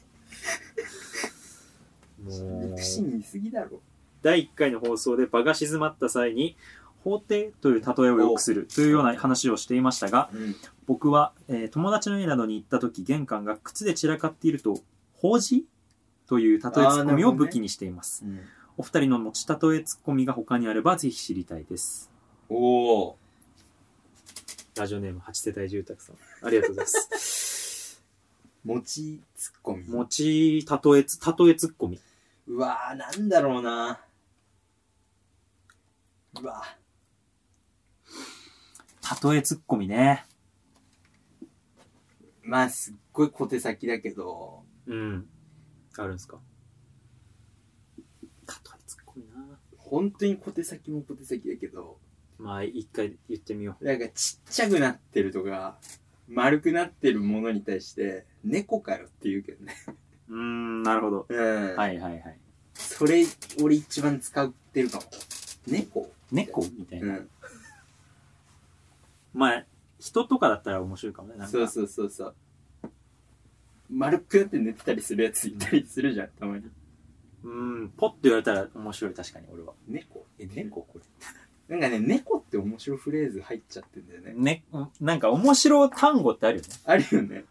Speaker 1: もう
Speaker 2: 口に言いすぎだろ
Speaker 1: 第1回の放送で場が静まった際に、法廷という例えをよくするというような話をしていましたが、
Speaker 2: うん
Speaker 1: 僕は、えー友達の家などに行った時玄関が靴で散らかっていると「法事?」という例えツッコミを武器にしています、お二人の持ち例えツッコミが他にあればぜひ知りたいです
Speaker 2: おお
Speaker 1: ラジオネーム8世帯住宅さんありがとうございます
Speaker 2: 餅ツッコミ
Speaker 1: (laughs) 持ち例えつ例えツッコミ
Speaker 2: うわーなんだろうなうわ
Speaker 1: 例えツッコミね
Speaker 2: まあすっごい小手先だけど
Speaker 1: うんあるんですか例えツッコミな
Speaker 2: 本当に小手先も小手先だけど
Speaker 1: まあ一回言ってみよ
Speaker 2: なんかちっちゃくなってるとか丸くなってるものに対して猫かよって言うけどね
Speaker 1: ううーんなるほど
Speaker 2: うん、
Speaker 1: はいはいはい
Speaker 2: それ俺一番使ってるかも猫
Speaker 1: 猫みたいな、
Speaker 2: うん
Speaker 1: まあ人とかだったら面白いかもねなんか
Speaker 2: そうそうそうそう丸くなって寝てたりするやついたりするじゃんたまに
Speaker 1: うん、ポッと言われたら面白い、確かに俺は。
Speaker 2: 猫え猫これなんかね猫って面白フレーズ入っちゃってんだよね
Speaker 1: ね、なんか面白い単語ってあるよね。
Speaker 2: あるよね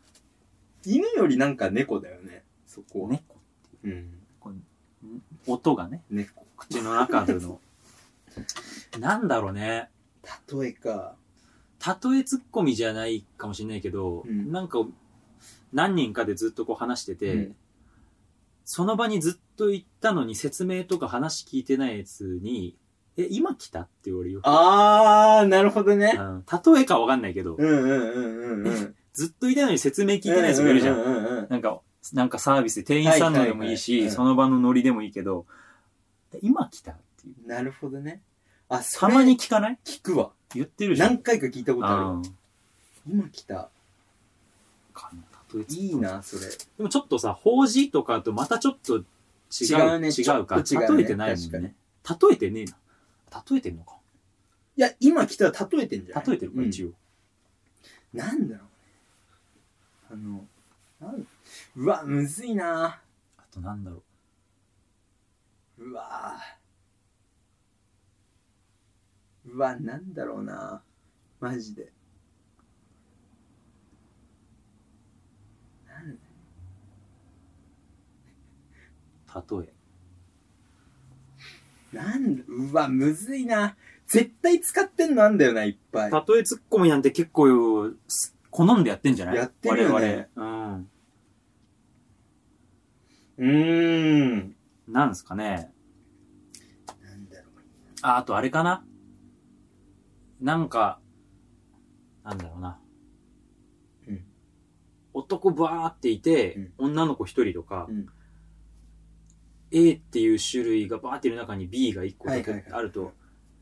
Speaker 2: 犬よりなんか猫だよねそこは
Speaker 1: 猫。
Speaker 2: うん
Speaker 1: こうん音がね、
Speaker 2: 猫
Speaker 1: 口の中での。なんだろうね。
Speaker 2: 例えか
Speaker 1: たとえツッコミじゃないかもしれないけど、
Speaker 2: うん
Speaker 1: なんか何人かでずっとこう話してて、
Speaker 2: うん
Speaker 1: その場にずっと行ったのに説明とか話聞いてないやつに、え、今来たって言われるよ。
Speaker 2: あーなるほどね
Speaker 1: うん例えかわかんないけど、
Speaker 2: うんうんうんうん
Speaker 1: (laughs)
Speaker 2: うん
Speaker 1: ずっといたのに説明聞いてないやつがいるじゃん
Speaker 2: う。ううんうん
Speaker 1: なんか、なんかサービスで店員さんのでもいい
Speaker 2: はいはい
Speaker 1: し、
Speaker 2: はい
Speaker 1: その場のノリでもいいけど、今来たっていう。
Speaker 2: なるほどねあそ
Speaker 1: た
Speaker 2: れ
Speaker 1: まに聞かない
Speaker 2: 聞くわ
Speaker 1: 言ってるじゃん。
Speaker 2: 何回か聞いたことあるわ
Speaker 1: うん
Speaker 2: 今来た
Speaker 1: かな例えつ
Speaker 2: いいなそれ
Speaker 1: でもちょっとさ、法事とかとまたちょっと違う、
Speaker 2: 違うね
Speaker 1: 違
Speaker 2: ちょ
Speaker 1: う
Speaker 2: っ
Speaker 1: か。
Speaker 2: と違うね
Speaker 1: 例えてないもんね。例えてねえな。例えてんのか。
Speaker 2: いや、今来たら例えてんじゃない
Speaker 1: 例えてるか、一
Speaker 2: 応、
Speaker 1: 応。
Speaker 2: うんなんだろうね。あの、なんうわ、むずいな
Speaker 1: あとなんだろ
Speaker 2: うわうわ、なんだろうなマジで。なん
Speaker 1: う。例え。
Speaker 2: なんだ、うわ、むずいな絶対使ってんのあんだよな、いっぱい。
Speaker 1: 例えツッコミなんて結構よ、す好んでやってんじゃない
Speaker 2: やってるよね。
Speaker 1: 我々。うん。
Speaker 2: うーん。
Speaker 1: なんですかね。
Speaker 2: なんだろう。
Speaker 1: あ、あとあれかななんか、なんだろうな。
Speaker 2: うん
Speaker 1: 男バーっていて、女の子一人とか、
Speaker 2: うん
Speaker 1: A っていう種類がバーっている中に B が一個だ
Speaker 2: はい
Speaker 1: け
Speaker 2: はいはい
Speaker 1: あると、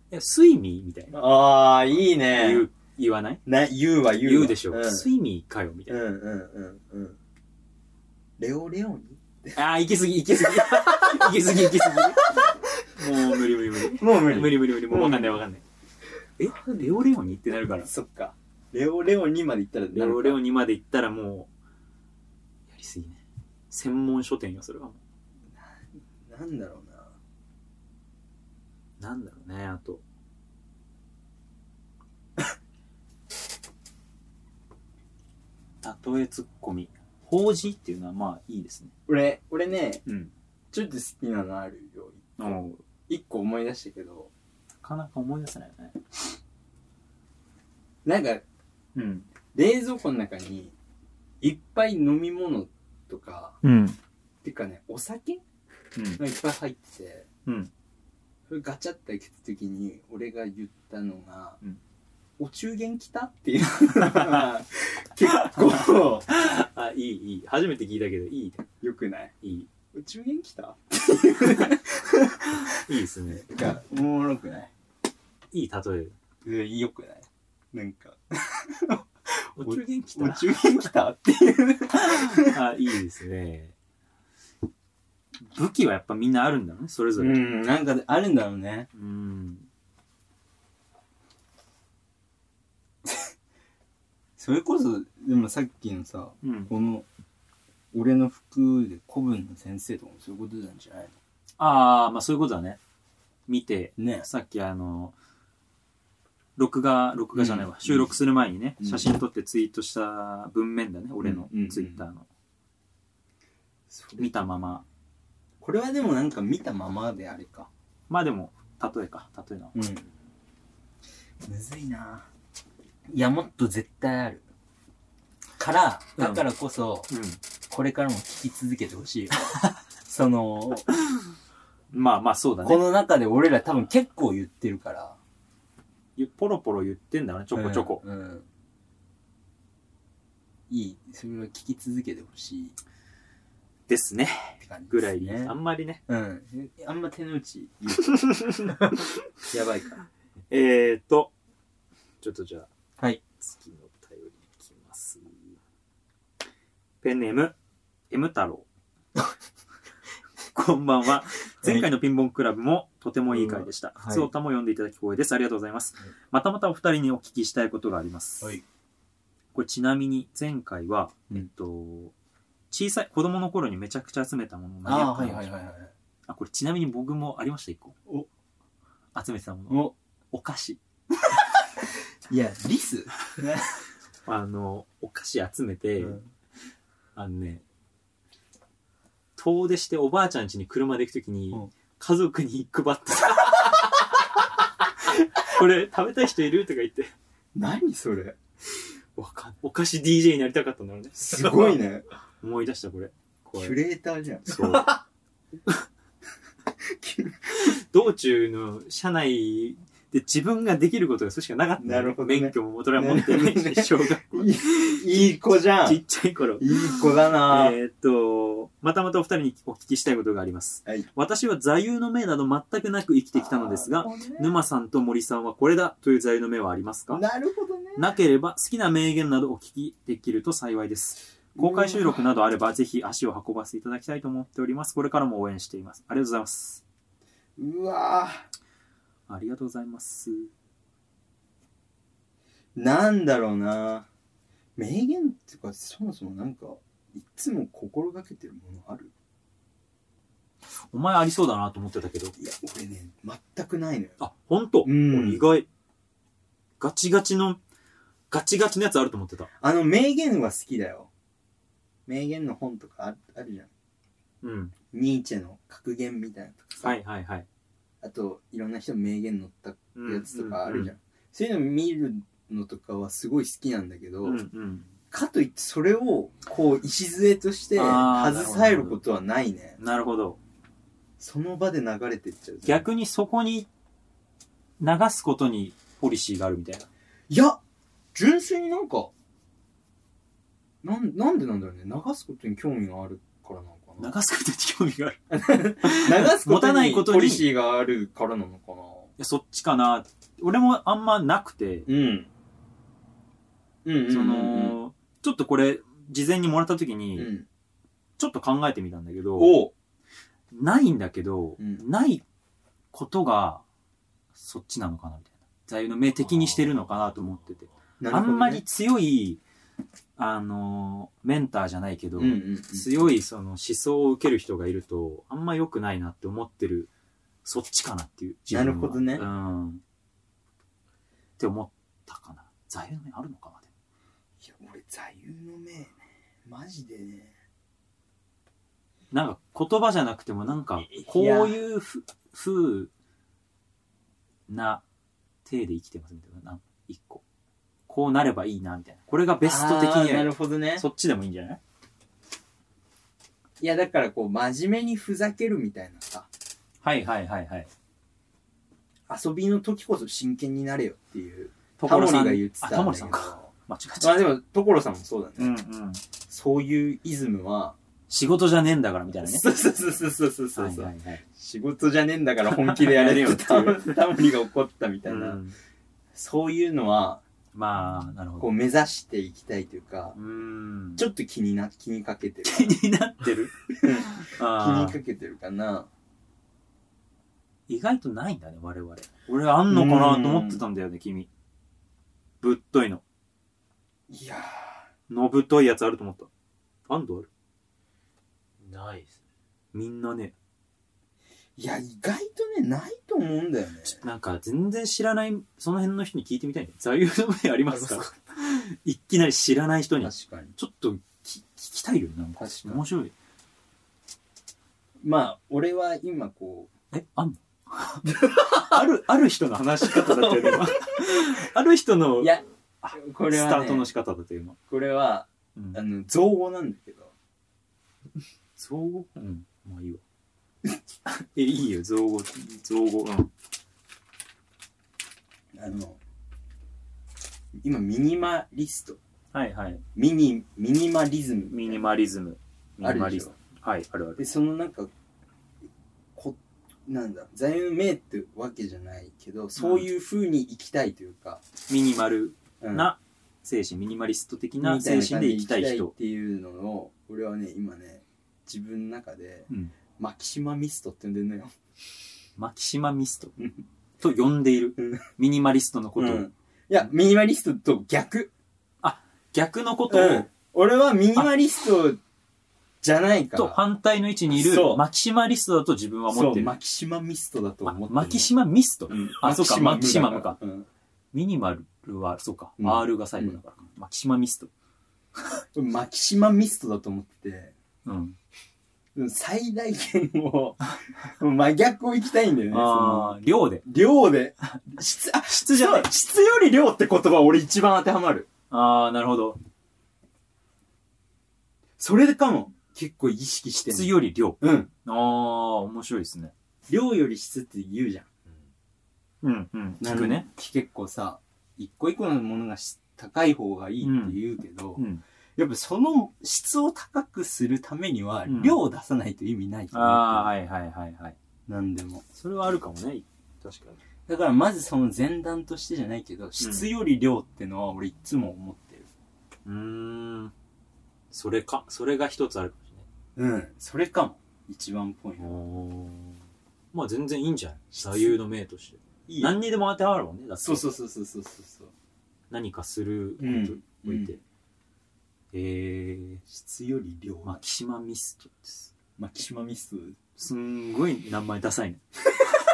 Speaker 1: え、睡眠みたいな。
Speaker 2: ああ、いい
Speaker 1: 言
Speaker 2: ね言う
Speaker 1: う、言わない
Speaker 2: な言うわ、言うわ。
Speaker 1: 言うでしょ。
Speaker 2: ん
Speaker 1: 睡眠かよ、みたい
Speaker 2: う
Speaker 1: な。
Speaker 2: んうんうんうん。レオレオニ
Speaker 1: ああ、行き過ぎ、行き過ぎ。 (laughs) 行き過ぎ、行き過ぎ。もう無理無理無理。
Speaker 2: もう無
Speaker 1: 無理無理無理。もうわかんないわかんない。え、レオレオニってなるから。
Speaker 2: そっか。レオレオニまで行ったら
Speaker 1: レオレオ
Speaker 2: ニ。
Speaker 1: にまで行ったらもう、やりすぎね。専門書店よ、それはも
Speaker 2: なんだろうな。
Speaker 1: う。なんだろうね、あと。 (laughs) 例えツッコミ。法事っていうのはまあいいですね。
Speaker 2: 俺、俺ね、
Speaker 1: うん。
Speaker 2: ちょっと好きなのあるよ。
Speaker 1: もう、
Speaker 2: 一個思い出したけど、
Speaker 1: なかなか思い出せないよね。
Speaker 2: なんか、
Speaker 1: うん。
Speaker 2: 冷蔵庫の中にいっぱい飲み物とか
Speaker 8: うん。
Speaker 2: てかねお酒
Speaker 8: うん。
Speaker 2: がいっぱい入ってて、
Speaker 8: うん
Speaker 2: それガチャって開けた時に俺が言ったのが「
Speaker 8: うん
Speaker 2: お中元来た?」っていうのが結構 (laughs)
Speaker 1: あ、いい、いい。初めて聞いたけど、いい。
Speaker 2: よくない
Speaker 1: いい。
Speaker 2: お中元来た
Speaker 1: いいですね。
Speaker 2: がおもろくない
Speaker 1: いい例え。
Speaker 2: うんよくないなんか
Speaker 1: お中元来
Speaker 2: 「お中元来た?」 (laughs) っていう
Speaker 1: た。あ、いいですね。武器はやっぱみんなあるんだね、それぞれ。
Speaker 2: んなんかあるんだろうね
Speaker 1: うん。
Speaker 2: それこそでもさっきのさ
Speaker 1: うん。
Speaker 2: この俺の服で古文の先生とかもそういうことなんじゃない
Speaker 1: ああ、まあそういうことだね。見て、
Speaker 2: のね
Speaker 1: さっきあの、録画、録画じゃないわ。
Speaker 2: うん
Speaker 1: 収録する前にね、
Speaker 2: うん
Speaker 1: 写真撮ってツイートした文面だね、俺の
Speaker 2: うん
Speaker 1: ツイッターの。
Speaker 2: そう
Speaker 1: 見たまま。
Speaker 2: これはでもなんか見たままであれか
Speaker 1: まあでも、例えか、例えな。
Speaker 2: うんむずいないやもっと絶対あるから
Speaker 1: うん
Speaker 2: だからこそ、
Speaker 1: う
Speaker 2: これからも聞き続けて
Speaker 1: (laughs)
Speaker 2: ほしいよその
Speaker 1: ん。まあまあそうだ
Speaker 2: こ
Speaker 1: ね。
Speaker 2: の中で俺ら多分結構言ってるから
Speaker 1: ポロポロ言ってんだよね、ちょこちょこ。
Speaker 2: うんうんいいそれは聞き続けてほしい
Speaker 1: ですね。
Speaker 2: って感じ
Speaker 1: ぐ
Speaker 2: です
Speaker 1: らいに。
Speaker 2: ね
Speaker 1: あんまりね。
Speaker 2: うん。あんま手の内言
Speaker 1: (laughs)
Speaker 2: う。やばいか。
Speaker 1: えーと、ちょっとじゃあ、
Speaker 2: はい。
Speaker 1: 次のお便りいきます。ペンネーム、M 太
Speaker 2: (laughs)
Speaker 1: 郎。こんばんは。前回のピンポンクラブもとてもいい回でした。
Speaker 2: はい
Speaker 1: 普通歌も読んでいただき光栄です。ありがとうございます
Speaker 2: はい。
Speaker 1: またまたお二人にお聞きしたいことがあります。
Speaker 2: はい
Speaker 1: これちなみに前回は、
Speaker 2: うん
Speaker 1: えっと、小さい、子供の頃にめちゃくちゃ集めたもの何
Speaker 2: ああ、
Speaker 1: 百個
Speaker 2: はい
Speaker 1: も
Speaker 2: はいはいはい。
Speaker 1: あ、これちなみに僕もありました、一個。集めてたもの。
Speaker 2: お、
Speaker 1: お菓子。
Speaker 2: いや、リス
Speaker 1: あの、お菓子集めて、
Speaker 2: うん
Speaker 1: あのね、遠出しておばあちゃん家に車で行くときに、
Speaker 2: うん
Speaker 1: 家族に配
Speaker 2: (laughs)
Speaker 1: った。これ食べたい人いるとか言って、
Speaker 2: 何それ
Speaker 1: わかんお菓子 DJ になりたかったんだろうね。
Speaker 2: すごいね。
Speaker 1: 思い出したこれ。
Speaker 2: キ
Speaker 1: こ
Speaker 2: ュ
Speaker 1: れ
Speaker 2: レーターじゃん。
Speaker 1: そう。道中の車内で自分ができることがそれしかなかったんだよ、
Speaker 2: なるほどね
Speaker 1: 免許もそれは持ってな
Speaker 2: ないるほど
Speaker 1: し、
Speaker 2: ね
Speaker 1: 小学校。
Speaker 2: (laughs) いいいい子じゃん。
Speaker 1: ち
Speaker 2: い
Speaker 1: っちゃい頃。
Speaker 2: い子だな。
Speaker 1: えーっと、またまたお二人にお聞きしたいことがあります。
Speaker 2: はい
Speaker 1: 私は座右の銘など全くなく生きてきたのですが、沼さんと森さんはこれだという座右の銘はありますか
Speaker 2: なるほどね。
Speaker 1: なければ好きな名言などお聞きできると幸いです。公開収録などあればぜひ足を運ばせていただきたいと思っております。これからも応援しています。ありがとうございます。
Speaker 2: うわ
Speaker 1: ありがとうございます。
Speaker 2: ぁ。なんだろうな。名言っていうか、そもそもなんか、いつも心がけてるものある
Speaker 1: お前ありそうだなと思ってたけど。
Speaker 2: いや、俺ね、全くないのよ。
Speaker 1: あ、ほんと、
Speaker 2: うん
Speaker 1: 意外。ガチガチの、ガチガチのやつあると思ってた。
Speaker 2: あの、名言は好きだよ。名言の本とかああるじゃん。
Speaker 1: うん。
Speaker 2: ニーチェの格言みたいなのとかさ、
Speaker 1: はいはいはい。
Speaker 2: あといろんな人の名言載った
Speaker 1: うん
Speaker 2: やつとかあるじゃん、そういうの見るのとかはすごい好きなんだけど、
Speaker 1: うんうん
Speaker 2: かといってそれをこう礎として
Speaker 1: あー
Speaker 2: 外されることはないね
Speaker 1: なるほど。
Speaker 2: その場で流れてっちゃうじゃん
Speaker 1: 逆にそこに流すことにポリシーがあるみたいな。
Speaker 2: いや純粋になんかなんなんでなんだろうね流すことに興味があるからなのかな
Speaker 1: 流すことに興味がある。い
Speaker 2: 流
Speaker 1: (laughs)
Speaker 2: す
Speaker 1: 持たない
Speaker 2: こ
Speaker 1: こと
Speaker 2: と
Speaker 1: に
Speaker 2: にポリシーがあるからなのかな
Speaker 1: やそっちかな。俺もあんまなくて、
Speaker 2: うんうんうんうんうん
Speaker 1: その、ちょっとこれ、事前にもらった時
Speaker 2: う
Speaker 1: に、
Speaker 2: ん
Speaker 1: ちょっと考えてみたんだけど、
Speaker 2: お
Speaker 1: ないんだけど、
Speaker 2: うん
Speaker 1: ないことが、そっちなのかなみたいな。座右の目的にしてるのかなと思ってて。あんまり、強い、あの、メンターじゃないけど、
Speaker 2: うんうんうん、
Speaker 1: 強いその思想を受ける人がいるとあんま良くないなって思ってるそっちかなっていう自分は
Speaker 2: なるほどね
Speaker 1: うんって思ったかな座右の銘あるのかなでも
Speaker 2: いや俺座右の銘ねマジでね
Speaker 1: なんか言葉じゃなくてもなんか
Speaker 2: いや
Speaker 1: こういうふ風な体で生きてますみたいななん一個ここうなればいいなみたいなこれがベスト的
Speaker 2: あー
Speaker 1: に
Speaker 2: な
Speaker 1: は
Speaker 2: るほどね
Speaker 1: そっちでもいいんじゃない
Speaker 2: いやだからこう真面目にふざけるみたいなさ
Speaker 1: はいはいはいはい
Speaker 2: 遊びの時こそ真剣になれよっていうタ
Speaker 1: 所
Speaker 2: モリ
Speaker 1: さん
Speaker 2: が言ってたんだけ
Speaker 1: あ
Speaker 2: ど
Speaker 1: タモリさんか間違えち
Speaker 2: ま
Speaker 1: ゃっ
Speaker 2: あでも所さんもそうだね、 (laughs)
Speaker 1: たうんうん
Speaker 2: そういうイズムは、
Speaker 1: 仕事じゃねえんだからみたいなね
Speaker 2: そうそうそうそうそうそうそう、
Speaker 1: はいはいはい
Speaker 2: 仕事じゃねえんだから本気でやれよっていう (laughs) タモリが怒ったみたいな、
Speaker 7: うん
Speaker 2: そういうのは
Speaker 1: まあなるほど
Speaker 2: こう目指していきたいというか
Speaker 1: うーん
Speaker 2: ちょっと気にな気にかけてる
Speaker 1: 気になってる
Speaker 2: 気
Speaker 1: あ
Speaker 2: に
Speaker 1: ー
Speaker 2: かけてるかな
Speaker 1: 意外とないんだね我々俺あんのかなと思ってたんだよね君ぶっといの
Speaker 2: いや
Speaker 1: のぶといやつあると思った安藤ある
Speaker 11: ないです
Speaker 1: みんなね
Speaker 2: ーいや意外とねないと思うんだよね
Speaker 1: なんか全然知らないその辺の人に聞いてみたいね座右の銘ありますかいきなり知らない人に
Speaker 2: 確かに
Speaker 1: ちょっとき聞きたいよねなんか
Speaker 2: 確かに
Speaker 1: 面白い
Speaker 2: まあ俺は今こ
Speaker 1: えあんの (laughs) あるある人の話し方だったよね今 (laughs) ある人の
Speaker 2: うい
Speaker 1: ス
Speaker 2: やこれ
Speaker 1: タ
Speaker 2: は、
Speaker 1: ー
Speaker 2: ね
Speaker 1: ト、の仕方だったよ今、
Speaker 2: これは
Speaker 1: うん
Speaker 2: あの造語なんだけど
Speaker 1: 造語うんまあい (laughs) いわえいいよ造語造語うん
Speaker 2: あの今ミニマリスト
Speaker 1: はいはい
Speaker 2: ミニミニマリズム
Speaker 1: ミニマリズムミ
Speaker 2: あ
Speaker 1: ニ
Speaker 2: る
Speaker 1: マ
Speaker 2: で
Speaker 1: リ
Speaker 2: し
Speaker 1: ズ
Speaker 2: ょ
Speaker 1: ムはいあるあ
Speaker 2: で
Speaker 1: る
Speaker 2: そのなんかこなんだ座右の銘ってわけじゃないけどそういうふうに生きたいというか、
Speaker 1: ミニマル
Speaker 2: うん
Speaker 1: な精神ミニマリスト的
Speaker 2: みたい
Speaker 1: な
Speaker 2: な
Speaker 1: 精
Speaker 2: 感じ
Speaker 1: 神で生きたい
Speaker 2: 生
Speaker 1: 人
Speaker 2: っていうのを俺はね今ね自分の中で、
Speaker 1: うん
Speaker 2: マキシマミストって呼んでんのよ
Speaker 1: マキシマミスト
Speaker 2: うん
Speaker 1: と呼んでいる
Speaker 2: うん
Speaker 1: ミニマリストのことを、
Speaker 2: うんいやミニマリストと逆、
Speaker 1: 逆のこと
Speaker 2: う
Speaker 1: を、
Speaker 2: ん、俺はミニマリストじゃないから
Speaker 1: と反対の位置にいる
Speaker 2: そう
Speaker 1: マキシマリストだと自分は思
Speaker 2: そ
Speaker 1: っ
Speaker 2: う
Speaker 1: てる
Speaker 2: マキシマミストだと
Speaker 1: あ
Speaker 2: 思ってる
Speaker 1: マキシマミスト
Speaker 2: うん
Speaker 1: あそうかマキシマムか、
Speaker 2: うん
Speaker 1: ミニマルはそうか、
Speaker 2: うん
Speaker 1: R が最後だからか、マキシマミスト
Speaker 2: マキシマミストだと思ってて
Speaker 1: うん
Speaker 2: 最大限を真逆を行きたいんだよねその
Speaker 1: ああ量で
Speaker 2: 量で質あ
Speaker 1: 質じゃない
Speaker 2: そう質より量って言葉俺一番当てはまる
Speaker 1: ああなるほど
Speaker 2: それかも結構意識してんの
Speaker 1: 質より量
Speaker 2: うん
Speaker 1: ああ面白いですね
Speaker 2: 量より質って言うじゃん
Speaker 1: うんうん
Speaker 2: な
Speaker 1: 聞
Speaker 2: ん
Speaker 1: く
Speaker 2: で
Speaker 1: ね
Speaker 2: 結構さ一個一個のものがし高い方がいいって言うけど、
Speaker 1: うん
Speaker 2: やっぱその質を高くするためには
Speaker 1: うん
Speaker 2: 量を出さないと意味ないと思ってる
Speaker 1: ああはいはいはいはい
Speaker 2: なんでも
Speaker 1: それはあるかもね確かに
Speaker 2: だからまずその前段としてじゃないけど質より量ってのは俺いつも思ってる
Speaker 1: うーんそれかそれが一つあるかもし
Speaker 2: うんそれかも一番ポイン
Speaker 1: れ
Speaker 2: ト
Speaker 1: ないまあ全然いいんじゃない座右の銘として
Speaker 2: いいよ
Speaker 1: 何にでも当てはまるもんねだって
Speaker 2: そうそうそうそうそうそうそう
Speaker 1: 何かするこ
Speaker 2: うん
Speaker 1: とにおいて、
Speaker 2: うん
Speaker 1: えー、
Speaker 2: 質より量
Speaker 1: マキシマミストです
Speaker 2: マキシマミスト
Speaker 1: すんごい名前ダサいね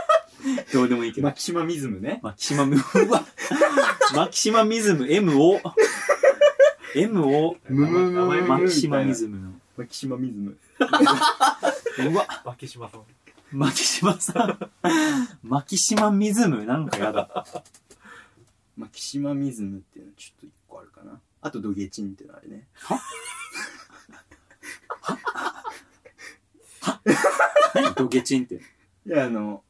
Speaker 1: (laughs) どうでもいいけど
Speaker 2: マキシマミズムね
Speaker 1: マキシマムうわ
Speaker 2: (laughs)
Speaker 1: マキシマミズム M を M を
Speaker 2: ムムムムム
Speaker 1: マキシマミズムの
Speaker 2: マキシマミズム
Speaker 1: うわ
Speaker 7: バケシマさん
Speaker 1: マキシマさんマキシマミズムなんかやだ
Speaker 2: マキシマミズムっていうのちょっと一個あるかなあとドゲチンっていうのあれね
Speaker 1: 何ドゲチンって
Speaker 2: いやあの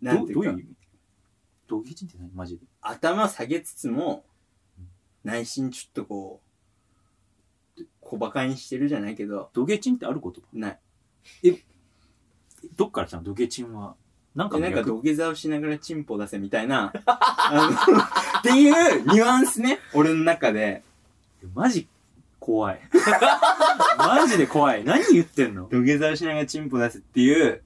Speaker 2: な
Speaker 1: ど
Speaker 2: んていう
Speaker 1: どう
Speaker 2: か
Speaker 1: いう意味ドゲチンって何マジで
Speaker 2: 頭下げつつも内心ちょっとこう小馬鹿にしてるじゃないけど
Speaker 1: ドゲチンってある言葉
Speaker 2: ない
Speaker 1: どっから来たのドゲチンはなんか
Speaker 2: で
Speaker 1: の
Speaker 2: なんか
Speaker 1: 略
Speaker 2: 土下座をしながらチンポ出せみたいなあのっていうニュアンスね俺の中で
Speaker 1: マジ怖い (laughs) マジで怖い何言ってんの
Speaker 2: 土下座をしながらチンポ出せっていう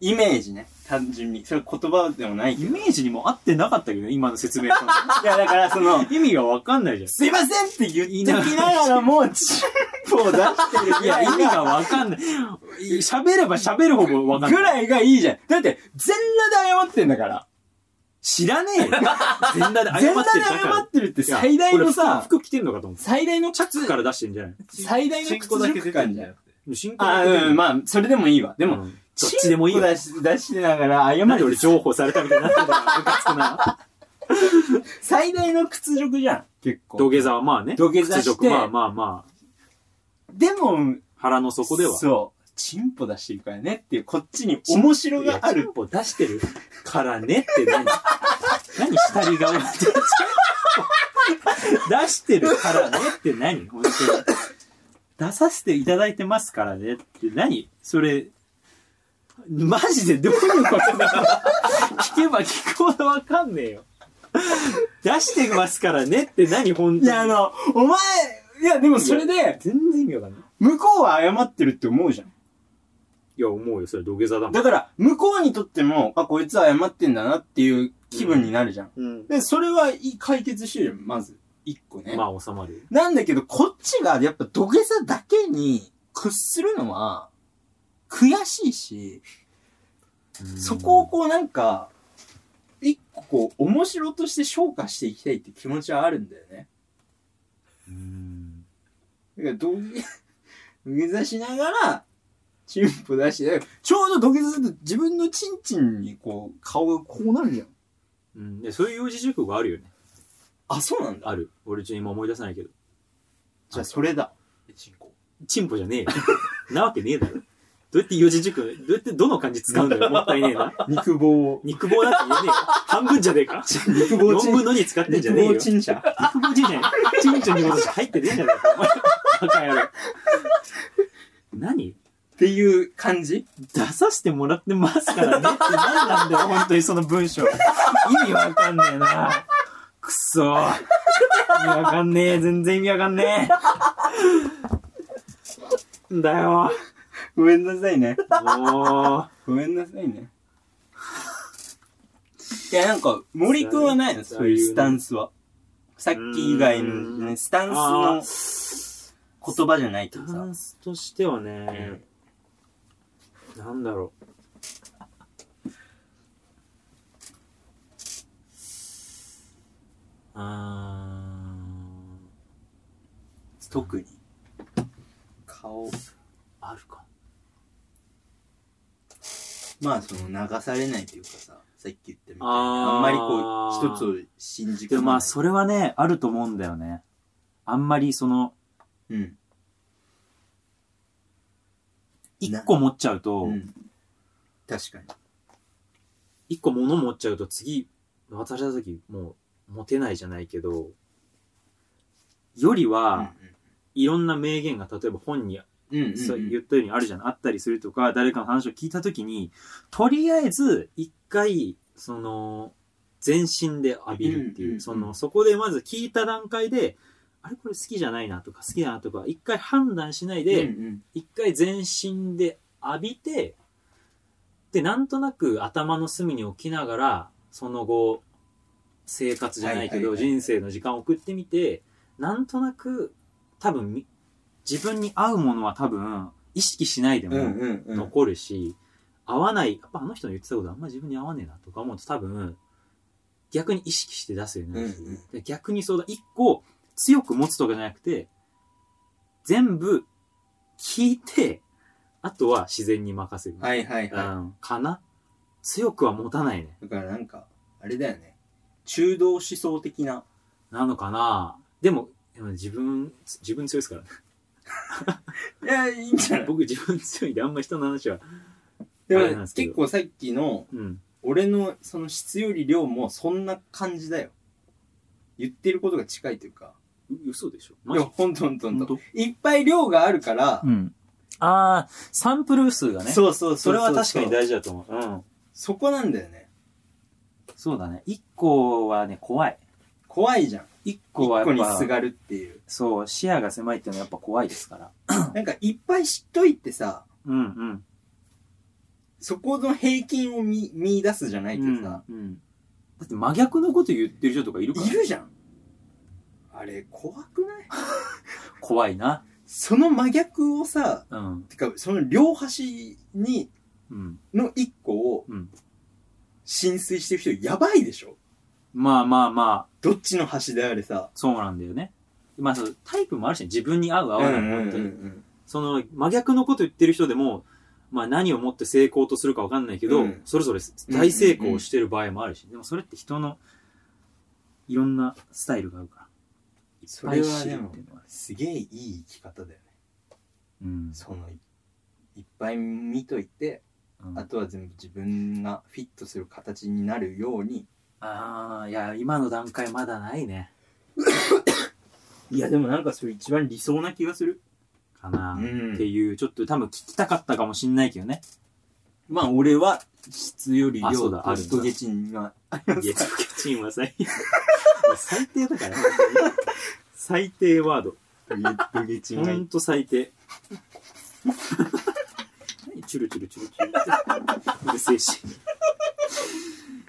Speaker 2: イメージね単純にそれ言葉でもない
Speaker 1: イ
Speaker 2: けど
Speaker 1: メージにも合ってなかったけどね今の説明
Speaker 2: (laughs)
Speaker 1: したの
Speaker 2: いやだからその
Speaker 1: 意味がわかんないじゃん
Speaker 2: すいませんって言ってきながらもチンポを出してる
Speaker 1: い
Speaker 2: ぐら
Speaker 1: や、
Speaker 2: い
Speaker 1: 意味
Speaker 2: が
Speaker 1: がわかんない。喋れば喋るほどわかん
Speaker 2: ぐ
Speaker 1: ない。
Speaker 2: らいがいいじゃんだって全裸で謝ってんだから
Speaker 1: 知らね
Speaker 2: (laughs)
Speaker 1: えよ。全裸で謝ってる
Speaker 2: 全
Speaker 1: だ
Speaker 2: 裸で謝
Speaker 1: か
Speaker 2: ってるって
Speaker 1: ら。
Speaker 2: 最大
Speaker 1: い
Speaker 2: の
Speaker 1: やこれ
Speaker 2: さ
Speaker 1: 服服着てんのかと思っ
Speaker 2: 最大の
Speaker 1: た。チャッ
Speaker 2: 靴
Speaker 1: クから出してんじゃない
Speaker 2: 最大の
Speaker 7: チンコだけ
Speaker 2: 屈辱
Speaker 7: 出てん
Speaker 2: 感
Speaker 7: じ
Speaker 2: じ
Speaker 7: ゃ
Speaker 2: ゃ
Speaker 7: なんくて
Speaker 1: 進行
Speaker 2: あーうんまあそれでもいいわで
Speaker 1: で
Speaker 2: も、
Speaker 1: どっちでもいい
Speaker 2: チン
Speaker 1: よ
Speaker 2: コ。出し出してながら謝
Speaker 1: なんで
Speaker 2: る
Speaker 1: 俺情報されたみたいになってんだよ。ムカつくな。
Speaker 7: 最大の屈辱じゃん、結
Speaker 1: (laughs)
Speaker 7: 構。
Speaker 1: 土下座はまあね。
Speaker 7: 土下座して
Speaker 1: 屈辱まあまあまあ。
Speaker 7: でも、
Speaker 1: 腹の底では。
Speaker 7: そう。チンポ出してるからねっていう、こっちに面白があ
Speaker 1: チ
Speaker 7: る
Speaker 1: ン。ポ出してるからねって何何下り顔って。チンポ出してるからねって何本当に。出させていただいてますからねって何それ、マジでどういうことなの聞けば聞くほどわかんねえよ。出してますからねって何本
Speaker 7: い
Speaker 1: 当
Speaker 7: や、あ
Speaker 1: に。
Speaker 7: の、お前、いや、でもそれで、
Speaker 1: 全然意味わかんない。
Speaker 7: 向こうは謝ってるって思うじゃん。
Speaker 1: いや、思うよ。それ土下座だもん。
Speaker 7: だから、向こうにとっても、あ、こいつは謝ってんだなっていう気分になるじゃん。
Speaker 1: うん。
Speaker 7: で、それはいい解決してるよ、まず。一個ね。
Speaker 1: まあ、収まる。
Speaker 7: なんだけど、こっちが、やっぱ土下座だけに屈するのは、悔しいし、そこをこうなんか、一個こう、面白として昇華していきたいって気持ちはあるんだよね。
Speaker 1: うん。
Speaker 7: だから土下 (laughs) 土下座しながら、チンポ出して、ちょうど土下座すると自分のチンチンにこう、顔がこうなるじゃん。
Speaker 1: うん。で、そういう四字熟語あるよね。
Speaker 7: あ、そうなんだ。
Speaker 1: ある。俺ちょっと今思い出さないけど。
Speaker 7: じゃあそれだ。
Speaker 2: チンコ
Speaker 1: チンポじゃねえよ。 (laughs) なわけねえだろ。どうやって四字熟語、どうやってどの漢字使うんだ (laughs) よ。もったいねえな。。
Speaker 7: 肉棒を
Speaker 1: (laughs) 肉棒だって言えねえよ。半分じゃねえか。
Speaker 7: 肉棒
Speaker 1: 四
Speaker 7: チン
Speaker 1: 分の二使ってんじゃ
Speaker 7: 肉
Speaker 1: ねえよ。
Speaker 7: 棒
Speaker 1: 肉
Speaker 7: チンチャ。
Speaker 1: 棒じゃねえ。チンチンに戻しか入ってねえじゃねえか。お前バカ野郎。何
Speaker 7: っていう感じ
Speaker 1: 出させてもらってますからねって何なんだよ、本当にその文章。意味わかんねえな。くそー。意味わかんねえ。全然意味わかんねえ。んだよ。
Speaker 7: ごめんなさいね。
Speaker 1: もう。
Speaker 7: ごめんなさいね。いや、なんか、森くんはないの
Speaker 1: そう
Speaker 7: そういうスタンスは。さっき以外
Speaker 1: うー
Speaker 7: の、
Speaker 1: ん
Speaker 7: スタンスの言葉じゃないけど
Speaker 1: ダ
Speaker 7: さ
Speaker 1: ン。スとしてはね、なんだろう。あー
Speaker 7: 特に。
Speaker 2: 顔
Speaker 1: あるか。
Speaker 2: まあその流されないというかささっき言ったみたいに
Speaker 1: あー
Speaker 2: あんまりこう一つを信じ込ま
Speaker 1: で
Speaker 2: な
Speaker 1: も
Speaker 2: い
Speaker 1: まあ、それはね、あると思うんだよね。あんまりその、
Speaker 2: うん
Speaker 1: 一個持っちゃうと
Speaker 2: う、ん確かに
Speaker 1: 一個物持っちゃうと次、渡した時、もう、持てないじゃないけど、よりは、いろんな名言が例えば本に
Speaker 2: うんうんうん
Speaker 1: そう言ったようにあるじゃない、あったりするとか、誰かの話を聞いたときに、とりあえず、一回、その、全身で浴びるっていう、
Speaker 2: うんうんうん
Speaker 1: その、そこでまず聞いた段階で、あれこれ好きじゃないなとか、好きだなとか、一回判断しないで、
Speaker 2: うん
Speaker 1: 一回全身で浴びて、で、なんとなく頭の隅に置きながら、その後、生活じゃないけど、
Speaker 2: はいはいは
Speaker 1: 人
Speaker 2: い
Speaker 1: 生の時間を送ってみて、なんとなく、多分み、自分に合うものは多分、意識しないで
Speaker 2: うん
Speaker 1: も
Speaker 2: うんうん
Speaker 1: 残るし、合わない、やっぱあの人の言ってたことあんま自分に合わねえなとか思うと多分、逆に意識して出すようになるし、
Speaker 2: うんうん
Speaker 1: で逆にそうだ、一個強く持つとかじゃなくて、全部聞いて、あとは自然に任せる。
Speaker 2: はいはいうは
Speaker 1: ん、かな強くは持たないね。
Speaker 2: いだからなんかあれだよね中道思想的な
Speaker 1: なのかなでも、でも自分、自分強いですから
Speaker 2: (laughs)
Speaker 1: ね。
Speaker 2: いやいいんじゃ
Speaker 1: 僕自分強いんであんま人の話は。
Speaker 2: で
Speaker 1: あれなん
Speaker 2: も
Speaker 1: ですけ
Speaker 2: 結
Speaker 1: ど
Speaker 2: 構さっきの
Speaker 1: うん。
Speaker 2: 俺のその質より量もそんな感じだよ言ってることが近いというか
Speaker 1: う嘘でしょ
Speaker 2: い
Speaker 1: マ
Speaker 2: や
Speaker 1: ジ
Speaker 2: ほんとほんとほん
Speaker 1: 本
Speaker 2: と
Speaker 1: 当
Speaker 2: いっぱい量があるから、
Speaker 8: うん。ああ、サンプル数がね。
Speaker 2: そうそう
Speaker 1: それは確かに
Speaker 2: そう
Speaker 1: 大事だと思う。うん。
Speaker 2: そこなんだよね
Speaker 1: そうだね。一個はね、怖い。
Speaker 2: 怖いじゃん
Speaker 1: 一
Speaker 2: 一
Speaker 1: 個はや
Speaker 2: 個
Speaker 1: っ
Speaker 2: にす
Speaker 1: ぱ、
Speaker 2: がるっていう
Speaker 1: そう、視野が狭いっていうのはやっぱ怖いですから。
Speaker 2: なんかいっぱい知っといてさ
Speaker 1: うんうん。
Speaker 2: そこの平均を見見出すじゃないけどさ、
Speaker 1: うん。だって真逆のこと言ってる人とかいるから
Speaker 2: いるじゃんあれ怖くない
Speaker 1: 怖いな。
Speaker 2: その真逆をさ
Speaker 1: うん。
Speaker 2: てかその両端に
Speaker 1: うん。
Speaker 2: の一個を
Speaker 1: うん
Speaker 2: 浸水してる人やばいでしょ
Speaker 1: まあまあまあ、
Speaker 2: どっちの端であれさ
Speaker 1: そうなんだよね。まあそう、タイプもあるしね、自分に合う合わない、本当に。
Speaker 2: ん
Speaker 1: その、真逆のこと言ってる人でも、まあ何をもって成功とするかわかんないけど、
Speaker 2: うん
Speaker 1: それぞれ大成功してる場合もあるし、でもそれって人のいろんなスタイルがあるから。いっ
Speaker 2: そ
Speaker 1: ぱい
Speaker 2: れは
Speaker 1: 知
Speaker 2: で
Speaker 1: るっ
Speaker 2: も
Speaker 1: ていうのはね。
Speaker 2: すげえいい生き方だよね
Speaker 1: うん。
Speaker 2: そのいいっぱい見といて
Speaker 1: うん
Speaker 2: あとは全部自分がフィットする形になるように
Speaker 1: ああ、いや、今の段階まだないね。
Speaker 7: いや、でもなんかそれ一番理想な気がする。
Speaker 1: かな。
Speaker 2: うん
Speaker 1: っていう、ちょっと多分聞きたかったかもしんないけどね。
Speaker 7: まあ、俺は質より
Speaker 1: あそう
Speaker 7: 量
Speaker 1: だ
Speaker 7: と
Speaker 1: あるんだ
Speaker 7: ストゲチンが。
Speaker 1: いや、チームは
Speaker 2: (laughs)
Speaker 1: 最最低だから。最低ワード。
Speaker 7: トゲチ
Speaker 1: ほんと最
Speaker 2: (laughs)
Speaker 1: 低。何チュルチュルチュルチュル。うるせえし。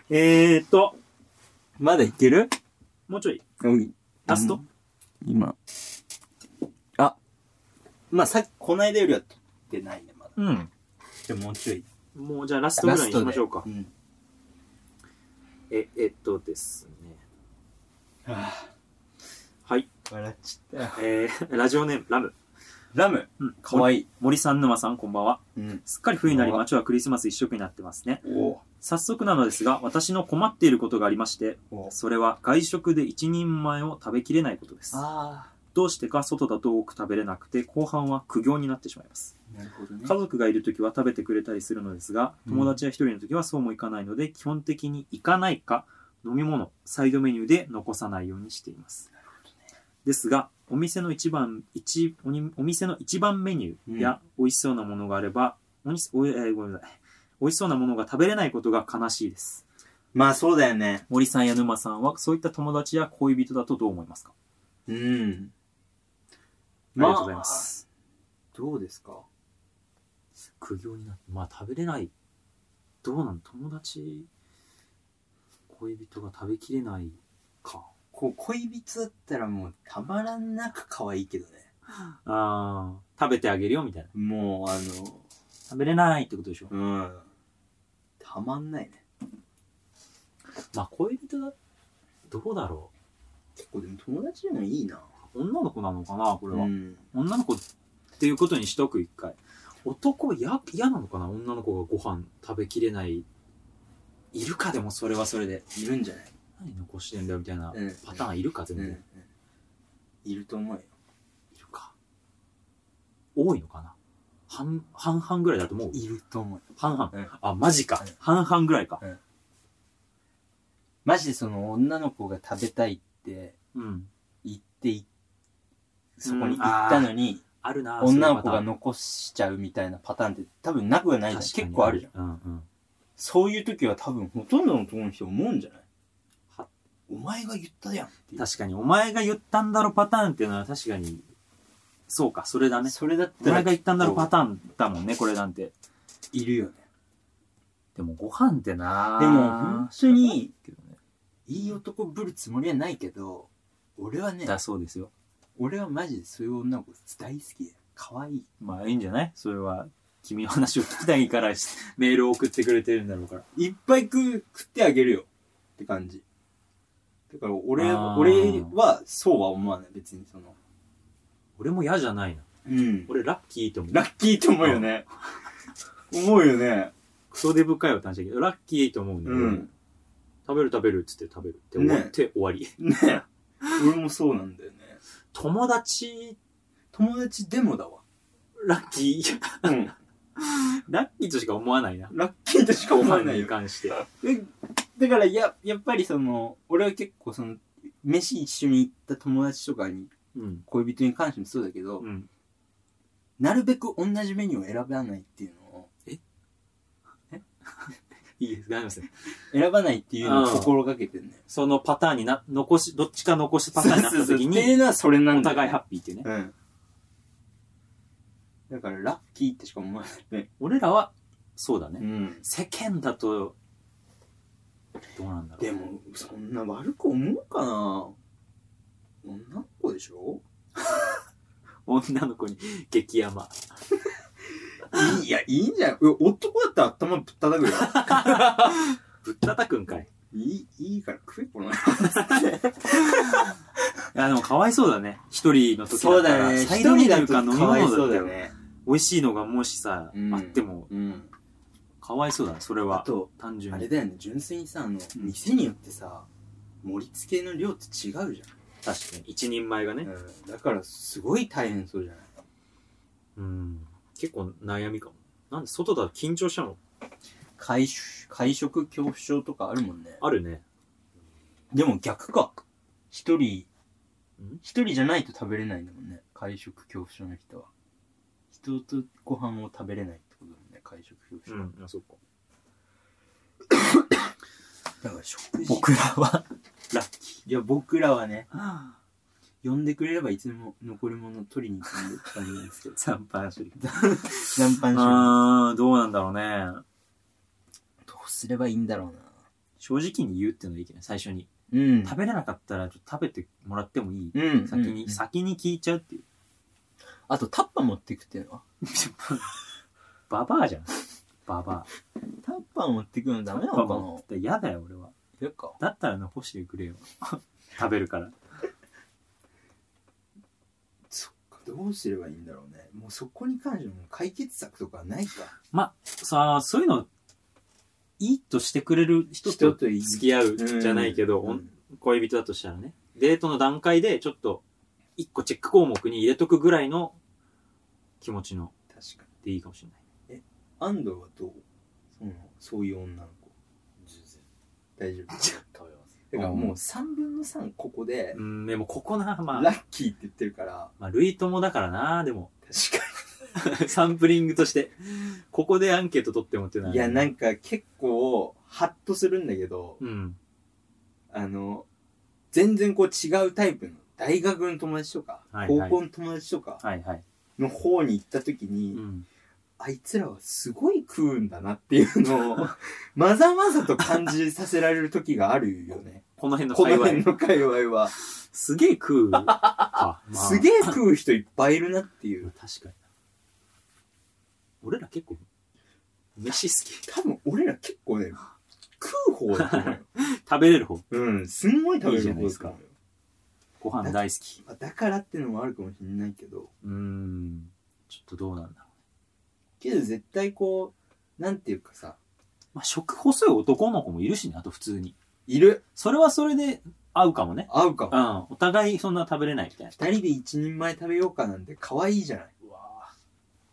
Speaker 1: えーっと、
Speaker 7: まだいける
Speaker 1: もうちょい。
Speaker 7: うん。
Speaker 1: ラスト、
Speaker 2: 今
Speaker 7: まあ、さっき、この間よりは取ってないね、まだ。
Speaker 8: うん。
Speaker 7: じゃあもうちょい。
Speaker 1: もうじゃあラストぐらいにしましょうか。
Speaker 7: うん。
Speaker 1: え、えっとですね。
Speaker 7: あ
Speaker 1: はい。
Speaker 7: あ、笑っちゃったよ。
Speaker 1: えー、ラジオネーム、ラム。
Speaker 7: ラム、
Speaker 1: うん、
Speaker 7: かわ
Speaker 1: い
Speaker 7: いい。
Speaker 1: 森さん、沼さん、こんばんは。
Speaker 2: うん
Speaker 1: すっかり冬になり、街はクリスマス一色になってますね。
Speaker 7: お
Speaker 1: 早速なのですが、私の困っていることがありまして、
Speaker 7: お
Speaker 1: それは外食で一人前を食べきれないことです。
Speaker 7: あ
Speaker 1: どうしてか外だと多く食べれなくて、後半は苦行になってしまいます。
Speaker 2: なるほどね
Speaker 1: 家族がいるときは食べてくれたりするのですが、
Speaker 7: うん
Speaker 1: 友達や一人のときはそうもいかないので、基本的に行かないか、飲み物、サイドメニューで残さないようにしています。ですが、お店の一番、一、おにお店の一番メニューや美味しそうなものがあれば、おにおえーごめんなさい。美味しそうなものが食べれないことが悲しいです。
Speaker 2: まあそうだよね
Speaker 1: 森さんや沼さんはそういった友達や恋人だとどう思いますか、
Speaker 2: うん
Speaker 1: ありがとうございま。す
Speaker 2: どうですか
Speaker 1: 苦行になってまあ食べれないどうなの友達恋人が食べきれないか
Speaker 2: こう恋人だったらもうたまらんなく可愛いけどね
Speaker 1: あー食べてあげるよみたいな
Speaker 2: もうあの
Speaker 1: 食べれないってことでしょ
Speaker 2: うんたまんないね
Speaker 1: まあ恋人だどうだろ
Speaker 2: 結構でも友達でもいいな
Speaker 1: う女の子なのかなこれは、
Speaker 2: うん
Speaker 1: 女の子っていうことにしとく一回男や嫌なのかな女の子がご飯食べきれないいるかでもそれはそれで
Speaker 2: いるんじゃない
Speaker 1: 何残してんだよみたいな
Speaker 2: うん
Speaker 1: パターンいるか
Speaker 2: う
Speaker 1: 全
Speaker 2: んう
Speaker 1: 然、
Speaker 2: んいると思うよ
Speaker 1: いるか多いのかな半半々ぐらいだと思う
Speaker 2: いると思う
Speaker 1: 半々、
Speaker 2: うん
Speaker 1: あマジか、
Speaker 2: うん
Speaker 1: 半々ぐらいか
Speaker 2: マジでその女の子が食べたいって
Speaker 1: うん
Speaker 2: 言っていそこに行ったのに、
Speaker 1: あるな
Speaker 2: 女の子が
Speaker 1: っ
Speaker 2: 残しちゃうみたいなパターンって多分なくはないじゃん結構あるじゃん
Speaker 1: ゃん、うんうん、
Speaker 2: そういう時は多分ほとんどの男の人思うんじゃない
Speaker 1: は
Speaker 2: お前が言ったやんっていう
Speaker 1: 確かにお前が言ったんだろパターンっていうのは確かにそうかそれだね
Speaker 2: それだっ
Speaker 1: お
Speaker 2: たら
Speaker 1: 前が言ったんだろパターンだもんねこれなんて
Speaker 2: いるよね
Speaker 1: でもご飯ってな
Speaker 2: でも本当に
Speaker 1: けどね
Speaker 2: いい男ぶるつもりはないけど俺はね
Speaker 1: だそうですよ
Speaker 2: 俺はマジでそういう女の子大好きだよ可愛い
Speaker 1: まあいいんじゃないそれは君の話を聞きたいからしメールを送ってくれてるんだろうから
Speaker 2: いっぱい食う食ってあげるよって感じだから俺
Speaker 1: あー
Speaker 2: 俺はそうは思わない別にその
Speaker 1: 俺も嫌じゃないな
Speaker 2: うん
Speaker 1: 俺ラッキーと思う
Speaker 2: ラッキーと思うよね思うよね
Speaker 1: クソデブかよって話だけどラッキーと思うんだけ
Speaker 2: う
Speaker 1: ど、
Speaker 2: ん
Speaker 1: 食べる食べるっつって食べるって終わって、終わり
Speaker 2: ね俺もそうなんだよね
Speaker 1: 友達
Speaker 2: 友達でもだわ
Speaker 1: ラッキー (laughs)
Speaker 2: うん
Speaker 1: ラッキーとしか思わないな
Speaker 2: ラッキーとしか思わない
Speaker 1: に
Speaker 2: よ
Speaker 1: 関して
Speaker 2: えだからややっぱりその俺は結構その飯一緒に行った友達とかに
Speaker 1: うん
Speaker 2: 恋人に関してもそうだけど、
Speaker 1: うん
Speaker 2: なるべく同じメニューを選ばないっていうのを
Speaker 1: いいです大丈夫です
Speaker 2: 選ばないっていうのを心がけてんだよ
Speaker 1: そのパターンにな残しどっちか残しパターンになった時
Speaker 2: ってい
Speaker 1: に
Speaker 2: うのはそれな
Speaker 1: お
Speaker 2: んだよ
Speaker 1: 互いハッピーっていうね
Speaker 2: うんだからラッキーってしか思わないね
Speaker 1: 俺らはそうだね、
Speaker 2: ん
Speaker 1: 世間だとどうなんだろう
Speaker 2: でもそんな悪く思うかな女の子でしょ
Speaker 1: 女の子に激山
Speaker 2: いいいやいいんじゃないいや男だったら頭ぶったたくよ
Speaker 1: ぶったたくんかい
Speaker 2: いいいいから食えこの
Speaker 1: いやでもかわいそうだね一人の時
Speaker 2: そう
Speaker 1: だか
Speaker 2: だ
Speaker 1: ら
Speaker 2: ね
Speaker 1: サ
Speaker 2: 一
Speaker 1: イドメニ
Speaker 2: 人
Speaker 1: ューか
Speaker 2: だと
Speaker 1: 飲み
Speaker 2: かわい
Speaker 1: 物だ
Speaker 2: そ
Speaker 1: った
Speaker 2: うだ
Speaker 1: よ
Speaker 2: よ
Speaker 1: ね
Speaker 2: ね
Speaker 1: 美味しいのがもしさ、
Speaker 2: うん
Speaker 1: あっても
Speaker 2: うん
Speaker 1: かわいそうだねそれ
Speaker 2: あ
Speaker 1: は
Speaker 2: と
Speaker 1: 単純
Speaker 2: あ
Speaker 1: に
Speaker 2: れだよね純粋にさあの店によってさ盛り付けの量って違うじ
Speaker 7: 確かに。
Speaker 1: 一人前が
Speaker 2: ゃん、
Speaker 1: ね。
Speaker 2: うん、だからすごい大変そうじゃない
Speaker 1: うん。結構悩みかも。なんで外だと緊張しちゃうの
Speaker 2: 会食会食恐怖症とかあるもんね
Speaker 1: あるね。
Speaker 2: でも逆か一人
Speaker 1: ん
Speaker 2: 一人じゃないと食べれないんだもんね会食恐怖症の人は人とご飯を食べれないってことだもんね会食恐怖症、
Speaker 1: ん。あ、そっか。
Speaker 2: だから食事
Speaker 8: 僕らは
Speaker 2: いや僕らはね呼んでくれればいつでも残り物を取りに行くん (laughs) で感じなんですけど
Speaker 1: 惨敗する。
Speaker 2: 残飯処
Speaker 1: あー、どうなんだろうね。
Speaker 2: 理どうすればいいんだろうな
Speaker 1: 正直に言うっていうのはいいけどね、最初に。
Speaker 2: うん
Speaker 1: 食べれなかったら、ちょっと食べてもらってもいい
Speaker 2: うん
Speaker 1: 先
Speaker 2: う
Speaker 1: に、
Speaker 2: ん
Speaker 1: 先に聞いちゃうっていう。
Speaker 2: あとタッパ持ってくっていうのは
Speaker 1: ババアじゃん。ババア。
Speaker 2: タッパ持ってくのダメな
Speaker 1: バ
Speaker 2: のか
Speaker 1: バア
Speaker 2: な
Speaker 1: って嫌だよ、俺は。
Speaker 2: 嫌か
Speaker 1: だったら残してくれよ。 (laughs) 食べるから。
Speaker 2: そっかどうすればいいんだろうねもうそこに関してはもう解決策とかないか
Speaker 1: さあ、そういうの、いいとしてくれる人と
Speaker 2: とい
Speaker 1: 付き合うじゃないけど、
Speaker 2: う
Speaker 1: おん
Speaker 2: ん
Speaker 1: 恋人だとしたらね、デートの段階でちょっと、一個チェック項目に入れとくぐらいの気持ちの
Speaker 2: 確かに
Speaker 1: でいいかもしれない。
Speaker 2: 安藤はどうそのそういう女の子大丈 (laughs) 夫
Speaker 7: 食べます。
Speaker 2: だからもう3分の3ここで
Speaker 1: うん、でもここな、ま
Speaker 2: ラ
Speaker 1: あ、
Speaker 2: ッキーって言ってるから
Speaker 1: まあ、類友だからな、でも、 (laughs)
Speaker 2: 確か
Speaker 1: サンプリングとして、ここでアンケート取ってもっていうの
Speaker 2: に
Speaker 1: はい
Speaker 2: やなんか結構ハッとするんだけど
Speaker 1: うん。
Speaker 2: あの全然こう違うタイプの大学の友達とか
Speaker 1: はい
Speaker 2: 高
Speaker 1: はい
Speaker 2: 校の友達とか
Speaker 1: はいはい。
Speaker 2: の方に行った時に、
Speaker 1: うん。
Speaker 2: あいつらはすごい食うんだなっていうの
Speaker 1: (laughs)
Speaker 2: を、まざまざと感じさせられる時があるよね。
Speaker 1: この辺の
Speaker 2: この
Speaker 1: 会
Speaker 2: 辺
Speaker 1: 話。
Speaker 2: の界隈は。
Speaker 1: すげえ食う。 (laughs) かまあ
Speaker 2: すげえ食う人いっぱいいるなっていう。
Speaker 1: 確かに。俺ら結構、飯好き。 (laughs)
Speaker 2: 多分俺ら結構ね、食う方だ
Speaker 1: (laughs)
Speaker 2: と思うよ。
Speaker 1: 食べれる方。
Speaker 2: うん、すんごい食べる方だと思うよ
Speaker 1: ご飯大好き。
Speaker 2: まあだからってのもあるかもしれないけど、
Speaker 1: うーん。ちょっとどうなんだろ
Speaker 2: けど絶対こう、なんていうかさ、
Speaker 1: う。まあ、食細い男の子もいるしね、あと普通に。
Speaker 2: いる、
Speaker 1: それはそれで合うかもね。
Speaker 2: 合うか
Speaker 1: う
Speaker 2: も。
Speaker 1: ん。お互いそんな食べれないみたいな。
Speaker 2: 二人で一人前食べようかなんて可愛いじゃない。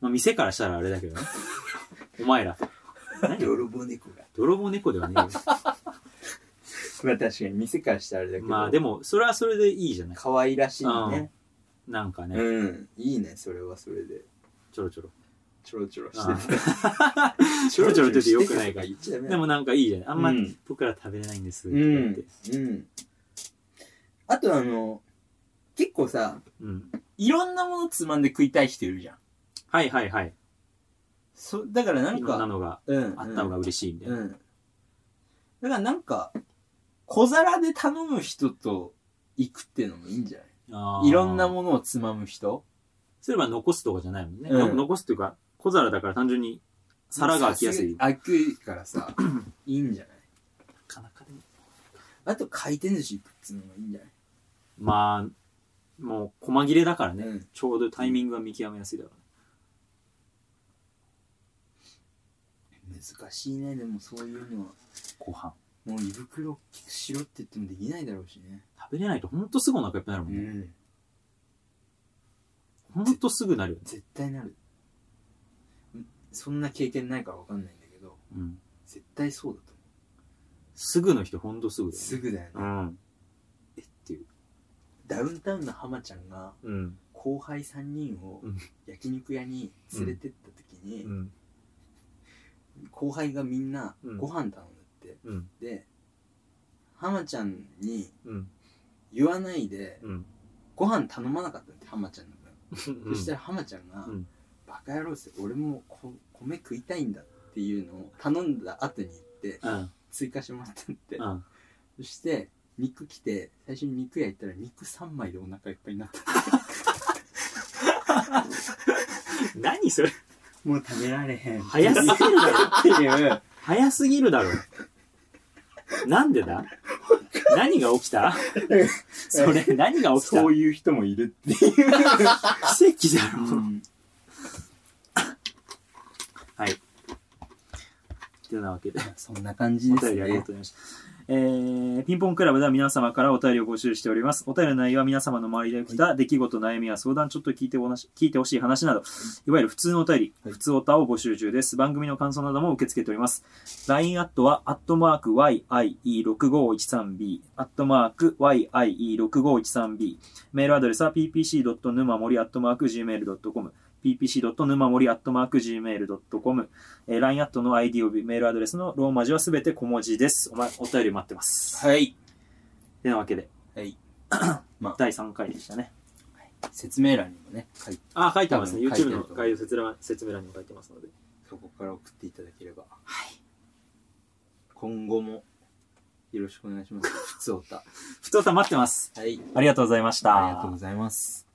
Speaker 1: まあ、店からしたらあれだけどね。 (laughs) お前ら。何
Speaker 2: 泥棒猫が。
Speaker 1: 泥棒猫ではねえよ。
Speaker 2: まあ確かに店からしたらあれだけど、
Speaker 1: (laughs) まあでも、それはそれでいいじゃない。
Speaker 2: 可愛らしいね。
Speaker 1: なんかね、
Speaker 2: うん、いいね、それはそれで。
Speaker 1: ちょろちょろ。
Speaker 2: ちょろちょろ
Speaker 1: あ
Speaker 2: して (laughs)
Speaker 1: ちょろちょろ出てよくないから。
Speaker 2: 言っちゃダメ
Speaker 1: でもなんかいいじゃない。あんま
Speaker 2: うん
Speaker 1: 僕ら食べれないんですって
Speaker 2: う
Speaker 1: 言って
Speaker 2: ん。、うん。あとあの、結構さ、
Speaker 1: うん。
Speaker 2: いろんなものつまんで食いたい人いるじゃん。
Speaker 1: はいはいはい。
Speaker 2: そだからないん
Speaker 1: ろんな
Speaker 2: か、
Speaker 1: のが
Speaker 2: うん。
Speaker 1: あった方が嬉しいみたいな。
Speaker 2: うん。だからなんか、小皿で頼む人と行くっていうのもいいんじゃな
Speaker 1: あー
Speaker 2: いいろんなものをつまむ人
Speaker 1: すれば残すとかじゃないもんね。
Speaker 2: うん
Speaker 1: よく残すというか、小皿だから単純に皿が開きやすい。な
Speaker 2: 開くか
Speaker 1: (clears throat)
Speaker 2: らさ、いいんじゃない
Speaker 1: かなかでも
Speaker 2: あと回転寿司行くっていうのもいいんじゃない
Speaker 1: まあ、もう、細切れだからね、
Speaker 2: うん
Speaker 1: ちょうどタイミングが見極めやすいだろうね。
Speaker 2: 難しいねでもそういうのは
Speaker 1: ご飯。
Speaker 2: もう胃袋をきくしろって言ってもできないだろうしね
Speaker 1: 食べれないとほんとすぐお腹いっぱいになるもんね。
Speaker 2: ん
Speaker 1: ほんとすぐなるよね。
Speaker 2: 絶対なるんそんな経験ないから分かんないんだけど
Speaker 1: うん。
Speaker 2: 絶対そうだと思
Speaker 1: すぐの人ほんとすぐ
Speaker 2: う
Speaker 1: だよね。
Speaker 2: すぐだよね
Speaker 1: うん。えっていう。
Speaker 2: ダウンタウンの浜ちゃんが
Speaker 1: うん。
Speaker 2: 後輩3人を
Speaker 1: うん
Speaker 2: 焼肉屋に連れてった時に、
Speaker 1: うん。
Speaker 2: 後輩がみんな
Speaker 1: うん
Speaker 2: ご飯頼んだって、
Speaker 1: うん。
Speaker 2: で浜ちゃんに
Speaker 1: うん。
Speaker 2: 言わないで
Speaker 1: うん。
Speaker 2: ご飯頼まなかったんだって浜ちゃんの分
Speaker 1: うん
Speaker 2: そしたら浜ちゃんが「
Speaker 1: うん
Speaker 2: バカ野郎っすよ俺もこ米食いたいんだ」っていうのを頼んだ後に言って
Speaker 1: うん。
Speaker 2: 追加してもらったって、
Speaker 1: うん。
Speaker 2: そして肉来て最初に肉屋行ったら肉3枚でお腹いっぱいになった
Speaker 1: 何それ
Speaker 2: もう食べられへん
Speaker 1: 早すぎるだろ。
Speaker 2: っていう
Speaker 1: 早すぎるだろ。なんでだ何が起き
Speaker 2: (laughs)
Speaker 1: たそれ、何が起きた
Speaker 2: (laughs) そういう人もいるっていう、
Speaker 1: 奇跡だろ。
Speaker 2: うん
Speaker 1: はい。てなわけで。
Speaker 2: そんな感じ
Speaker 1: お
Speaker 2: です
Speaker 1: 便りありが
Speaker 2: ね。
Speaker 1: とうございました。えー、ピンポンクラブでは皆様からお便りを募集しております。お便りの内容は皆様の周りで起きた出来事、悩みや相談、ちょっと聞いておなし聞いてほしい話など、いわゆる普通のお便り、
Speaker 2: はい
Speaker 1: 普通おたを募集中です。番組の感想なども受け付けております。LINE アットは、アットマーク YIE6513B、アットマーク YIE6513B、メールアドレスは ppc.numa 森アットマーク gmail.com、ppc.numa 森アットマーク gmail.com、えー、LINE アットの ID おびメールアドレスのローマ字はすべて小文字です。お,、ま、お便り待ってます。
Speaker 7: はい。
Speaker 1: てなわけで、 (clears throat)
Speaker 7: まあ、
Speaker 1: 第3回でしたね。
Speaker 7: 説明欄にもね、書いて、
Speaker 1: あ、書いてますね。
Speaker 7: 多分
Speaker 1: YouTube
Speaker 7: 書いてる
Speaker 1: の
Speaker 7: と思う
Speaker 1: 概要説明欄説明欄にも書いてますので。
Speaker 2: そこから送っていただければ。今後も
Speaker 1: (laughs)
Speaker 2: よろしくお願いします。普通おた。
Speaker 1: ふつおた待ってます。
Speaker 2: はい。
Speaker 8: ありがとうございました。
Speaker 2: ありがとうございます。